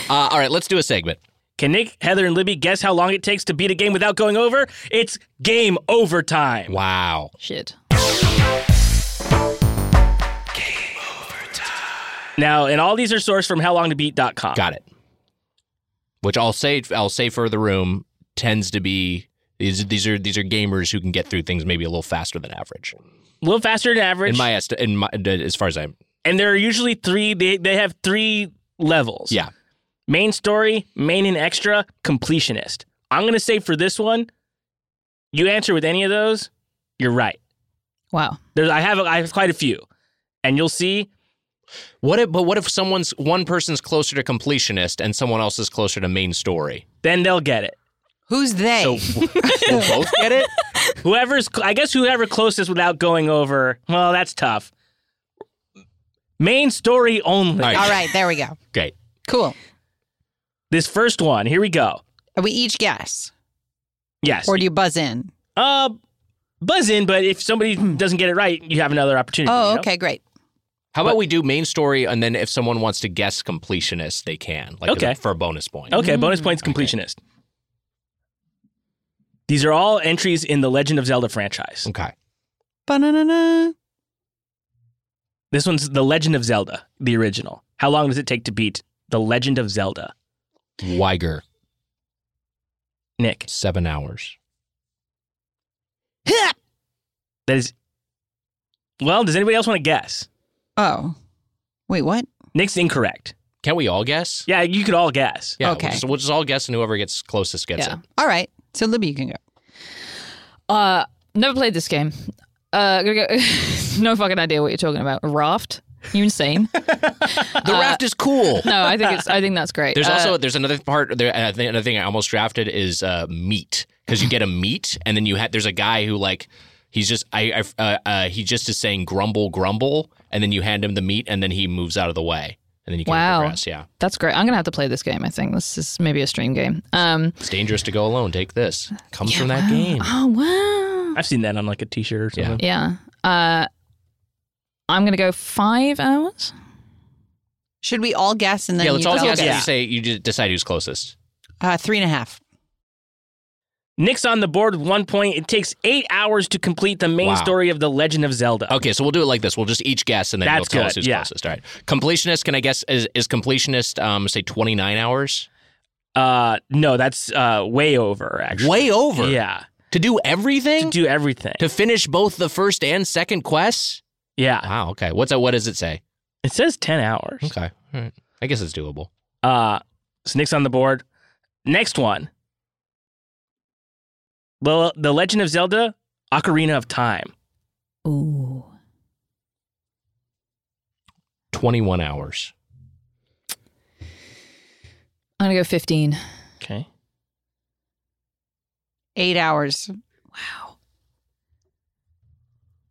Speaker 1: all right, let's do a segment.
Speaker 2: Can Nick, Heather, and Libby guess how long it takes to beat a game without going over? It's game overtime.
Speaker 1: Wow.
Speaker 6: Shit.
Speaker 2: Now, and all these are sourced from howlongtobeat.com.
Speaker 1: Got it. Which I'll say I'll say for the room tends to be these these are these are gamers who can get through things maybe a little faster than average.
Speaker 2: A little faster than average.
Speaker 1: In my est- in my as far as I'm
Speaker 2: and there are usually three. They they have three levels.
Speaker 1: yeah
Speaker 2: Main story, main and extra, completionist. I'm gonna say for this one, you answer with any of those, you're right.
Speaker 6: Wow.
Speaker 2: There's I have I have quite a few, and you'll see.
Speaker 1: what if but what if someone's one person's closer to completionist and someone else is closer to main story
Speaker 2: Then they'll get it.
Speaker 4: Who's they?
Speaker 1: so <laughs> we'll both get it
Speaker 2: Whoever's I guess whoever closest without going over. Well, that's tough. Main story only.
Speaker 1: All right.
Speaker 4: All right, there we go.
Speaker 1: great
Speaker 4: Cool.
Speaker 2: This first one. Here we go.
Speaker 4: We each guess,
Speaker 2: Yes.
Speaker 4: or do you buzz in?
Speaker 2: uh, buzz in. But if
Speaker 4: <clears throat>
Speaker 2: somebody doesn't get it right, you have another opportunity. you
Speaker 4: Oh,
Speaker 2: know?
Speaker 4: okay, great.
Speaker 1: how about we do main story and then if someone wants to guess completionist they can like
Speaker 2: Okay.
Speaker 1: for a bonus point
Speaker 2: Okay, bonus points
Speaker 1: Okay.
Speaker 2: completionist. These are all entries in the Legend of Zelda franchise.
Speaker 1: okay
Speaker 4: Ba-na-na-na.
Speaker 2: This one's the Legend of Zelda, the original. How long does it take to beat the Legend of Zelda?
Speaker 1: Weiger
Speaker 2: Nick,
Speaker 1: seven hours
Speaker 4: Huh!
Speaker 2: that is. Well, does anybody else want to guess?
Speaker 4: Oh, wait, what?
Speaker 2: Nick's incorrect.
Speaker 1: can we all guess
Speaker 2: Yeah, you could all guess.
Speaker 1: yeah
Speaker 4: Okay.
Speaker 1: we'll just, we'll just all guess and whoever gets closest gets
Speaker 6: Yeah.
Speaker 1: it
Speaker 4: All right, so Libby, you can go.
Speaker 6: <laughs> Uh, never played this game. Uh, gonna go. no fucking idea what you're talking about. A raft. You insane?
Speaker 1: <laughs>
Speaker 6: Uh,
Speaker 1: The raft is
Speaker 6: <laughs>
Speaker 1: cool.
Speaker 6: no, I think it's. I think that's great.
Speaker 1: There's
Speaker 6: Uh,
Speaker 1: also there's another part. There, and I think another thing I almost drafted is uh, meat because you get a meat, and then you have there's a guy who like he's just I, I uh, uh, he just is saying grumble grumble, and then you hand him the meat, and then he moves out of the way, and then you can
Speaker 6: Wow.
Speaker 1: progress. Yeah,
Speaker 6: that's great. I'm gonna have to play this game. I think this is maybe a stream game. Um,
Speaker 1: it's dangerous to go alone. Take this. Comes from that game.
Speaker 6: oh wow.
Speaker 2: I've seen that on like a T-shirt or something.
Speaker 6: Yeah. Uh, I'm gonna go five hours.
Speaker 4: Should we all guess and then
Speaker 1: yeah, let's
Speaker 4: you
Speaker 1: all
Speaker 4: tell
Speaker 1: guess.
Speaker 4: us?
Speaker 1: and You say you just decide who's closest.
Speaker 4: Uh, three and a half.
Speaker 2: Nick's on the board with one point. It takes eight hours to complete the main
Speaker 1: Wow.
Speaker 2: story of The Legend of Zelda.
Speaker 1: Okay, so we'll do it like this. We'll just each guess, and then
Speaker 2: That's
Speaker 1: you'll tell us
Speaker 2: good,
Speaker 1: who's
Speaker 2: yeah.
Speaker 1: closest. All right. Completionist. Can I guess is, is completionist? Um, say twenty nine hours.
Speaker 2: Uh, no, that's uh, way over, actually.
Speaker 1: Way over.
Speaker 2: Yeah.
Speaker 1: To do everything.
Speaker 2: To do everything.
Speaker 1: to finish both the first and second quests.
Speaker 2: yeah.
Speaker 1: Wow. Okay. What's that? What does it say?
Speaker 2: It says 10 hours.
Speaker 1: Okay. All right. I guess it's doable.
Speaker 2: Uh, so Nick's on the board. Next one. The, the Legend of Zelda, Ocarina of Time.
Speaker 6: Ooh.
Speaker 1: Twenty-one hours.
Speaker 6: I'm gonna go 15.
Speaker 2: Okay.
Speaker 4: Eight hours.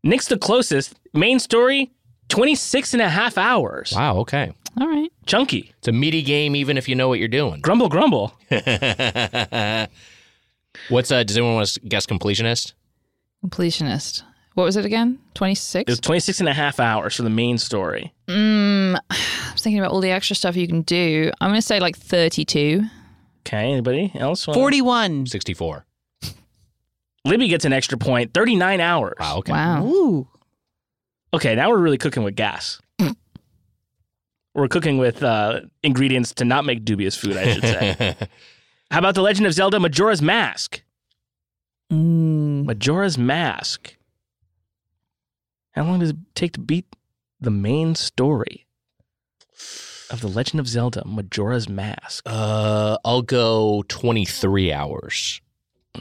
Speaker 2: Nick's the closest. Main story, 26 and a half hours.
Speaker 1: Wow. Okay.
Speaker 6: All right.
Speaker 2: Chunky.
Speaker 1: It's a meaty game, even if you know what you're doing.
Speaker 2: Grumble, grumble.
Speaker 1: <laughs> What's uh? Does anyone want to guess completionist?
Speaker 6: Completionist. What was it again?
Speaker 2: It was
Speaker 6: 26?
Speaker 2: 26 and a half hours for the main story.
Speaker 6: Mm, <sighs> I was thinking about all the extra stuff you can do. I'm going to say like 32.
Speaker 2: Okay. Anybody else? wanna-
Speaker 4: Forty-one.
Speaker 1: Sixty-four.
Speaker 2: Libby gets an extra point, 39 hours.
Speaker 1: Wow. <laughs> Okay.
Speaker 6: Wow.
Speaker 4: Ooh.
Speaker 2: Okay, now we're really cooking with gas. we're cooking with uh, ingredients to not make dubious food, I should say.
Speaker 1: <laughs>
Speaker 2: How about The Legend of Zelda Majora's Mask?
Speaker 6: Mm,
Speaker 2: Majora's Mask. How long does it take to beat the main story of The Legend of Zelda Majora's Mask?
Speaker 1: uh, I'll go twenty-three hours.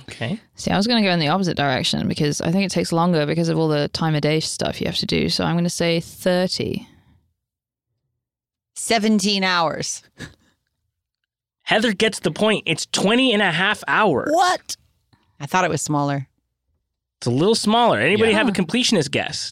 Speaker 2: Okay.
Speaker 6: see, I was going to go in the opposite direction because I think it takes longer because of all the time of day stuff you have to do. So I'm going to say 30.
Speaker 4: Seventeen hours.
Speaker 2: Heather gets the point. It's 20 and a half hours.
Speaker 4: What? I thought it was smaller.
Speaker 2: It's a little smaller. Anybody
Speaker 6: Yeah.
Speaker 2: have a completionist guess?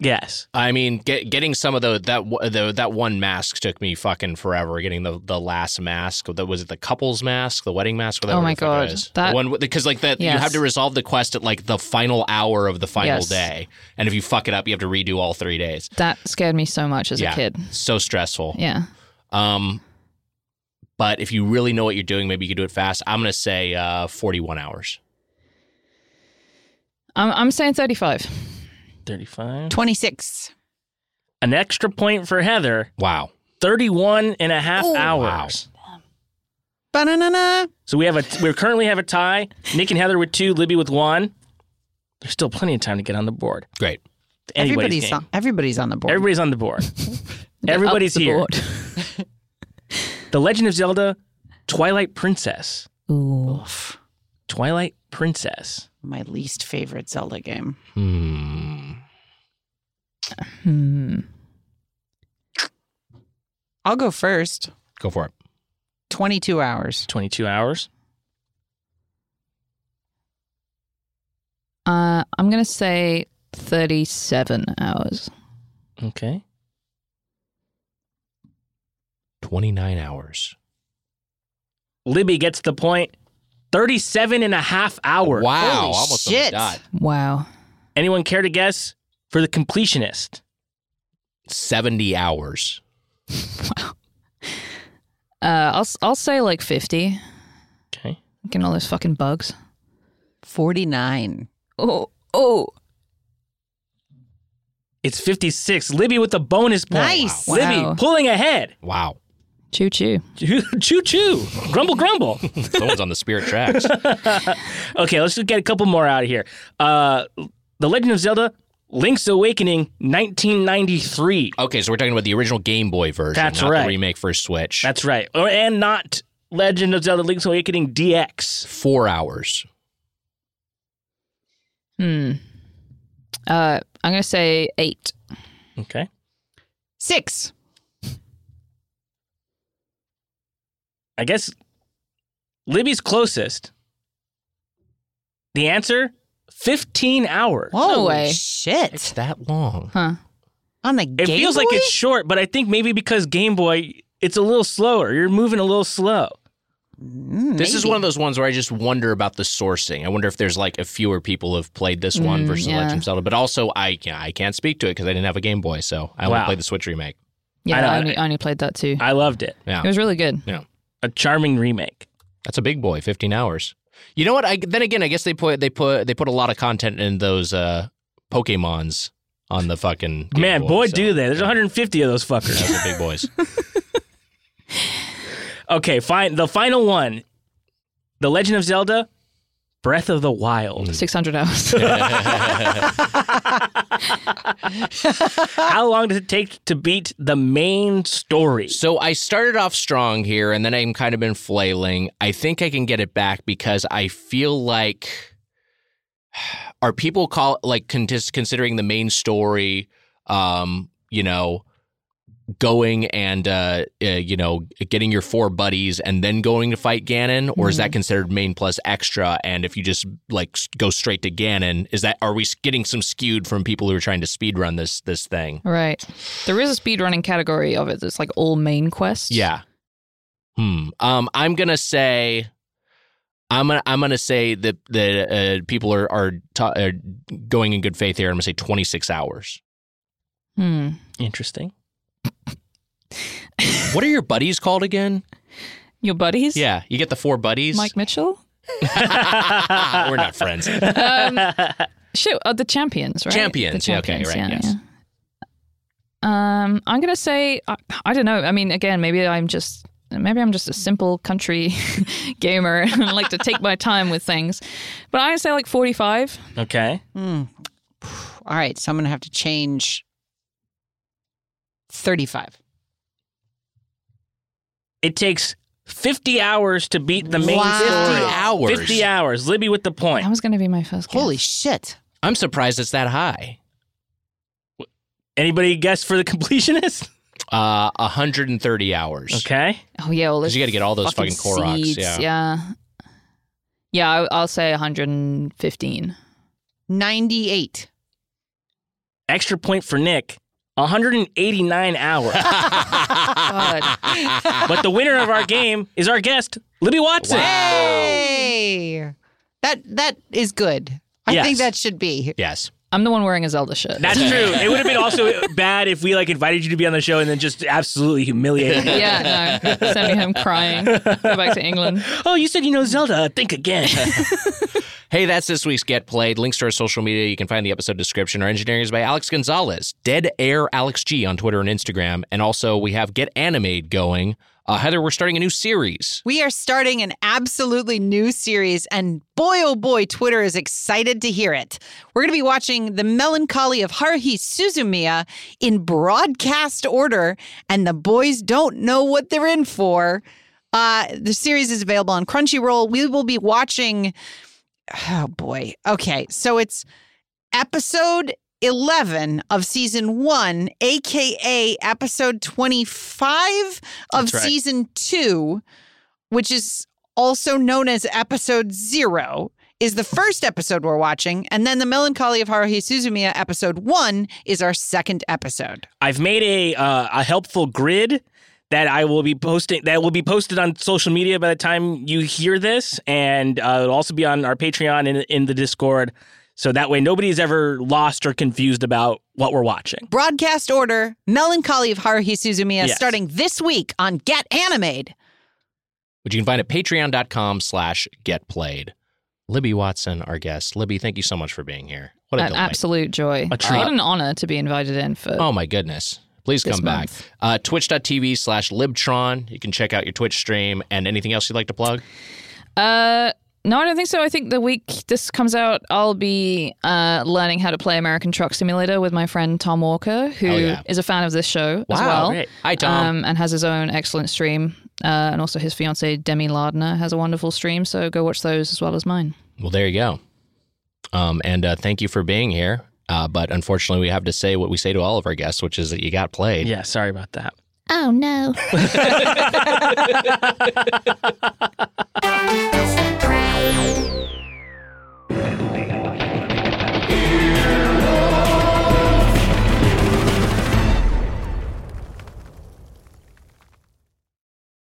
Speaker 2: Guess.
Speaker 1: I mean, get, getting some of the that w- the, that one mask took me fucking forever. Getting the, the last mask, that was it the couple's mask, the wedding mask. whatever
Speaker 6: Oh my
Speaker 1: the fuck
Speaker 6: God,
Speaker 1: it is.
Speaker 6: that-
Speaker 1: The one because like that you
Speaker 6: Yes.
Speaker 1: have to resolve the quest at like the final hour of the final
Speaker 6: Yes.
Speaker 1: day, and if you fuck it up, you have to redo all three days.
Speaker 6: That scared me so much as
Speaker 1: Yeah.
Speaker 6: a kid.
Speaker 1: So stressful.
Speaker 6: Yeah.
Speaker 1: Um, but if you really know what you're doing, maybe you could do it fast. I'm gonna say uh, 41 hours.
Speaker 6: I'm, I'm saying 35.
Speaker 2: 35.
Speaker 4: Twenty-six.
Speaker 2: An extra point for Heather.
Speaker 1: Wow.
Speaker 2: 31 and a half
Speaker 4: Ooh.
Speaker 2: hours.
Speaker 4: Banana.
Speaker 2: So we have a we currently have a tie. Nick and Heather with two, Libby with one. There's still plenty of time to get on the board.
Speaker 1: Great.
Speaker 2: Anybody's
Speaker 4: everybody's
Speaker 2: game.
Speaker 4: on, everybody's on the board.
Speaker 2: Everybody's on the <laughs> board.
Speaker 6: Get up
Speaker 2: Everybody's
Speaker 6: the
Speaker 2: here. <laughs>
Speaker 6: board.
Speaker 2: The Legend of Zelda Twilight Princess.
Speaker 6: Ooh.
Speaker 4: Oof.
Speaker 2: Twilight Princess.
Speaker 4: My least favorite Zelda game.
Speaker 1: Hmm.
Speaker 6: Hmm.
Speaker 4: I'll go first.
Speaker 1: Go for it.
Speaker 4: Twenty-two hours.
Speaker 2: 22 hours.
Speaker 6: Uh, I'm going to say 37 hours.
Speaker 2: Okay.
Speaker 1: 29 hours.
Speaker 2: Libby gets the point. 37 and a half hours.
Speaker 1: Wow.
Speaker 4: Holy
Speaker 1: almost
Speaker 4: shit.
Speaker 1: died.
Speaker 6: Wow.
Speaker 2: Anyone care to guess for the completionist?
Speaker 1: 70 hours.
Speaker 6: Uh, I'll s- I'll say like 50.
Speaker 2: Okay.
Speaker 6: Getting all those fucking bugs.
Speaker 4: Forty-nine.
Speaker 6: Oh, oh.
Speaker 2: It's 56. Libby with the bonus point.
Speaker 4: Nice.
Speaker 2: Libby
Speaker 6: Wow.
Speaker 2: pulling ahead. <laughs>
Speaker 1: Wow.
Speaker 6: Choo choo.
Speaker 2: Choo choo. Grumble, grumble.
Speaker 1: Someone's on the spirit tracks.
Speaker 2: <laughs> okay, let's just get a couple more out of here. Uh, the Legend of Zelda: Link's Awakening, 1993.
Speaker 1: Okay, so we're talking about the original Game Boy version,
Speaker 2: That's
Speaker 1: not
Speaker 2: right.
Speaker 1: the remake for Switch.
Speaker 2: That's right, or and not Legend of Zelda: Link's Awakening DX.
Speaker 1: four hours.
Speaker 6: Hmm. Uh, I'm going to say eight.
Speaker 2: Okay,
Speaker 4: Six.
Speaker 2: I guess Libby's closest. The answer 15 hours.
Speaker 4: Holy
Speaker 6: way.
Speaker 1: It's
Speaker 4: shit.
Speaker 1: that long.
Speaker 6: Huh.
Speaker 4: On the
Speaker 2: It
Speaker 4: Game
Speaker 2: feels
Speaker 4: Boy?
Speaker 2: like it's short, but I think maybe because Game Boy, it's a little slower. You're moving a little slow.
Speaker 4: Mm,
Speaker 1: This is
Speaker 4: maybe.
Speaker 1: one of those ones where I just wonder about the sourcing. I wonder if there's like a fewer people have played this one
Speaker 6: Mm,
Speaker 1: versus
Speaker 6: yeah.
Speaker 1: Legend of Zelda. But also, I yeah, I can't speak to it because I didn't have a Game Boy, so I only
Speaker 2: Wow.
Speaker 1: played the Switch remake.
Speaker 6: Yeah,
Speaker 2: I know.
Speaker 6: I, only, I only played that too.
Speaker 2: I loved it.
Speaker 6: it was really good.
Speaker 2: A charming remake.
Speaker 1: That's a big boy, 15 hours. You know what? I, then again, I guess they put they put they put a lot of content in those uh, Pokemons on the fucking Game
Speaker 2: Man,
Speaker 1: Boy,
Speaker 2: boy,
Speaker 1: so-
Speaker 2: do they. There's
Speaker 1: yeah.
Speaker 2: 150 of those fuckers.
Speaker 1: Those are big boys. <laughs>
Speaker 2: Okay, fine. The final one The Legend of Zelda, Breath of the Wild. <laughs>
Speaker 6: 600 hours.
Speaker 2: How long does it take to beat the main story?
Speaker 1: So I started off strong here, and then I'm kind of been flailing. I think I can get it back because I feel like <sighs> are people call like con- considering the main story, um, you know, going and uh, uh, you know getting your four buddies and then going to fight Ganon, or is that considered main plus extra? And if you just like s- go straight to Ganon, is that are we s- getting some skewed from people who are trying to speed run this this thing?
Speaker 6: Right. There is a speedrunning category of it that's like all main quests.
Speaker 1: Yeah. Hmm. Um. I'm gonna say. I'm gonna I'm gonna say that the uh, people are are, ta- are going in good faith here. I'm gonna say 26 hours.
Speaker 6: Hmm.
Speaker 2: Interesting.
Speaker 1: What are your buddies called again?
Speaker 6: Your buddies?
Speaker 1: Yeah, you get the four buddies. <laughs>
Speaker 6: Mike Mitchell?
Speaker 1: We're not friends.
Speaker 6: Um, shit, uh, the champions, right?
Speaker 1: Champions,
Speaker 6: The
Speaker 1: yeah, okay, right, yes.
Speaker 6: yeah. Um, I'm gonna say I, I don't know. I mean, again, maybe I'm just maybe I'm just a simple country <laughs> gamer <laughs> and I like to take my time with things, but I say like 45.
Speaker 2: Okay.
Speaker 4: Mm. All right, so I'm going to have to change 35.
Speaker 2: It takes 50 hours to beat the main
Speaker 4: Wow.
Speaker 1: 50
Speaker 2: story.
Speaker 1: hours.
Speaker 2: 50 hours. Libby with the point.
Speaker 6: That was gonna be my first. guess.
Speaker 4: Holy shit.
Speaker 1: I'm surprised it's that high.
Speaker 2: Anybody guess for the <laughs> completionist?
Speaker 1: Uh, 130 hours. <laughs>
Speaker 2: Okay. <laughs>
Speaker 6: Oh yeah, all
Speaker 1: 'Cause you
Speaker 6: those
Speaker 1: gotta get all those fucking Koroks,
Speaker 6: seeds,
Speaker 1: yeah.
Speaker 6: yeah. Yeah, I, I'll
Speaker 1: <laughs>
Speaker 6: say 115.
Speaker 4: 98.
Speaker 2: Extra point for Nick. 189 hours. but the winner of our game is our guest, Libby Watson.
Speaker 4: Hey. That that is good. I
Speaker 2: Yes.
Speaker 4: think that should be.
Speaker 1: Yes.
Speaker 6: I'm the one wearing a Zelda shirt.
Speaker 2: That's true. It would have been also bad if we like invited you to be on the show and then just absolutely humiliated you.
Speaker 6: <laughs> yeah, no. Send me home crying. Go back to England.
Speaker 2: <laughs> Oh, you said you know Zelda.
Speaker 1: <laughs>
Speaker 2: Think again.
Speaker 1: Hey, that's this week's Get Played. Links to our social media. You can find the episode description. Our engineering is by Alex Gonzalez, Dead Air Alex G on Twitter and Instagram. And also, we have Get Animated going. Uh, Heather, we're starting a new series.
Speaker 4: We are starting an absolutely new series, and boy, oh boy, Twitter is excited to hear it. We're going to be watching The Melancholy of Haruhi Suzumiya in broadcast order, and the boys don't know what they're in for. Uh, the series is available on Crunchyroll. We will be watching. Oh boy. Okay. So it's episode 11 of season one, AKA episode 25 of
Speaker 2: That's right.
Speaker 4: season two, which is also known as episode zero, is the first episode we're watching. And then the Melancholy of Haruhi Suzumiya episode one is our second episode.
Speaker 2: I've made a uh, a helpful grid that I will be posting that will be posted on social media by the time you hear this, and uh, it'll also be on our Patreon and in the Discord. So that way, nobody's ever lost or confused about what we're watching.
Speaker 4: Broadcast order Melancholy of Haruhi Suzumiya
Speaker 2: Yes.
Speaker 4: starting this week on Get Animated.
Speaker 1: which you can find at patreon.com slash get played. Libby Watson, our guest. Libby, thank you so much for being here. <laughs> What a
Speaker 6: An
Speaker 1: delight.
Speaker 6: Uh, absolute joy.
Speaker 2: A treat.
Speaker 6: What an honor to be invited in for.
Speaker 1: Oh my goodness. Please
Speaker 6: This
Speaker 1: come
Speaker 6: month.
Speaker 1: back. Uh, Twitch.tv slash Libtron. You can check out your Twitch stream and anything else you'd like to plug.
Speaker 6: Uh, no, I don't think so. I think the week this comes out, I'll be uh, learning how to play American Truck Simulator with my friend Tom Walker, who
Speaker 1: Oh,
Speaker 6: is
Speaker 1: yeah.
Speaker 6: a fan of this show as
Speaker 1: Wow,
Speaker 6: well.
Speaker 2: great.
Speaker 1: Hi, Tom.
Speaker 6: Um, and has his own excellent stream. Uh, and also his fiancee, Demi Lardner, has a wonderful stream. So go watch those as well as mine.
Speaker 1: Well, there you go. Um, and uh, thank you for being here. Uh, but unfortunately, we have to say what we say to all of our guests, which is that you got played.
Speaker 2: Yeah, sorry about that.
Speaker 7: Oh no.